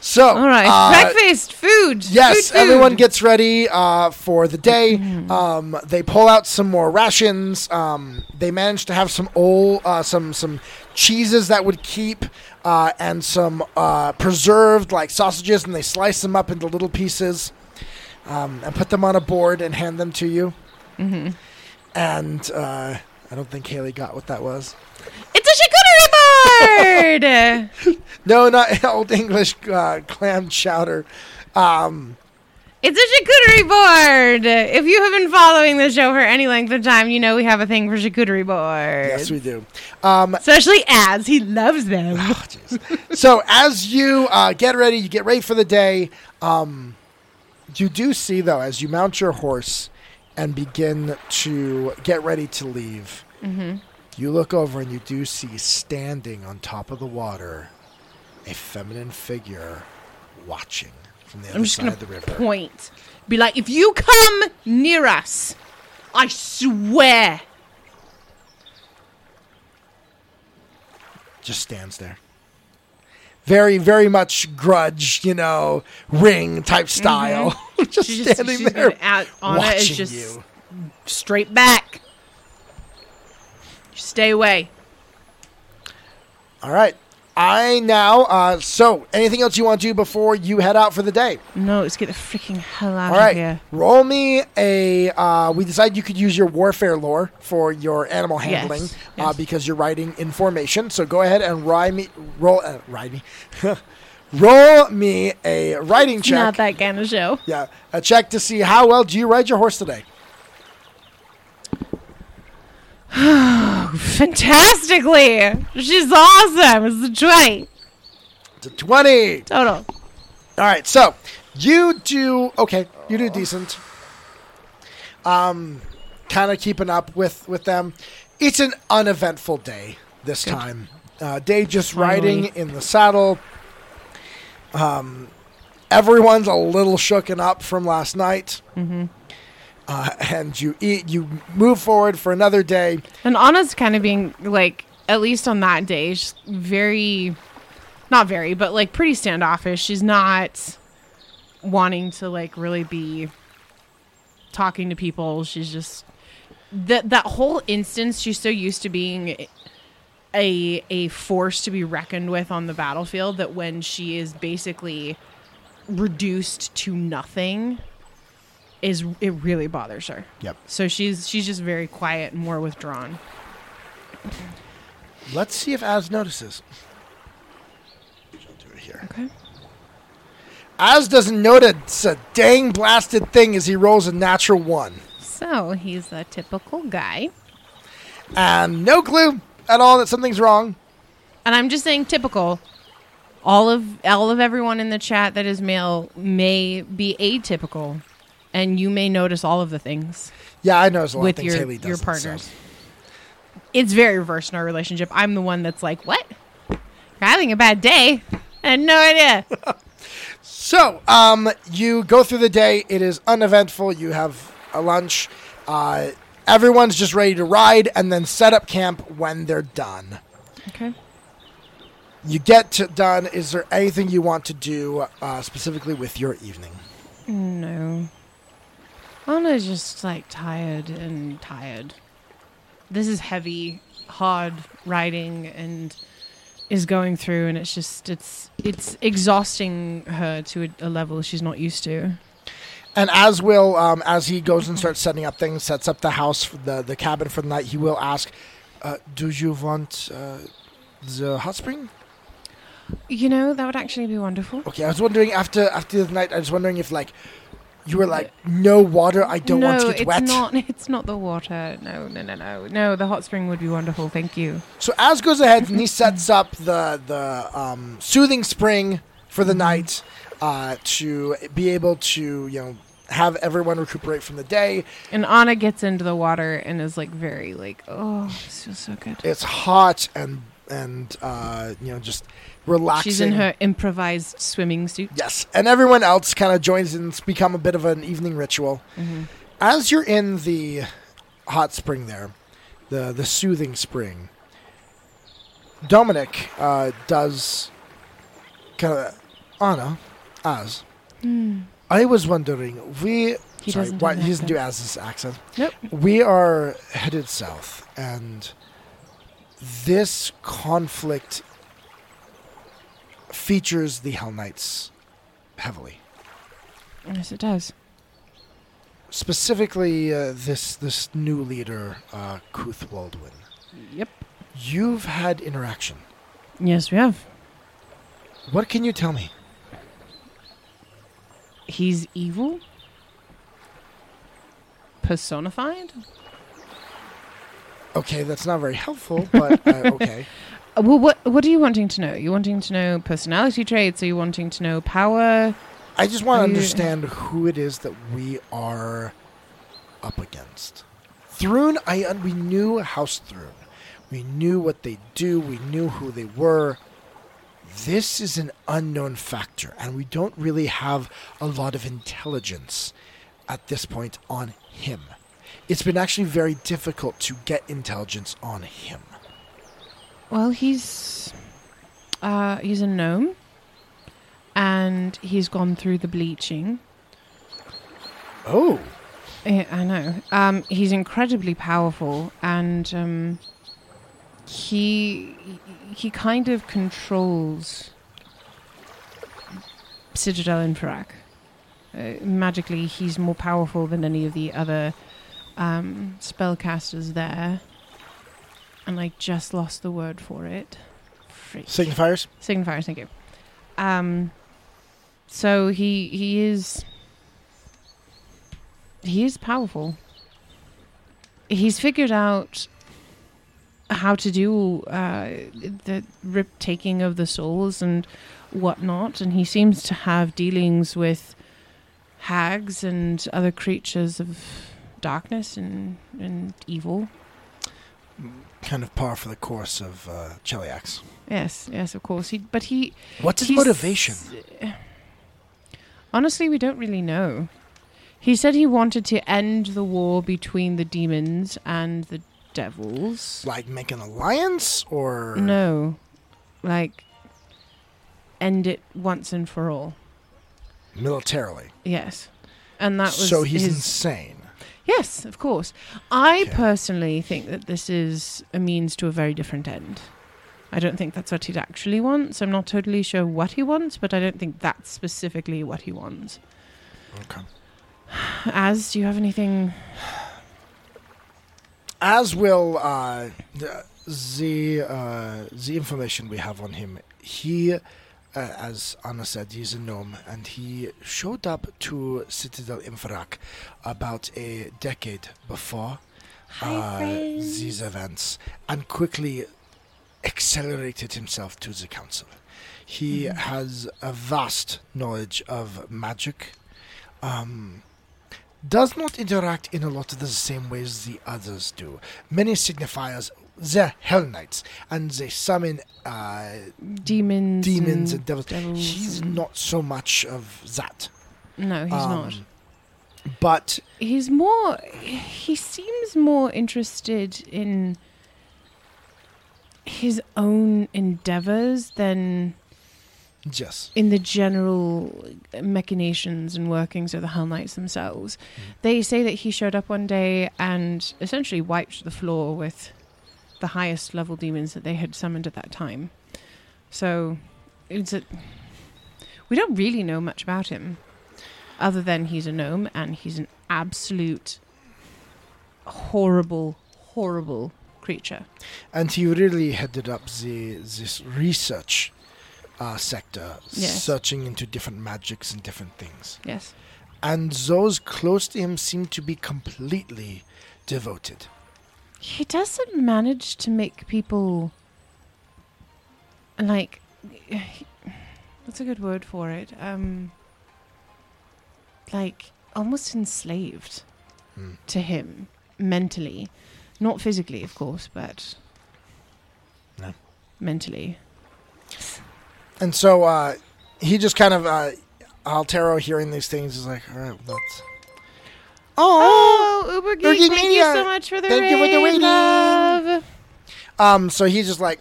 Speaker 2: so
Speaker 1: All right,
Speaker 2: uh,
Speaker 1: breakfast, food.
Speaker 2: Yes,
Speaker 1: food, food.
Speaker 2: everyone gets ready uh, for the day. Um, they pull out some more rations. Um, they manage to have some old, uh, some some cheeses that would keep, uh, and some uh, preserved like sausages, and they slice them up into little pieces, um, and put them on a board and hand them to you. And uh, I don't think Haley got what that was.
Speaker 1: It's a charcuterie board.
Speaker 2: No, not old English uh, clam chowder. Um,
Speaker 1: It's a charcuterie board. If you have been following the show for any length of time, you know we have a thing for charcuterie boards.
Speaker 2: yes, we do. Um,
Speaker 1: Especially as he loves them.
Speaker 2: Oh, jeez. so as you uh, get ready, you get ready for the day. Um, you do see though, as you mount your horse and begin to get ready to leave,
Speaker 1: Mm-hmm.
Speaker 2: you look over and you do see standing on top of the water a feminine figure watching from the other
Speaker 1: I'm just
Speaker 2: side
Speaker 1: gonna
Speaker 2: of the river.
Speaker 1: point. Be like, if you come near us, I swear.
Speaker 2: Just stands there. Very, very much grudge, you know, ring type style. just
Speaker 1: She's
Speaker 2: standing
Speaker 1: Mm-hmm. she's
Speaker 2: there.
Speaker 1: gonna- Out, Anna is
Speaker 2: watching
Speaker 1: just
Speaker 2: you.
Speaker 1: straight back. Stay away.
Speaker 2: All right. I now. Uh, so, anything else you want to do before you head out for the day?
Speaker 1: No, let's get the freaking hell out
Speaker 2: All
Speaker 1: of
Speaker 2: right.
Speaker 1: here.
Speaker 2: Roll me a. Uh, we decided you could use your warfare lore for your animal handling
Speaker 1: Yes,
Speaker 2: Uh,
Speaker 1: yes.
Speaker 2: because you're riding information. So go ahead and ride me. Roll. Uh, ride me. roll me a riding check.
Speaker 1: Not that kind of show.
Speaker 2: Yeah, a check to see how well do you ride your horse today.
Speaker 1: Fantastically, she's awesome. It's the twenty
Speaker 2: It's a twenty.
Speaker 1: total.
Speaker 2: All right, so you do okay. You do decent. Um, kind of keeping up with with them. It's an uneventful day this time. Uh, day just riding in the saddle. Um, everyone's a little shooken up from last night. Mm-hmm. Uh, and you eat. You move forward for another day.
Speaker 1: And Anna's kind of being like, at least on that day, she's very, not very, but like pretty standoffish. She's not wanting to like really be talking to people. She's just that that whole instance. She's so used to being a a force to be reckoned with on the battlefield that when she is basically reduced to nothing is it really bothers her.
Speaker 2: Yep.
Speaker 1: So she's she's just very quiet and more withdrawn.
Speaker 2: Let's see if Az notices. I'll do it here.
Speaker 1: Okay.
Speaker 2: Az doesn't notice a dang blasted thing as he rolls a natural one.
Speaker 1: So he's a typical guy.
Speaker 2: And no clue at all that something's wrong.
Speaker 1: And I'm just saying typical. All of all of everyone in the chat that is male may be atypical and you may notice all of the things
Speaker 2: Yeah, I notice a lot of
Speaker 1: with
Speaker 2: things
Speaker 1: your
Speaker 2: Haley does.
Speaker 1: your partners. It's very reversed in our relationship. I'm the one that's like, "What? You're having a bad day?" I had no idea.
Speaker 2: So, um, you go through the day. It is uneventful. You have a lunch. Uh, everyone's just ready to ride and then set up camp when they're done.
Speaker 1: okay.
Speaker 2: You get to done. Is there anything you want to do uh, specifically with your evening?
Speaker 1: No. Anna's just like tired and tired. This is heavy, hard riding and is going through and it's just it's it's exhausting her to a, a level she's not used to.
Speaker 2: And as will, um, as he goes and starts setting up things, sets up the house, for the the cabin for the night. He will ask, uh, "Do you want uh, the hot spring?"
Speaker 1: You know, that would actually be wonderful.
Speaker 2: Okay, I was wondering after after the night. I was wondering if like you were like, "No water. I don't
Speaker 1: no,
Speaker 2: want to get
Speaker 1: it's
Speaker 2: wet."
Speaker 1: not it's not the water. No, no, no, no. No, the hot spring would be wonderful. Thank you.
Speaker 2: So as goes ahead and he sets up the the um, soothing spring for
Speaker 1: Mm-hmm.
Speaker 2: the night uh, to be able to you know have everyone recuperate from the day.
Speaker 1: And Anna gets into the water and is like very like, "Oh, this feels so good."
Speaker 2: It's hot and and uh, you know just relaxing.
Speaker 1: She's in her improvised swimming suit.
Speaker 2: Yes, and everyone else kind of joins in. It's become a bit of an evening ritual. As you're in the hot spring there, the the soothing spring, Dominic uh, does kind of Anna as. I was wondering. We
Speaker 1: Hmm. He
Speaker 2: sorry,
Speaker 1: doesn't do
Speaker 2: why,
Speaker 1: an
Speaker 2: he doesn't do Az's accent.
Speaker 1: Nope.
Speaker 2: We are headed south, and this conflict features the Hell Knights heavily.
Speaker 1: Yes, it does.
Speaker 2: Specifically, uh, this this new leader, uh, Kuth Waldwin.
Speaker 1: Yep.
Speaker 2: You've had interaction.
Speaker 1: Yes, we have.
Speaker 2: What can you tell me?
Speaker 1: He's evil? Personified?
Speaker 2: Okay, that's not very helpful, but uh, okay.
Speaker 1: Uh, Well, what what are you wanting to know? you wanting to know personality traits? Are you wanting to know power?
Speaker 2: I just want to
Speaker 1: Are you-
Speaker 2: understand who it is that we are up against. Thrun, I un- we knew House Thrun. We knew what they do. We knew who they were. This is an unknown factor, and we don't really have a lot of intelligence at this point on him. It's been actually very difficult to get intelligence on him.
Speaker 1: Well, he's uh, he's a gnome, and he's gone through the bleaching.
Speaker 2: Oh,
Speaker 1: Yeah, I know. Um, he's incredibly powerful, and um, he he kind of controls Citadel Infrac. Uh, magically, he's more powerful than any of the other um, spellcasters there. And I just lost the word for it. Freak.
Speaker 2: Signifiers.
Speaker 1: Signifiers, thank you. Um, so he he is he is powerful. He's figured out how to do uh, the rip taking of the souls and whatnot, and he seems to have dealings with hags and other creatures of darkness and and evil.
Speaker 2: Kind of par for the course of uh, Cheliax.
Speaker 1: Yes, yes, of course. He, but he
Speaker 2: What's his
Speaker 1: He's-
Speaker 2: motivation?
Speaker 1: Honestly, we don't really know. He said he wanted to end the war between the demons and the devils.
Speaker 2: Like make an alliance or
Speaker 1: No. Like, end it once and for all.
Speaker 2: militarily?
Speaker 1: Yes. And that was
Speaker 2: so he's
Speaker 1: his-
Speaker 2: insane.
Speaker 1: Yes, of course. I
Speaker 2: Okay.
Speaker 1: personally think that this is a means to a very different end. I don't think that's what he actually wants. I'm not totally sure what he wants, but I don't think that's specifically what he wants.
Speaker 2: Okay.
Speaker 1: As, do you have anything?
Speaker 2: As will uh, the the, uh, the information we have on him. He, uh, as Anna said, he's a gnome, and he showed up to Citadel Infrak about a decade before uh, these events, and quickly accelerated himself to the council. He
Speaker 1: Mm-hmm.
Speaker 2: has a vast knowledge of magic. Um, does not interact in a lot of the same ways the others do. Many signifiers, they're Hell Knights, and they summon uh,
Speaker 1: Mm-hmm. Demons.
Speaker 2: demons
Speaker 1: and
Speaker 2: and devils.
Speaker 1: devils
Speaker 2: He's
Speaker 1: and-
Speaker 2: not so much of that.
Speaker 1: No, Mm-hmm. he's
Speaker 2: Um,
Speaker 1: not.
Speaker 2: But
Speaker 1: He's more. He seems more interested in his own endeavors than
Speaker 2: yes,
Speaker 1: in the general machinations and workings of the Hell Knights themselves. They say that he showed up one day and essentially wiped the floor with the highest level demons that they had summoned at that time. So it's a, we don't really know much about him, other than he's a gnome and he's an absolute horrible, horrible creature.
Speaker 2: and he really headed up the this research uh, sector,
Speaker 1: Yes.
Speaker 2: searching into different magics and different things.
Speaker 1: Yes.
Speaker 2: And those close to him seem to be completely devoted.
Speaker 1: He doesn't manage to make people like what's a good word for it? Um like almost enslaved
Speaker 2: Hmm.
Speaker 1: to him mentally. Not physically, of course, but
Speaker 2: No.
Speaker 1: mentally.
Speaker 2: And so uh, he just kind of uh, Altero hearing these things is like, all right, that's
Speaker 1: Oh, Uber Geek,
Speaker 2: Geek
Speaker 1: thank
Speaker 2: Media.
Speaker 1: you so much for the
Speaker 2: Thank
Speaker 1: raid,
Speaker 2: you for the raid.
Speaker 1: love.
Speaker 2: Um, so he's just like,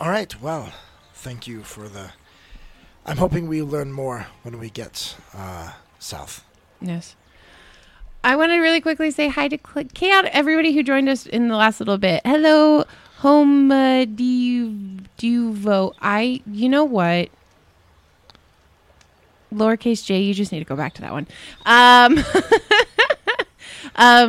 Speaker 2: all right, well, thank you for the. I'm hoping we learn more when we get uh, south.
Speaker 1: Yes. I want to really quickly say hi to Cl- Chaot, everybody who joined us in the last little bit. Hello, Homa Duvo. I, you know what? Lowercase j, you just need to go back to that one. Um,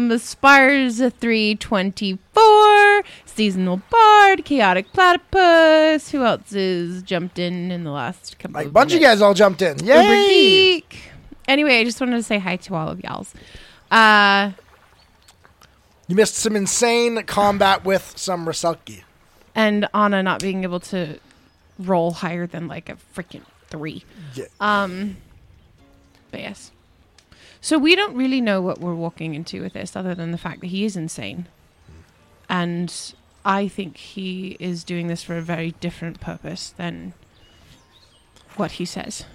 Speaker 1: um, Spars 324, Seasonal Bard, Chaotic Platypus. Who else is jumped in in the last couple
Speaker 2: Like,
Speaker 1: of
Speaker 2: bunch of you
Speaker 1: minutes?
Speaker 2: guys all jumped in.
Speaker 1: Uber
Speaker 2: Yay!
Speaker 1: Geek. Anyway, I just wanted to say hi to all of y'all's. Uh,
Speaker 2: You missed some insane combat with some Raselki.
Speaker 1: and Anna not being able to roll higher than like a freaking three.
Speaker 2: Yeah.
Speaker 1: Um, but yes. So we don't really know what we're walking into with this, other than the fact that he is insane, and I think he is doing this for a very different purpose than what he says.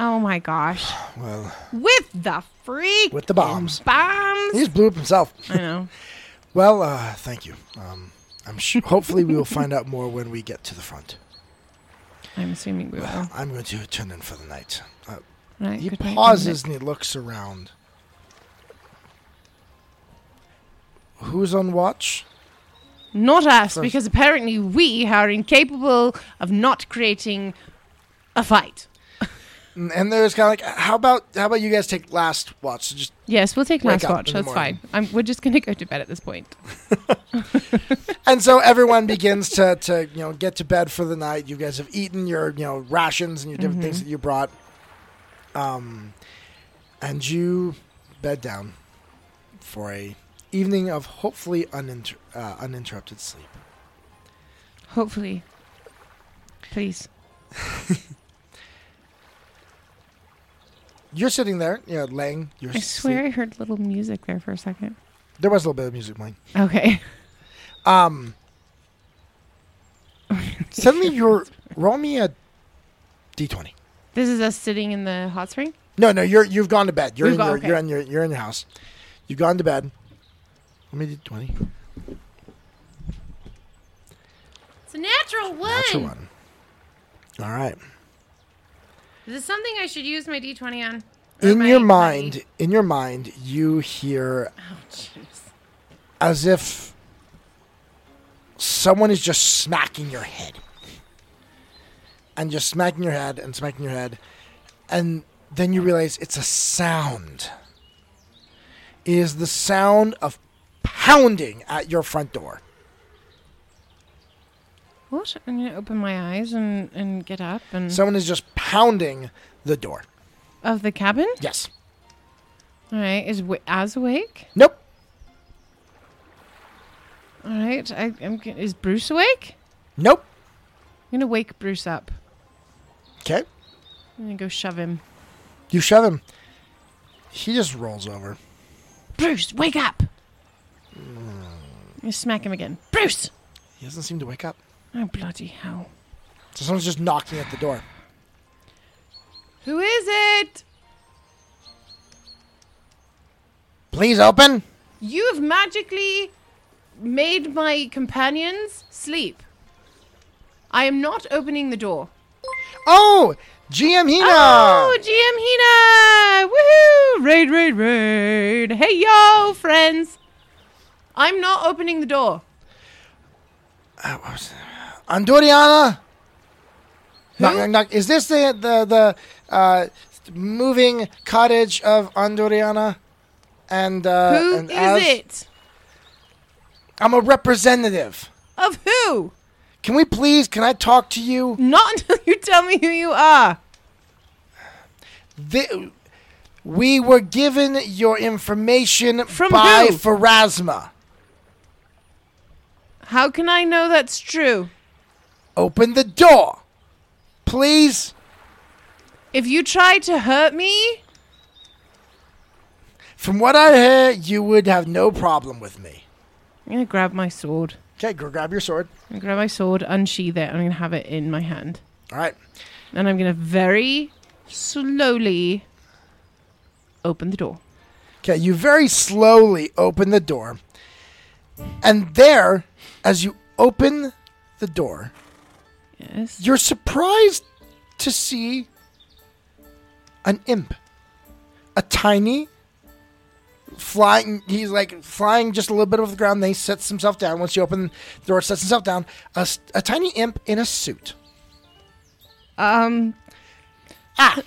Speaker 1: Oh my gosh!
Speaker 2: Well,
Speaker 1: With the freak
Speaker 2: with the bombs.
Speaker 1: bombs.
Speaker 2: He just blew up himself.
Speaker 1: I know.
Speaker 2: Well, uh, thank you. Um, I'm sure. Hopefully, we will find out more when we get to the front.
Speaker 1: I'm assuming we will.
Speaker 2: I'm going to turn in for the night. Uh,
Speaker 1: Right,
Speaker 2: he
Speaker 1: good night,
Speaker 2: pauses and he looks around. Who's on watch?
Speaker 1: not us, because apparently we are incapable of not creating a fight.
Speaker 2: And- And there's kind of like, how about how about you guys take last watch? So just
Speaker 1: Yes, we'll take
Speaker 2: Wake
Speaker 1: last
Speaker 2: up
Speaker 1: watch.
Speaker 2: in the
Speaker 1: That's
Speaker 2: morning.
Speaker 1: fine. I'm, we're just going to go to bed at this point.
Speaker 2: and so everyone begins to to you know get to bed for the night. You guys have eaten your you know rations and your different
Speaker 1: Mm-hmm.
Speaker 2: things that you brought. Um, and you bed down for a evening of hopefully uninter- uh, uninterrupted sleep.
Speaker 1: Hopefully. Please.
Speaker 2: You're sitting there, you know, laying. You're
Speaker 1: I swear I heard little music there for a second.
Speaker 2: there was a little bit of music playing.
Speaker 1: Okay.
Speaker 2: Um, suddenly you're roll me a d20.
Speaker 1: This is us sitting in the hot spring?
Speaker 2: No, no, you're you've gone to bed. You're
Speaker 1: We've
Speaker 2: in
Speaker 1: gone-
Speaker 2: your,
Speaker 1: okay.
Speaker 2: you're in your you're in your house. You've gone to bed. Let me do twenty.
Speaker 1: It's a natural one.
Speaker 2: That's a one. All right.
Speaker 1: Is this something I should use my D20 on? Or
Speaker 2: In
Speaker 1: my-
Speaker 2: your
Speaker 1: my-
Speaker 2: mind, in your mind, you hear
Speaker 1: Oh, jeez.
Speaker 2: as if someone is just smacking your head. And just smacking your head and smacking your head. And then you realize it's a sound. It is the sound of pounding at your front door.
Speaker 1: What? I'm going to open my eyes and, and get up and.
Speaker 2: Someone is just pounding the door.
Speaker 1: of the cabin?
Speaker 2: Yes.
Speaker 1: All right. Is w- As awake?
Speaker 2: Nope.
Speaker 1: All right. I, I'm, g- is Bruce awake?
Speaker 2: Nope.
Speaker 1: I'm going to wake Bruce up.
Speaker 2: Okay.
Speaker 1: I'm going to go shove him.
Speaker 2: You shove him. He just rolls over.
Speaker 1: Bruce, wake up! You smack him again. Bruce!
Speaker 2: He doesn't seem to wake up.
Speaker 1: Oh, bloody hell.
Speaker 2: So someone's just knocking at the door.
Speaker 1: Who is it?
Speaker 2: Please open.
Speaker 1: You have magically made my companions sleep. I am not opening the door.
Speaker 2: Oh, GM Hina.
Speaker 1: Oh, GM Hina! Woohoo! Raid, raid, raid! Hey, yo, friends! I'm not opening the door.
Speaker 2: Uh, what was that? Andoriana. Knock, knock, knock. Is this the the the uh, moving cottage of Andoriana? And
Speaker 1: Who
Speaker 2: uh,
Speaker 1: is
Speaker 2: and Az?
Speaker 1: it?
Speaker 2: I'm a representative.
Speaker 1: Of who?
Speaker 2: Can we please? Can I talk to you?
Speaker 1: Not until you tell me who you are.
Speaker 2: The, we were given your information
Speaker 1: From
Speaker 2: by
Speaker 1: who?
Speaker 2: Pharasma.
Speaker 1: How can I know that's true?
Speaker 2: Open the door, please.
Speaker 1: If you try to hurt me,
Speaker 2: From what I hear, you would have no problem with me.
Speaker 1: I'm gonna grab my sword.
Speaker 2: Okay, go grab your sword.
Speaker 1: I'm gonna grab my sword, unsheath it, and I'm gonna have it in my hand.
Speaker 2: All right.
Speaker 1: And I'm gonna very slowly open the door.
Speaker 2: Okay, you very slowly open the door. And there, as you open the door,
Speaker 1: Yes.
Speaker 2: you're surprised to see an imp. A tiny flying he's like flying just a little bit off the ground, then he sets himself down. Once you open the door, sets himself down. A, s- a tiny imp in a suit.
Speaker 1: Um.
Speaker 2: Ah!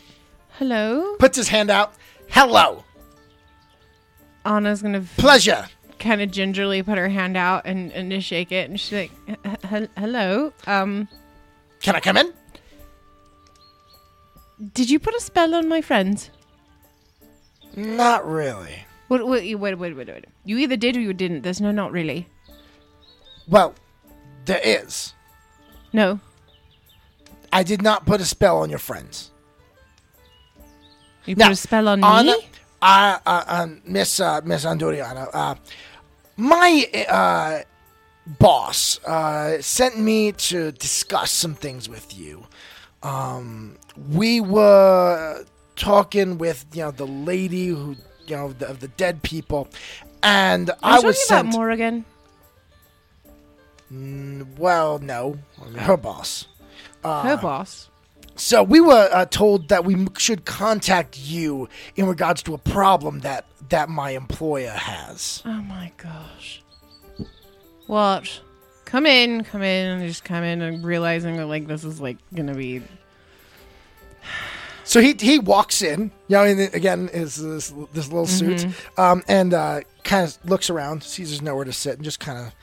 Speaker 1: Hello.
Speaker 2: Puts his hand out. Hello.
Speaker 1: Anna's gonna v-
Speaker 2: Pleasure.
Speaker 1: kind of gingerly put her hand out and and to shake it, and she's like, "H- h- "Hello. Um.
Speaker 2: Can I come in?
Speaker 1: Did you put a spell on my friends?
Speaker 2: Not really.
Speaker 1: What? What? you- Wait, wait, wait, wait. You either did or you didn't. There's no, not really.
Speaker 2: Well, there is.
Speaker 1: No.
Speaker 2: I did not put a spell on your friends.
Speaker 1: You
Speaker 2: Now,
Speaker 1: put a spell on,
Speaker 2: Anna,
Speaker 1: me.
Speaker 2: uh, uh, uh, Miss uh, Miss Andoriana, uh, my uh, boss uh, sent me to discuss some things with you. Um, we were talking with you know the lady who you know the, of the dead people, and
Speaker 1: Are
Speaker 2: I
Speaker 1: you
Speaker 2: was
Speaker 1: talking about
Speaker 2: sent.
Speaker 1: Morrigan?
Speaker 2: Mm, well, no, I mean, her boss. Ah.
Speaker 1: Her boss.
Speaker 2: So we were uh, told that we m- should contact you in regards to a problem that that my employer has.
Speaker 1: Oh my gosh. What? come in, come in, and just come in and realizing that like this is like gonna be
Speaker 2: So he he walks in, you know, and it- again is this this little
Speaker 1: Mm-hmm.
Speaker 2: suit, um, and uh, kind of looks around, sees there's nowhere to sit, and just kind of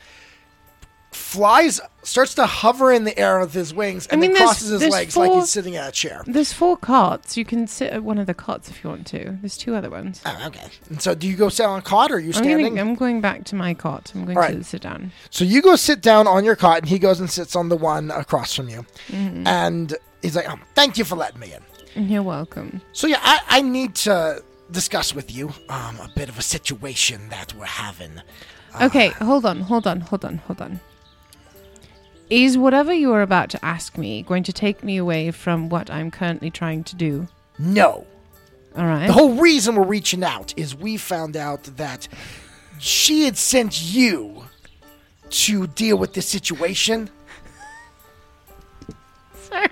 Speaker 2: flies, starts to hover in the air with his wings, and
Speaker 1: mean,
Speaker 2: then
Speaker 1: there's-
Speaker 2: crosses his
Speaker 1: there's
Speaker 2: legs like
Speaker 1: four-
Speaker 2: he's sitting in a chair.
Speaker 1: There's four cots. You can sit at one of the cots if you want to. There's two other ones.
Speaker 2: Oh, okay. And so, do you go sit on a cot, or are you
Speaker 1: I'm
Speaker 2: standing?
Speaker 1: going, I'm going back to my cot. I'm going
Speaker 2: All right.
Speaker 1: to sit down.
Speaker 2: So you go sit down on your cot, and he goes and sits on the one across from you, and he's like, oh, "Thank you for letting me in."
Speaker 1: You're welcome.
Speaker 2: So yeah, I, I need to discuss with you um, a bit of a situation that we're having.
Speaker 1: Okay, hold on, hold on, hold on, hold on. Is whatever you are about to ask me going to take me away from what I'm currently trying to do?
Speaker 2: No.
Speaker 1: All right.
Speaker 2: The whole reason we're reaching out is we found out that she had sent you to deal with this situation.
Speaker 1: Sorry.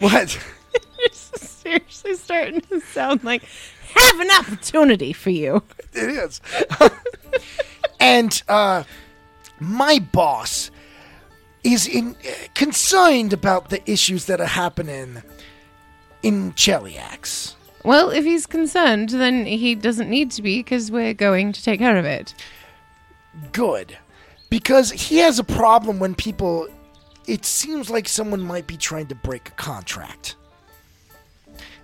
Speaker 2: What?
Speaker 1: This is seriously starting to sound like have an opportunity for you.
Speaker 2: it is. and uh, my boss is in, uh, concerned about the issues that are happening in Cheliax.
Speaker 1: Well, if he's concerned, then he doesn't need to be because we're going to take care of it.
Speaker 2: Good. Because he has a problem when people. It seems like someone might be trying to break a contract.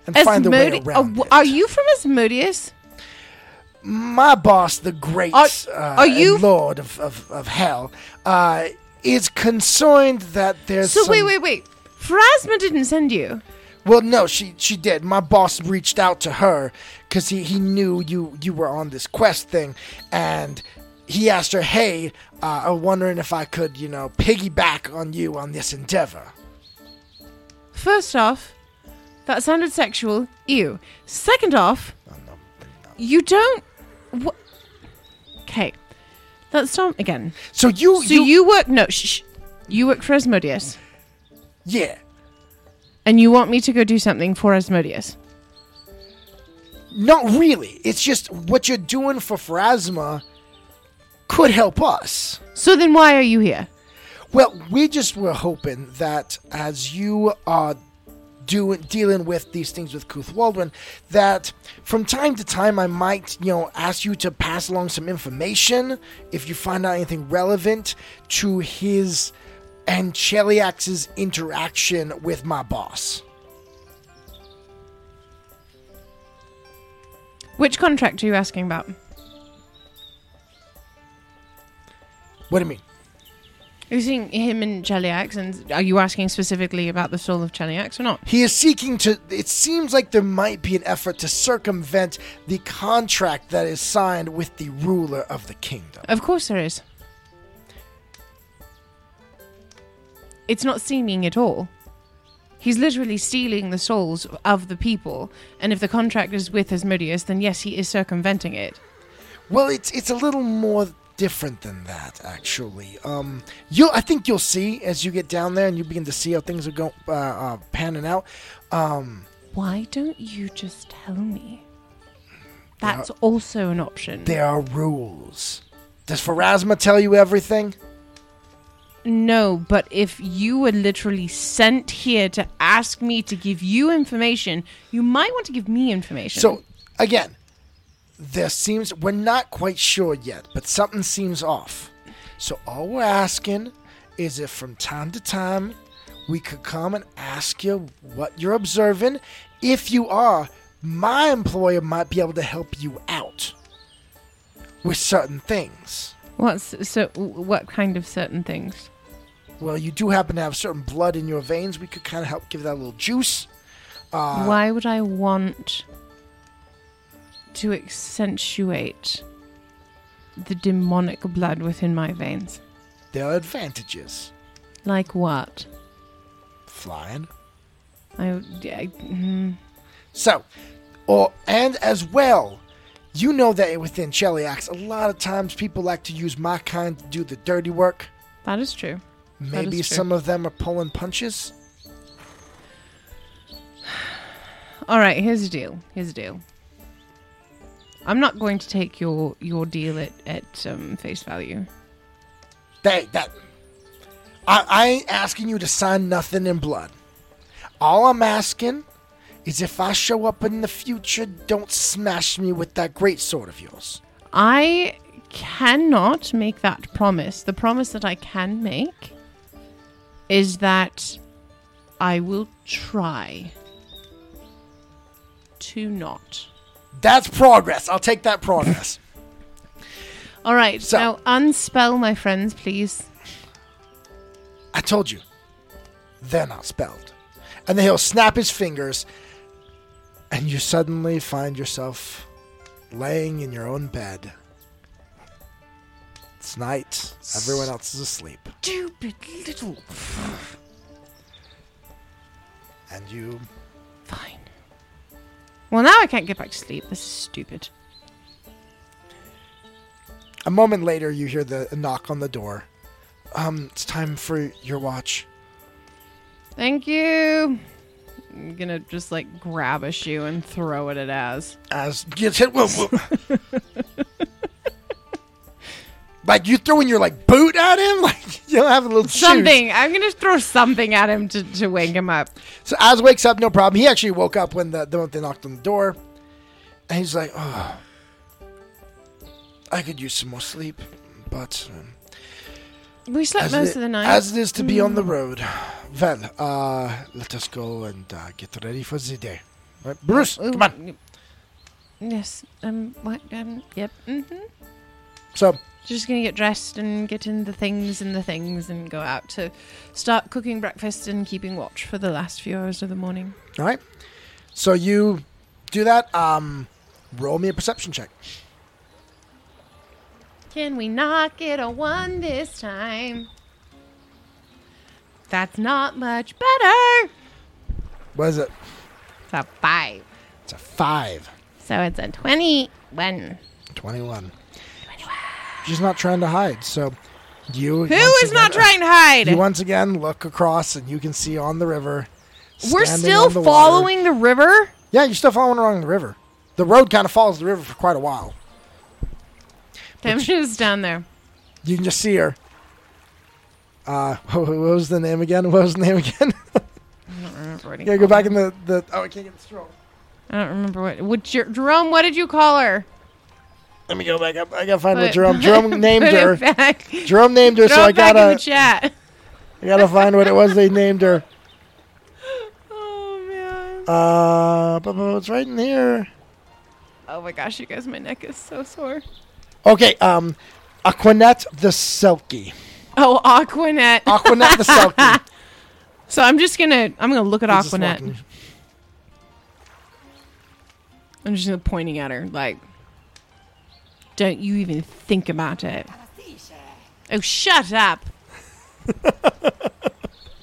Speaker 2: And find a way
Speaker 1: Asmode-
Speaker 2: around
Speaker 1: Oh,
Speaker 2: it.
Speaker 1: Are you from Asmodeus?
Speaker 2: my boss, the great
Speaker 1: Are-
Speaker 2: uh,
Speaker 1: are you-
Speaker 2: Lord of, of, of Hell, uh, is concerned that there's.
Speaker 1: So
Speaker 2: some-
Speaker 1: wait, wait, wait. Phrasma didn't send you.
Speaker 2: Well, no, she she did. My boss reached out to her because he, he knew you you were on this quest thing, and he asked her, "Hey, uh, I'm wondering if I could, you know, piggyback on you on this endeavor."
Speaker 1: First off, that sounded sexual. Ew. Second off, you don't. What? Okay, let's start again.
Speaker 2: So you
Speaker 1: So you, work? No, shh. shh. You work for Asmodeus,
Speaker 2: yeah
Speaker 1: and you want me to go do something for Asmodeus.
Speaker 2: not really. It's just what you're doing for Phrasma could help us.
Speaker 1: So then, why are you here?
Speaker 2: Well, we just were hoping that as you are doing dealing with these things with Kuth Waldron, that from time to time I might, you know, ask you to pass along some information if you find out anything relevant to his and Cheliax's interaction with my boss.
Speaker 1: Which contract are you asking about?
Speaker 2: What do you mean?
Speaker 1: Are you seeing him in Cheliax, and are you asking specifically about the soul of Cheliax or not?
Speaker 2: He is seeking to. It seems like there might be an effort to circumvent the contract that is signed with the ruler of the kingdom.
Speaker 1: Of course there is. It's not seeming at all. He's literally stealing the souls of the people, and if the contract is with Asmodeus, then yes, he is circumventing it.
Speaker 2: Well, it's it's a little more different than that, actually. Um, you I think you'll see as you get down there and you begin to see how things are going uh, uh, panning out. Um,
Speaker 1: Why don't you just tell me? That's also an option.
Speaker 2: there are rules. Does Pharasma tell you everything?
Speaker 1: No, but if you were literally sent here to ask me to give you information, you might want to give me information.
Speaker 2: So again, there seems we're not quite sure yet, but something seems off. So all we're asking is if from time to time we could come and ask you what you're observing. If you are, my employer might be able to help you out with certain things.
Speaker 1: what's so? What kind of certain things?
Speaker 2: Well, you do happen to have certain blood in your veins. We could kind of help give that a little juice. Uh,
Speaker 1: Why would I want to accentuate the demonic blood within my veins?
Speaker 2: There are advantages.
Speaker 1: Like what?
Speaker 2: Flying.
Speaker 1: I, I mm,
Speaker 2: So, or and as well, you know that within Cheliax, a lot of times people like to use my kind to do the dirty work.
Speaker 1: that is true. That
Speaker 2: Maybe
Speaker 1: is true.
Speaker 2: some of them are pulling punches.
Speaker 1: All right, here's the deal. Here's the deal. I'm not going to take your your deal at at um, face value.
Speaker 2: They that I, I ain't asking you to sign nothing in blood. All I'm asking is if I show up in the future, don't smash me with that great sword of yours.
Speaker 1: I cannot make that promise. The promise that I can make is that I will try to not.
Speaker 2: That's progress. I'll take that progress.
Speaker 1: All right,
Speaker 2: So-
Speaker 1: now unspell my friends, please.
Speaker 2: I told you, they're not spelled. And then he'll snap his fingers, and you suddenly find yourself laying in your own bed. It's night. Everyone else is asleep.
Speaker 1: Stupid little.
Speaker 2: And you.
Speaker 1: Fine. Well, now I can't get back to sleep. This is stupid.
Speaker 2: A moment later, you hear the a knock on the door. Um, it's time for your watch.
Speaker 1: Thank you. I'm gonna just like grab a shoe and throw it at Az.
Speaker 2: As gets hit. Whoa, whoa. like you throwing your like boot at him. Like you have a little shoes.
Speaker 1: Something. I'm gonna throw something at him to, to wake him up.
Speaker 2: So Az wakes up, no problem. He actually woke up when the, the moment they knocked on the door, and he's like, "Oh, I could use some more sleep, but um,
Speaker 1: We slept
Speaker 2: as,
Speaker 1: most
Speaker 2: it,
Speaker 1: of the night. Hmm.
Speaker 2: as it is to be on the road, well, uh, let us go and uh, get ready for the day." Right, Bruce,
Speaker 1: Ooh,
Speaker 2: come on.
Speaker 1: y- Yes. Um. What? Um. Yep. hmm
Speaker 2: So
Speaker 1: Just gonna get dressed and get in the things and the things and go out to start cooking breakfast and keeping watch for the last few hours of the morning.
Speaker 2: All right. So you do that. Um, roll me a perception check.
Speaker 1: Can we not get a one this time? That's not much better.
Speaker 2: What is it?
Speaker 1: It's a five.
Speaker 2: It's a five.
Speaker 1: So it's a 21.
Speaker 2: 21. She's not trying to hide. So you.
Speaker 1: Who is not trying to hide?
Speaker 2: You once again look across and you can see on the river.
Speaker 1: We're
Speaker 2: standing
Speaker 1: still
Speaker 2: on the water-
Speaker 1: following the river?
Speaker 2: Yeah, you're still following along the river. The road kind of follows the river for quite a while.
Speaker 1: Them shoes down there.
Speaker 2: You can just see her. Uh, what was the name again? What was the name again?
Speaker 1: I don't remember what he
Speaker 2: yeah, go
Speaker 1: called
Speaker 2: back
Speaker 1: her.
Speaker 2: in the, the. Oh, I can't get the scroll.
Speaker 1: I don't remember what. what Jer- Jerome, what did you call her?
Speaker 2: Let me go back up. I gotta find
Speaker 1: Put
Speaker 2: what
Speaker 1: it-
Speaker 2: Jerome. Jerome named
Speaker 1: Put it
Speaker 2: her.
Speaker 1: back. Jerome
Speaker 2: Jerome named her, so I
Speaker 1: back in the
Speaker 2: gotta
Speaker 1: chat.
Speaker 2: I gotta find what it was they named her.
Speaker 1: Oh, man.
Speaker 2: Uh, but, but it's right in here.
Speaker 1: Oh, my gosh, you guys, my neck is so sore.
Speaker 2: Okay, um, Aquanet the Selkie.
Speaker 1: Oh, Aquanet.
Speaker 2: Aquanet the Selkie.
Speaker 1: So I'm just gonna I'm gonna look at
Speaker 2: He's just
Speaker 1: Aquanet.
Speaker 2: walking.
Speaker 1: I'm just gonna pointing at her like, don't you even think about it. Oh, shut up!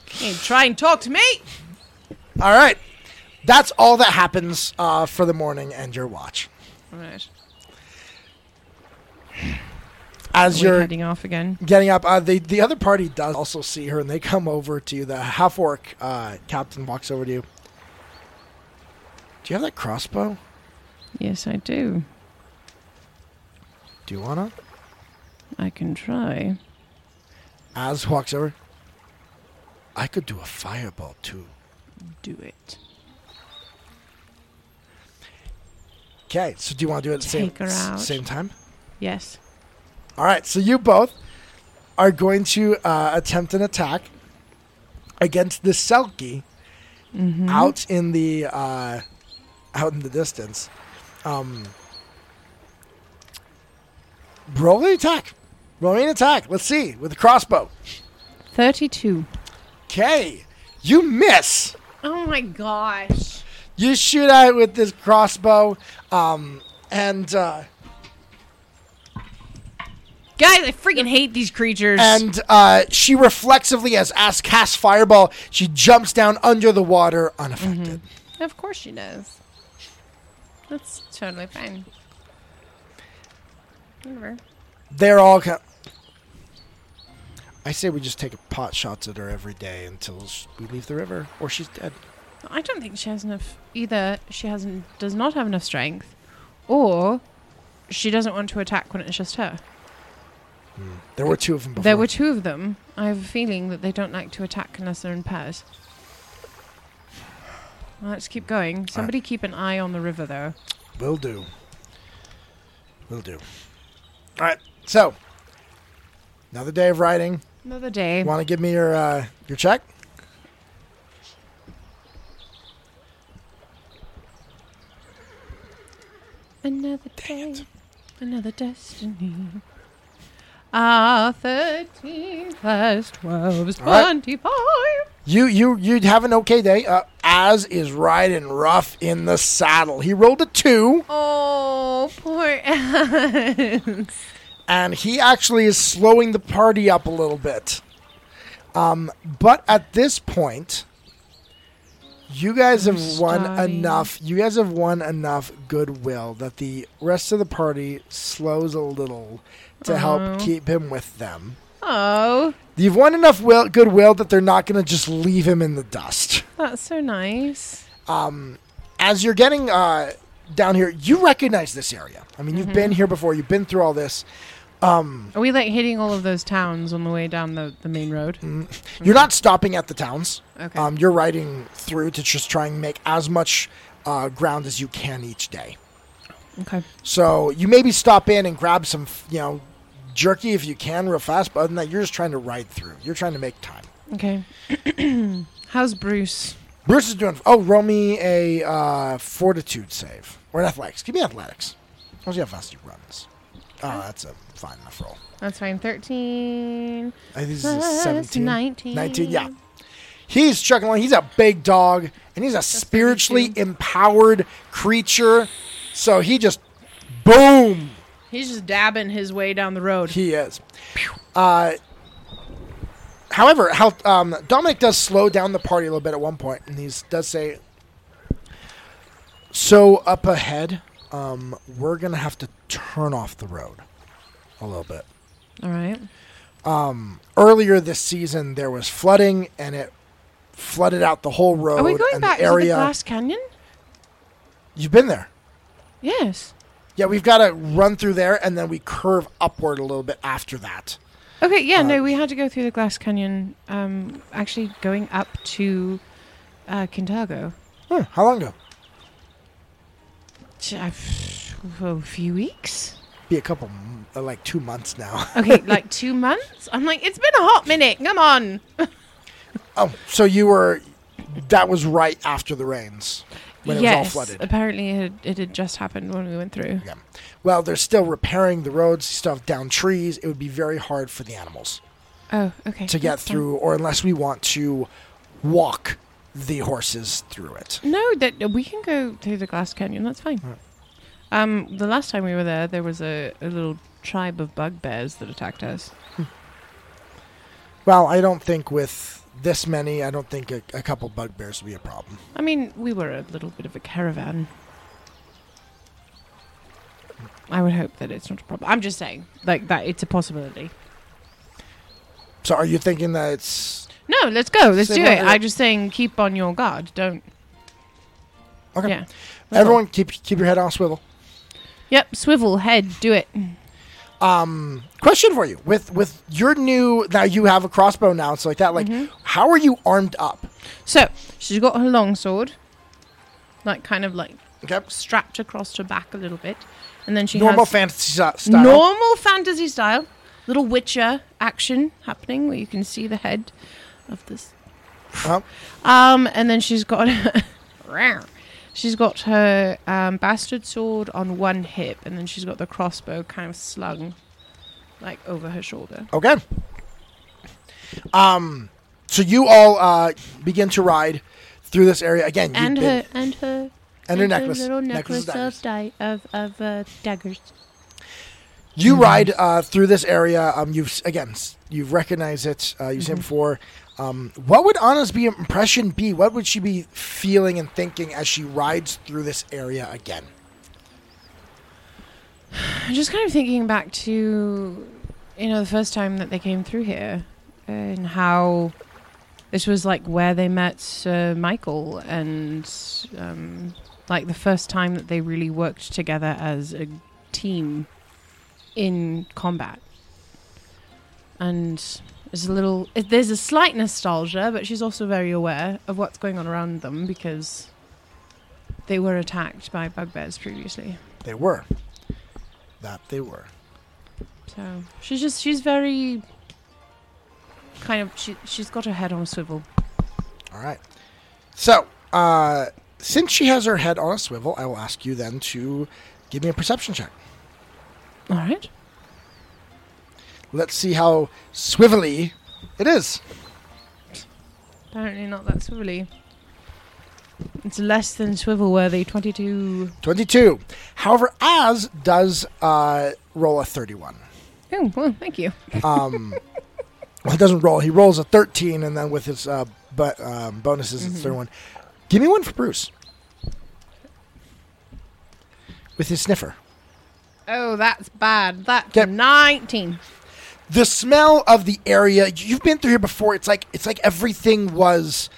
Speaker 1: hey, try and talk to me.
Speaker 2: All right, that's all that happens uh, for the morning and your watch.
Speaker 1: All right,
Speaker 2: As
Speaker 1: we're
Speaker 2: you're
Speaker 1: heading off again.
Speaker 2: getting up, uh, the the other party does also see her, and they come over to you. The half orc uh, captain walks over to you. Do you have that crossbow?
Speaker 1: Yes, I do.
Speaker 2: Do you wanna?
Speaker 1: I can try.
Speaker 2: As walks over. I could do a fireball too.
Speaker 1: Do it.
Speaker 2: Okay, so do you want to do it at the same,
Speaker 1: Take her out.
Speaker 2: same time?
Speaker 1: Yes.
Speaker 2: All right, so you both are going to uh, attempt an attack against the Selkie
Speaker 1: Mm-hmm.
Speaker 2: out in the uh, out in the distance. Um, roll an attack. Roll me an attack. Let's see with the crossbow.
Speaker 1: Thirty-two.
Speaker 2: Okay, you miss.
Speaker 1: Oh my gosh.
Speaker 2: you shoot at it with this crossbow, um, and uh,
Speaker 1: Guys, I freaking hate these creatures.
Speaker 2: and uh, she reflexively, as Ass casts fireball, she jumps down under the water unaffected.
Speaker 1: of course she does. That's totally fine. Whatever.
Speaker 2: They're all. Kind I say we just take pot shots at her every day until sh- we leave the river, or she's dead.
Speaker 1: I don't think she has enough. Either she hasn't does not have enough strength, or she doesn't want to attack when it's just her.
Speaker 2: There were two of them before.
Speaker 1: There were two of them. I have a feeling that they don't like to attack unless they're in pairs. Well, let's keep going. Somebody keep an eye on the river, though.
Speaker 2: Will do. Will do. All right. So, another day of riding.
Speaker 1: Another day.
Speaker 2: Want to give me your uh, your check?
Speaker 1: Another day. Another destiny. Ah, 13 plus 12 is
Speaker 2: All right.
Speaker 1: 25.
Speaker 2: You you you'd have an okay day. Uh, as is riding rough in the saddle. He rolled a two,
Speaker 1: Oh, poor Alice.
Speaker 2: and he actually is slowing the party up a little bit. Um, but at this point, you guys have won
Speaker 1: starting.
Speaker 2: enough. You guys have won enough goodwill that the rest of the party slows a little to help keep him with them.
Speaker 1: Oh,
Speaker 2: You've won enough will, goodwill that they're not going to just leave him in the dust.
Speaker 1: that's so nice.
Speaker 2: Um, As you're getting uh, down here, you recognize this area. I mean, you've been here before. You've been through all this. Um,
Speaker 1: Are we like hitting all of those towns on the way down the, the main road?
Speaker 2: You're not stopping at the towns.
Speaker 1: Okay.
Speaker 2: Um, you're riding through to just try and make as much uh, ground as you can each day.
Speaker 1: Okay.
Speaker 2: So you maybe stop in and grab some, f- you know, jerky if you can real fast. But other than that, you're just trying to ride through. You're trying to make time.
Speaker 1: Okay. How's Bruce?
Speaker 2: Bruce is doing. Oh, roll me a uh, fortitude save or an athletics. Give me athletics. I'll see how fast he runs. Oh, that's a fine enough roll.
Speaker 1: That's fine. 13.
Speaker 2: I think this is
Speaker 1: Plus
Speaker 2: a 17.
Speaker 1: 19.
Speaker 2: 19, yeah. He's chugging along. He's a big dog, and he's a spiritually empowered creature. So he just, boom,
Speaker 1: He's just dabbing his way down the road.
Speaker 2: he is. Uh, however, how, um, Dominic does slow down the party a little bit at one point, and he does say, "So up ahead, um, we're gonna have to turn off the road a little bit."
Speaker 1: All right.
Speaker 2: earlier this season there was flooding and it flooded out the whole road
Speaker 1: Are we going
Speaker 2: and
Speaker 1: back
Speaker 2: the
Speaker 1: to the
Speaker 2: area.
Speaker 1: Glass Canyon?
Speaker 2: You've been there.
Speaker 1: Yes.
Speaker 2: Yeah, we've got to run through there and then we curve upward a little bit after that.
Speaker 1: Okay, yeah,
Speaker 2: Um,
Speaker 1: no, we had to go through the Glass Canyon, um, actually going up to uh, Kintago.
Speaker 2: Huh, Hmm, how long ago?
Speaker 1: Ch- uh, A few weeks?
Speaker 2: Be a couple, m- uh, like two months now.
Speaker 1: Okay, like two months? I'm like, it's been a hot minute. Come on.
Speaker 2: oh, so you were. That was right after the rains when it was all flooded.
Speaker 1: Apparently, it, it had just happened when we went through.
Speaker 2: Yeah. Well, they're still repairing the roads, stuff down trees. It would be very hard for the animals.
Speaker 1: Oh, okay.
Speaker 2: to get
Speaker 1: that's fine.
Speaker 2: through, or unless we want to walk the horses through it.
Speaker 1: No, that uh, we can go through the Glass Canyon. That's fine. Um, the last time we were there, there was a, a little tribe of bugbears that attacked us.
Speaker 2: Well, I don't think with this many, I don't think a, a couple bugbears would be a problem.
Speaker 1: I mean, we were a little bit of a caravan. I would hope that it's not a problem. I'm just saying, like that, it's a possibility.
Speaker 2: So, are you thinking that it's
Speaker 1: No, let's go. Let's
Speaker 2: Say
Speaker 1: do
Speaker 2: more
Speaker 1: it.
Speaker 2: than-
Speaker 1: I'm just saying, keep on your guard. Don't.
Speaker 2: okay?
Speaker 1: Yeah. That's all.
Speaker 2: Everyone, keep keep your head on a swivel.
Speaker 1: Yep. Swivel head. Do it.
Speaker 2: Um, question for you: with with your new now you have a crossbow now, it's like that. Like, how are you armed up?
Speaker 1: So she's got her long sword, like kind of like
Speaker 2: Okay,
Speaker 1: strapped across her back a little bit, and then she
Speaker 2: normal
Speaker 1: has
Speaker 2: fantasy si- style.
Speaker 1: normal fantasy style, little Witcher action happening where you can see the head of this.
Speaker 2: Uh-huh.
Speaker 1: Um, and then she's got she's got her um, bastard sword on one hip, and then she's got the crossbow kind of slung like over her shoulder.
Speaker 2: Okay. Um, so you all uh, begin to ride through this area again. You've
Speaker 1: And
Speaker 2: been-
Speaker 1: her and her
Speaker 2: and her necklace.
Speaker 1: little
Speaker 2: necklace,
Speaker 1: necklace,
Speaker 2: is diamonds.
Speaker 1: of di- of of uh, daggers.
Speaker 2: You
Speaker 1: Mm-hmm.
Speaker 2: ride uh, through this area. Um, you've s- again, s- you've recognized it. Uh, you've seen
Speaker 1: Mm-hmm.
Speaker 2: it before. Um, what would Anna's be impression be? What would she be feeling and thinking as she rides through this area again?
Speaker 1: I'm just kind of thinking back to, you know, the first time that they came through here and how this was like where they met Sir Michael and um, like the first time that they really worked together as a team in combat. and is a little. it- There's a slight nostalgia, but she's also very aware of what's going on around them because they were attacked by bugbears previously.
Speaker 2: They were. That they were.
Speaker 1: So she's just she's very kind of she she's got her head on a swivel.
Speaker 2: All right. So, uh, since she has her head on a swivel, I will ask you then to give me a perception check.
Speaker 1: All right.
Speaker 2: Let's see how swivelly it is.
Speaker 1: Apparently not that swivelly. It's less than swivel worthy. Twenty-two.
Speaker 2: 22. However, Az does uh, roll a 31.
Speaker 1: Oh well, thank you.
Speaker 2: Well, he doesn't roll. He rolls a 13, and then with his uh, but, um, bonuses, it's 31. Give me one for Bruce. With his sniffer.
Speaker 1: Oh, that's bad. That's
Speaker 2: Get-
Speaker 1: nineteen.
Speaker 2: the smell of the area you've been through here before it's like it's like everything was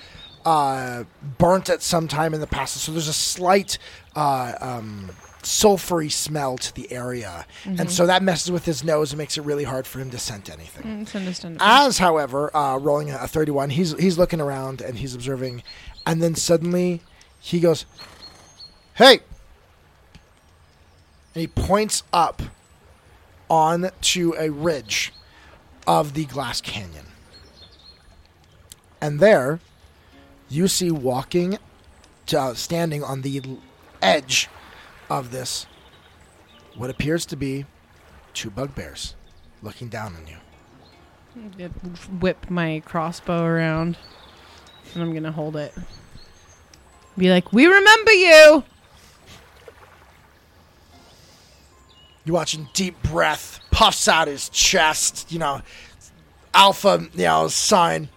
Speaker 2: uh, burnt at some time in the past so there's a slight uh, um, sulfury smell to the area and so that messes with his nose and makes it really hard for him to scent anything
Speaker 1: It's understandable.
Speaker 2: as however uh, rolling a, a 31 he's he's looking around and he's observing and then suddenly he goes hey and he points up on to a ridge of the glass canyon and there you see walking to, uh, standing on the l- edge of this what appears to be two bugbears looking down on you
Speaker 1: whip my crossbow around, and I'm gonna hold it. Be like, we remember you.
Speaker 2: You watch him deep breath, puffs out his chest, you know, alpha, you know, sign.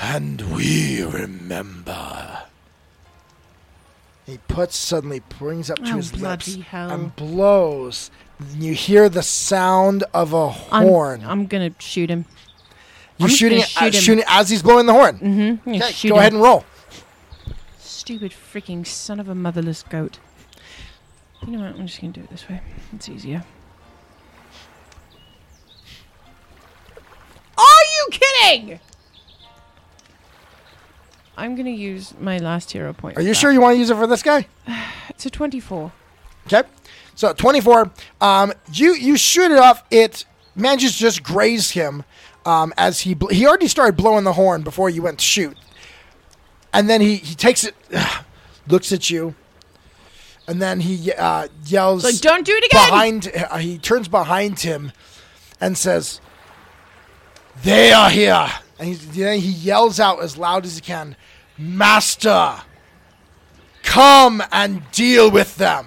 Speaker 2: And we remember. He puts suddenly, brings up to
Speaker 1: Oh,
Speaker 2: his lips,
Speaker 1: bloody hell.
Speaker 2: and blows. And you hear the sound of a
Speaker 1: I'm-
Speaker 2: horn.
Speaker 1: I'm, gonna shoot him.
Speaker 2: You're
Speaker 1: I'm just
Speaker 2: shooting,
Speaker 1: gonna
Speaker 2: it, uh,
Speaker 1: shoot him.
Speaker 2: shooting as he's blowing the horn.
Speaker 1: Mm-hmm.
Speaker 2: Okay, go ahead and roll.
Speaker 1: Stupid freaking son of a motherless goat. You know what? I'm just gonna do it this way. It's easier. Are you kidding? I'm gonna use my last hero point.
Speaker 2: Are
Speaker 1: for
Speaker 2: you
Speaker 1: that.
Speaker 2: sure you want to use it for this guy?
Speaker 1: It's a 24.
Speaker 2: Okay. So 24. Um, you you shoot it off. It manages to just graze him um, as he bl- he already started blowing the horn before you went to shoot, and then he he takes it, looks at you, and then he uh, yells
Speaker 1: Like, don't do it again.
Speaker 2: behind. Uh, he turns behind him and says, "They are here." And he, then he yells out as loud as he can, "Master, come and deal with them."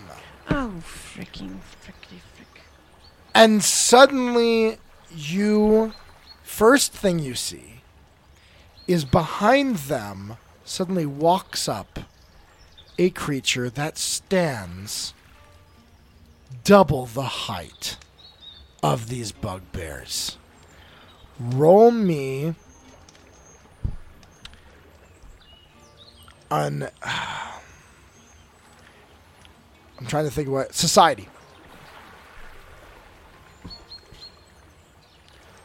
Speaker 1: Oh, freaking, frickly, frick.
Speaker 2: And suddenly, you first thing you see is behind them suddenly walks up a creature that stands double the height of these bugbears. Roll me an. I'm trying to think of what. Society.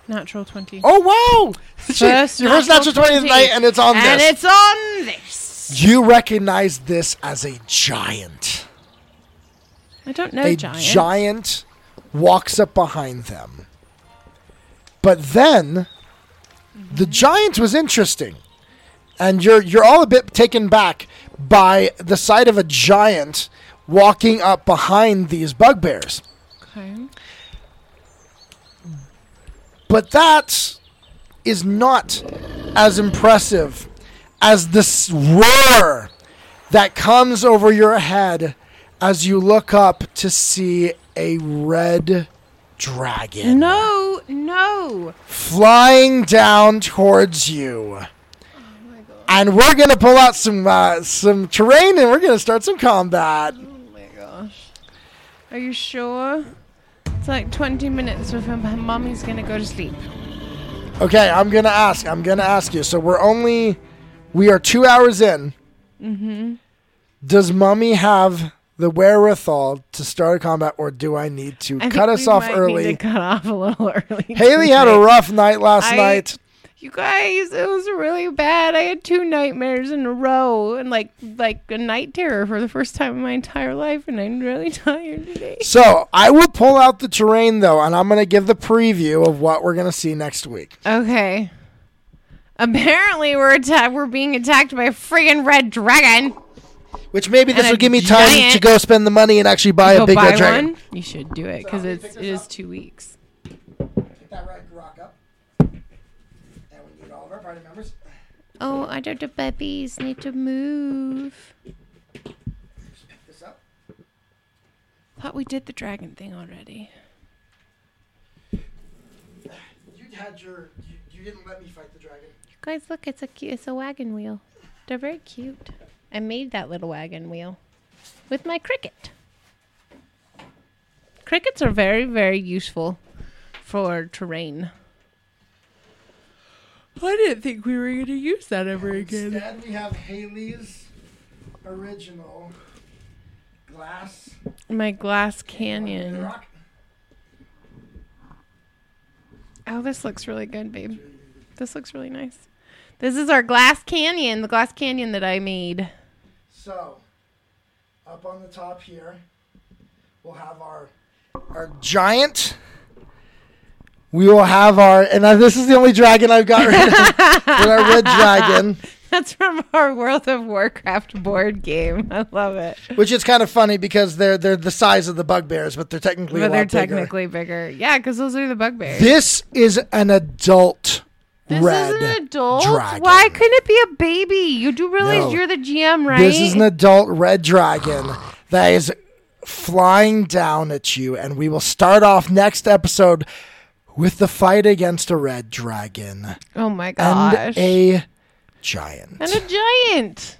Speaker 1: Natural 20.
Speaker 2: Oh wow! Your first natural twenty of the night, and it's Oh, on
Speaker 1: And it's
Speaker 2: this.
Speaker 1: on this.
Speaker 2: you recognize this as a giant.
Speaker 1: I don't know,
Speaker 2: a
Speaker 1: giant.
Speaker 2: giant walks up behind them. But then the giant was interesting. And you're you're all a bit taken back by the sight of a giant walking up behind these bugbears.
Speaker 1: okay.
Speaker 2: But that is not as impressive as this roar that comes over your head as you look up to see a red dragon
Speaker 1: No, no.
Speaker 2: flying down towards you. And we're gonna pull out some uh, some terrain, and we're gonna start some combat.
Speaker 1: Oh my gosh. Are you sure? It's like 20 minutes before my mommy's gonna go to sleep.
Speaker 2: Okay, I'm gonna ask. I'm gonna ask you. So we're only, we are two hours in. Mm-hmm. Does mommy have the wherewithal to start a combat, or do I need to
Speaker 1: I think
Speaker 2: cut us
Speaker 1: we
Speaker 2: off
Speaker 1: might need
Speaker 2: early?
Speaker 1: to cut off a little early.
Speaker 2: Haley had a
Speaker 1: tonight.
Speaker 2: rough night last
Speaker 1: I-
Speaker 2: night.
Speaker 1: You guys, it was really bad. I had two nightmares in a row, and like like a night terror for the first time in my entire life, and I'm really tired today.
Speaker 2: So I will pull out the terrain though, and I'm going to give the preview of what we're going to see next week.
Speaker 1: Okay. Apparently, we're atta- we're being attacked by a friggin' red dragon.
Speaker 2: Which maybe this
Speaker 1: And a
Speaker 2: will give me time
Speaker 1: giant-
Speaker 2: to go spend the money and actually buy a
Speaker 1: Go
Speaker 2: big
Speaker 1: buy
Speaker 2: red dragon.
Speaker 1: one. You should do it because it's it is two weeks. Oh, I don't. The puppies need to move. Thought we did the dragon thing already. You guys, look, it's a cu- it's a wagon wheel. They're very cute. I made that little wagon wheel with my cricket. Crickets are very very useful for terrain. I didn't think we were going to use that ever again.
Speaker 2: Instead, we have Haley's original glass
Speaker 1: My glass canyon. Oh, this looks really good, babe. This looks really nice. This is our glass canyon, the glass canyon that I made.
Speaker 2: So, up on the top here, we'll have our our giant. We will have our, and uh, this is the only dragon I've got right now. With our red dragon,
Speaker 1: That's from our World of Warcraft board game. I love it.
Speaker 2: which is kind of funny because they're they're the size of the bugbears, but they're technically a
Speaker 1: But they're
Speaker 2: lot bigger.
Speaker 1: technically bigger. Yeah, because those are the bugbears.
Speaker 2: This is an adult
Speaker 1: This
Speaker 2: red.
Speaker 1: is an adult.
Speaker 2: dragon.
Speaker 1: Why couldn't it be a baby? You do realize
Speaker 2: No.
Speaker 1: you're the GM, right?
Speaker 2: This is an adult red dragon that is flying down at you, and we will start off next episode with the fight against a red dragon
Speaker 1: oh my
Speaker 2: and
Speaker 1: gosh.
Speaker 2: a giant.
Speaker 1: and a giant.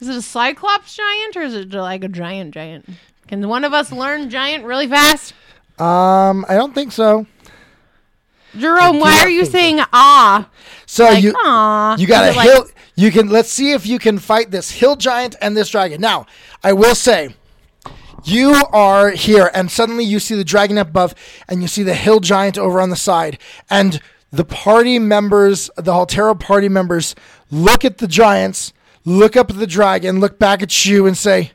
Speaker 1: Is it a cyclops giant or is it like a giant giant? Can one of us learn giant really fast?
Speaker 2: um, I don't think so.
Speaker 1: Jerome, why
Speaker 2: not
Speaker 1: are you
Speaker 2: think
Speaker 1: saying
Speaker 2: that-
Speaker 1: ah?
Speaker 2: So
Speaker 1: Like,
Speaker 2: you
Speaker 1: aw.
Speaker 2: you got a
Speaker 1: Is it like-
Speaker 2: hill. you can let's see if you can fight this hill giant and this dragon. Now, I will say. You are here, and suddenly you see the dragon up above, and you see the hill giant over on the side, and the party members, the Haltera party members, look at the giants, look up at the dragon, look back at you, and say,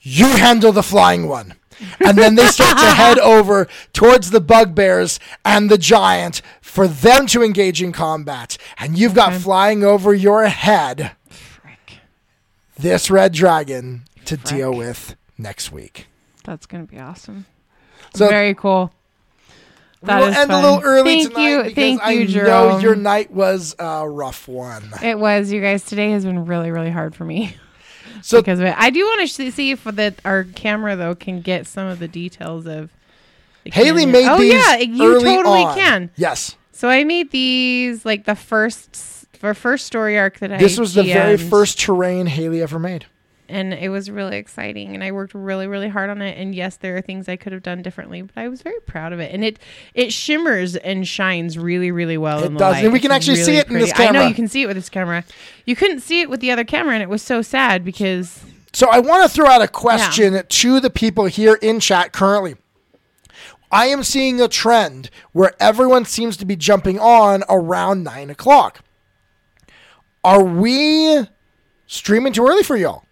Speaker 2: "You handle the flying one." And then they start to head over towards the bugbears and the giant for them to engage in combat. And you've got flying over your head this red dragon to deal with next week.
Speaker 1: That's gonna be awesome.
Speaker 2: So
Speaker 1: Very cool. That
Speaker 2: we'll
Speaker 1: is
Speaker 2: end
Speaker 1: fun.
Speaker 2: a little early
Speaker 1: Thank
Speaker 2: tonight
Speaker 1: You,
Speaker 2: because
Speaker 1: thank
Speaker 2: I
Speaker 1: you,
Speaker 2: know
Speaker 1: Jerome.
Speaker 2: your night was a rough one.
Speaker 1: It was, you guys. Today has been really, really hard for me
Speaker 2: So
Speaker 1: because of it. I do want to see if that our camera though can get some of the details of. the
Speaker 2: Haley
Speaker 1: canyon.
Speaker 2: made
Speaker 1: oh,
Speaker 2: these
Speaker 1: yeah, you
Speaker 2: early
Speaker 1: totally
Speaker 2: on.
Speaker 1: can.
Speaker 2: Yes,
Speaker 1: So I made these like the first for first story arc that I.
Speaker 2: this was the very
Speaker 1: GM'd.
Speaker 2: first terrain Haley ever made.
Speaker 1: and it was really exciting and i worked really really hard on it and yes there are things i could have done differently but i was very proud of it and it it shimmers and shines really really well
Speaker 2: It
Speaker 1: in the
Speaker 2: does,
Speaker 1: light.
Speaker 2: and we can
Speaker 1: It's
Speaker 2: actually see
Speaker 1: really
Speaker 2: it in this
Speaker 1: pretty. i know
Speaker 2: camera.
Speaker 1: you can see it with this camera you couldn't see it with the other camera and it was so sad because
Speaker 2: So I want to throw out a question to the people here in chat currently. I am seeing a trend where everyone seems to be jumping on around nine o'clock. Are we streaming too early for y'all?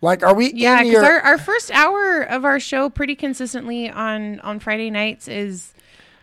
Speaker 2: Like, are we?
Speaker 1: yeah
Speaker 2: in
Speaker 1: because
Speaker 2: here?
Speaker 1: our, our first hour of our show pretty consistently on on friday nights is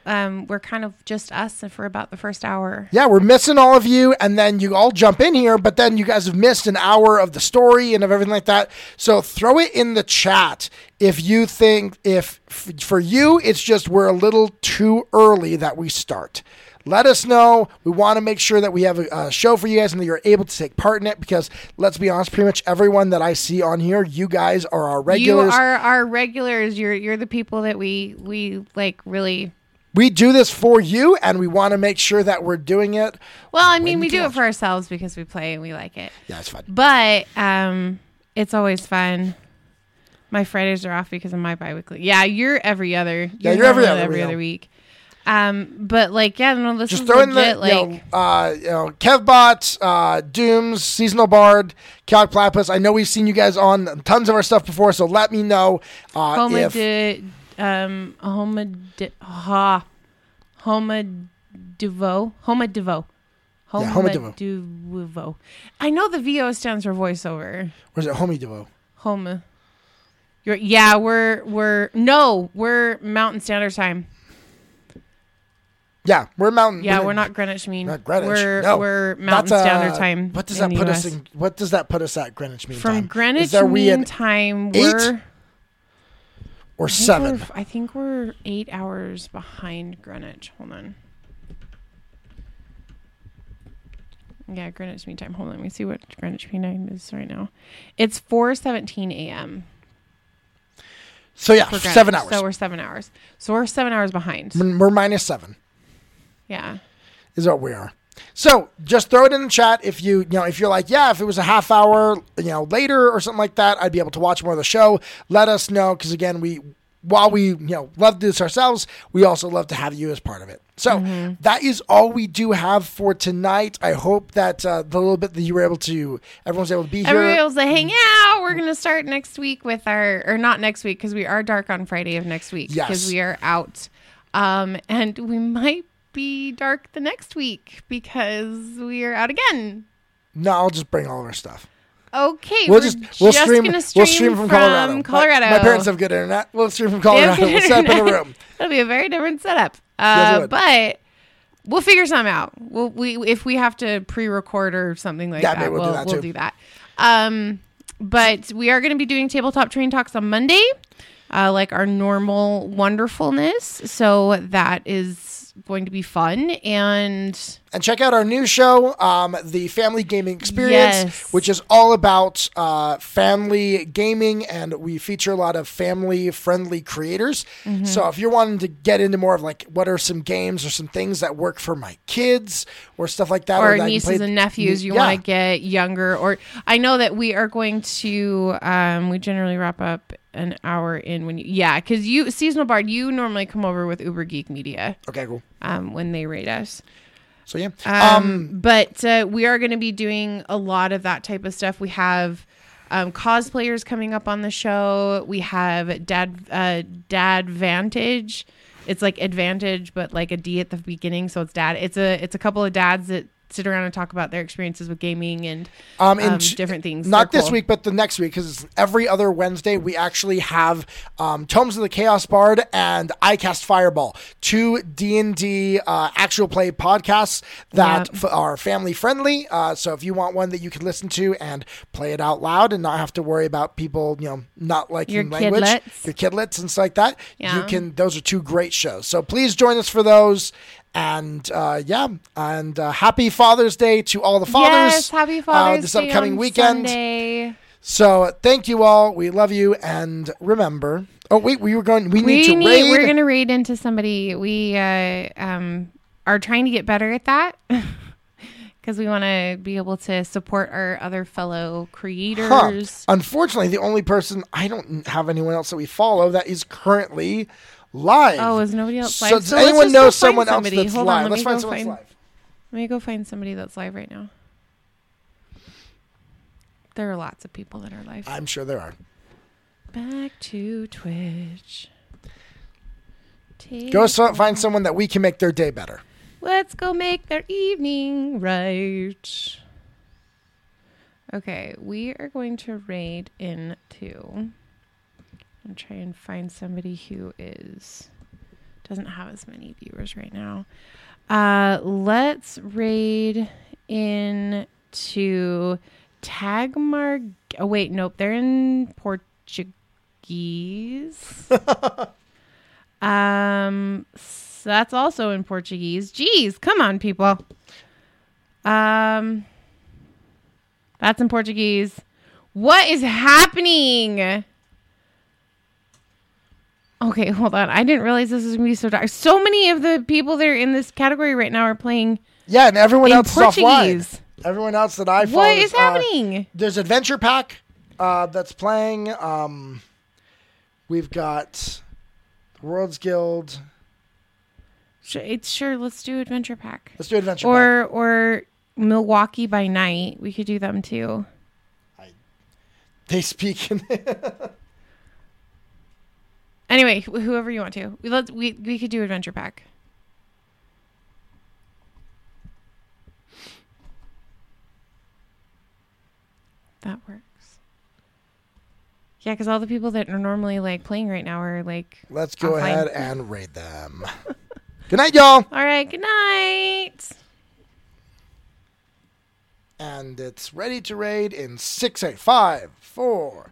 Speaker 1: um we're kind of just us for about the first hour
Speaker 2: Yeah, we're missing all of you, and then you all jump in here, but then you guys have missed an hour of the story and of everything like that. So throw it in the chat if you think if f- for you it's just we're a little too early that we start. Let us know. We want to make sure that we have a, a show for you guys and that you're able to take part in it because let's be honest, pretty much everyone that I see on here, you guys are our regulars.
Speaker 1: you are our regulars you're you're the people that we we like really
Speaker 2: we do this for you, and we want to make sure that we're doing it.
Speaker 1: Well, I mean, we do
Speaker 2: count.
Speaker 1: it for ourselves because we play and we like it.
Speaker 2: Yeah, it's fun.
Speaker 1: But um, it's always fun. My Fridays are off because of my biweekly. Yeah, you're every other.
Speaker 2: Yeah, you're every
Speaker 1: normally
Speaker 2: other,
Speaker 1: every
Speaker 2: yeah.
Speaker 1: other week. Um, but like, yeah, no, this
Speaker 2: Just
Speaker 1: is
Speaker 2: throw in
Speaker 1: legit,
Speaker 2: the
Speaker 1: like,
Speaker 2: you know, uh, you know, Kevbot, uh, Dooms, Seasonal Bard, Calc Platypus. I know we've seen you guys on tons of our stuff before, so let me know uh,
Speaker 1: Homa
Speaker 2: if
Speaker 1: de, um, Homa de, ha, Homa Devo, Homa Devo, Homa,
Speaker 2: Yeah, Homa Devo.
Speaker 1: Devo. I know the VO stands for voiceover.
Speaker 2: where's it, Homie Devo.
Speaker 1: Homa. You're, yeah, we're we're no, we're Mountain Standard Time.
Speaker 2: Yeah, we're Mountain.
Speaker 1: Yeah, we're not Greenwich Mean.
Speaker 2: Not Greenwich.
Speaker 1: We're
Speaker 2: no.
Speaker 1: we're Mountain
Speaker 2: That's, uh,
Speaker 1: Standard Time.
Speaker 2: What does
Speaker 1: in
Speaker 2: that
Speaker 1: the
Speaker 2: put
Speaker 1: US.
Speaker 2: us in? What does that put us at Greenwich Mean
Speaker 1: From
Speaker 2: Time?
Speaker 1: Greenwich
Speaker 2: Is there we
Speaker 1: Mean
Speaker 2: at
Speaker 1: Time,
Speaker 2: eight?
Speaker 1: we're
Speaker 2: or
Speaker 1: I think
Speaker 2: seven?
Speaker 1: we're- I think we're eight hours behind Greenwich. Hold on. Yeah, Greenwich Mean Time. Hold on. Let me see what Greenwich Mean Time is right now. It's 4.17 a.m.
Speaker 2: So yeah,
Speaker 1: for Greenwich.
Speaker 2: seven hours.
Speaker 1: So we're seven hours. So we're seven hours behind.
Speaker 2: we're, we're minus seven.
Speaker 1: Yeah.
Speaker 2: is what we are. So just throw it in the chat if you you know if you're like yeah if it was a half hour you know later or something like that I'd be able to watch more of the show. Let us know because again we while we you know love to do this ourselves we also love to have you as part of it. So
Speaker 1: Mm-hmm.
Speaker 2: that is all we do have for tonight. I hope that uh, the little bit that you were able to everyone's able to be
Speaker 1: Everybody
Speaker 2: here.
Speaker 1: else to hang
Speaker 2: Mm.
Speaker 1: out. We're gonna start next week with our, or not next week because we are dark on Friday of next week
Speaker 2: Yes.
Speaker 1: because we are out, um, and we might be dark the next week because we are out again.
Speaker 2: No, I'll just bring all of our stuff.
Speaker 1: Okay,
Speaker 2: We'll
Speaker 1: we're
Speaker 2: just we'll stream,
Speaker 1: gonna
Speaker 2: we'll stream from, Colorado. My-
Speaker 1: Colorado.
Speaker 2: My, parents have good internet. We'll stream from
Speaker 1: They have
Speaker 2: Colorado.
Speaker 1: good
Speaker 2: We'll set up in a
Speaker 1: internet.
Speaker 2: room.
Speaker 1: It'll be a very different setup,
Speaker 2: Yes, it
Speaker 1: uh,
Speaker 2: would.
Speaker 1: but. We'll figure some out. We'll, we if we have to pre-record or something like
Speaker 2: Yeah,
Speaker 1: that,
Speaker 2: maybe
Speaker 1: we'll
Speaker 2: we'll do
Speaker 1: we'll,
Speaker 2: that too.
Speaker 1: do that. Um, but we are going to be doing tabletop train talks on Monday, uh, like our normal wonderfulness. So that is going to be fun. And
Speaker 2: and check out our new show, um, the Family Gaming Experience,
Speaker 1: Yes.
Speaker 2: which is all about uh, family gaming, and we feature a lot of family-friendly creators.
Speaker 1: Mm-hmm.
Speaker 2: So if you're wanting to get into more of like what are some games or some things that work for my kids or stuff like that,
Speaker 1: or
Speaker 2: that I can
Speaker 1: nieces
Speaker 2: play-
Speaker 1: and nephews you
Speaker 2: Yeah.
Speaker 1: want to get younger or i know that we are going to um we generally wrap up an hour in when you yeah because you seasonal bard you normally come over with uber geek media
Speaker 2: Okay, cool.
Speaker 1: um when they rate us
Speaker 2: So yeah,
Speaker 1: um,
Speaker 2: um,
Speaker 1: but uh, we are going to be doing a lot of that type of stuff. We have um, cosplayers coming up on the show. We have dad uh, dad vantage. It's like advantage, but like a D at the beginning, so it's dad. It's a it's a couple of dads that sit around and talk about their experiences with gaming and
Speaker 2: Um, and
Speaker 1: um,
Speaker 2: t-
Speaker 1: different things.
Speaker 2: Not
Speaker 1: They're
Speaker 2: this
Speaker 1: cool.
Speaker 2: week, but the next week, because every other Wednesday we actually have um, Tomes of the Chaos Bard and I Cast Fireball, two D and D uh, actual play podcasts that
Speaker 1: Yeah.
Speaker 2: f- are family friendly. Uh, so if you want one that you can listen to and play it out loud and not have to worry about people, you know, not liking
Speaker 1: Your
Speaker 2: language,
Speaker 1: kidlets.
Speaker 2: your kidlets and stuff like that, you
Speaker 1: Yeah.
Speaker 2: can. Those are two great shows. So please join us for those. And uh, yeah, and uh, happy Father's Day to all the fathers.
Speaker 1: Yes, happy
Speaker 2: uh,
Speaker 1: Father's
Speaker 2: this
Speaker 1: Day
Speaker 2: upcoming
Speaker 1: on
Speaker 2: weekend.
Speaker 1: Sunday.
Speaker 2: So uh, thank you all. We love you, and remember. Oh wait, we were going. We, need
Speaker 1: we
Speaker 2: to
Speaker 1: need
Speaker 2: raid.
Speaker 1: we're gonna raid into somebody we uh, um, are trying to get better at that because we want to be able to support our other fellow
Speaker 2: Huh.
Speaker 1: creators
Speaker 2: Unfortunately, the only person I don't have anyone else that we follow that is currently live.
Speaker 1: oh is nobody else live
Speaker 2: So, does
Speaker 1: So let's
Speaker 2: anyone
Speaker 1: just go
Speaker 2: know
Speaker 1: find
Speaker 2: someone
Speaker 1: somebody.
Speaker 2: else that's
Speaker 1: Hold on,
Speaker 2: live?
Speaker 1: let
Speaker 2: Let's
Speaker 1: me
Speaker 2: find
Speaker 1: go
Speaker 2: someone
Speaker 1: find-
Speaker 2: live.
Speaker 1: let me go find somebody that's live right now there are lots of people that are live
Speaker 2: I'm sure there are.
Speaker 1: back to twitch Take
Speaker 2: Go so, find someone that we can make their day better.
Speaker 1: Let's go make their evening right. Okay, we are going to raid into and try and find somebody who is doesn't have as many viewers right now. Uh, let's raid into Tagmar. Oh wait, nope, they're in Portuguese. Um, s that's also in Portuguese. Jeez, come on, people. Um, that's in Portuguese. What is happening? Okay, hold on. I didn't realize this was gonna be so dark. So many of the people that are in this category right now are playing
Speaker 2: Yeah, and everyone
Speaker 1: in
Speaker 2: else is
Speaker 1: Portuguese.
Speaker 2: offline. Everyone else that I follow.
Speaker 1: What is
Speaker 2: uh,
Speaker 1: happening?
Speaker 2: there's Adventure Pack uh, that's playing. Um, we've got the World's Guild.
Speaker 1: Sh- It's sure. Let's do adventure pack.
Speaker 2: Let's do adventure. pack.
Speaker 1: Or or Milwaukee by night. We could do them too.
Speaker 2: they speak in
Speaker 1: Anyway, wh- whoever you want to. We let we we could do adventure pack. That works. Yeah, because all the people that are normally like playing right now are like,
Speaker 2: Let's go
Speaker 1: I'll find-
Speaker 2: ahead and raid them. Good night, y'all.
Speaker 1: all right, good night.
Speaker 2: And it's ready to raid in six, eight, five, four.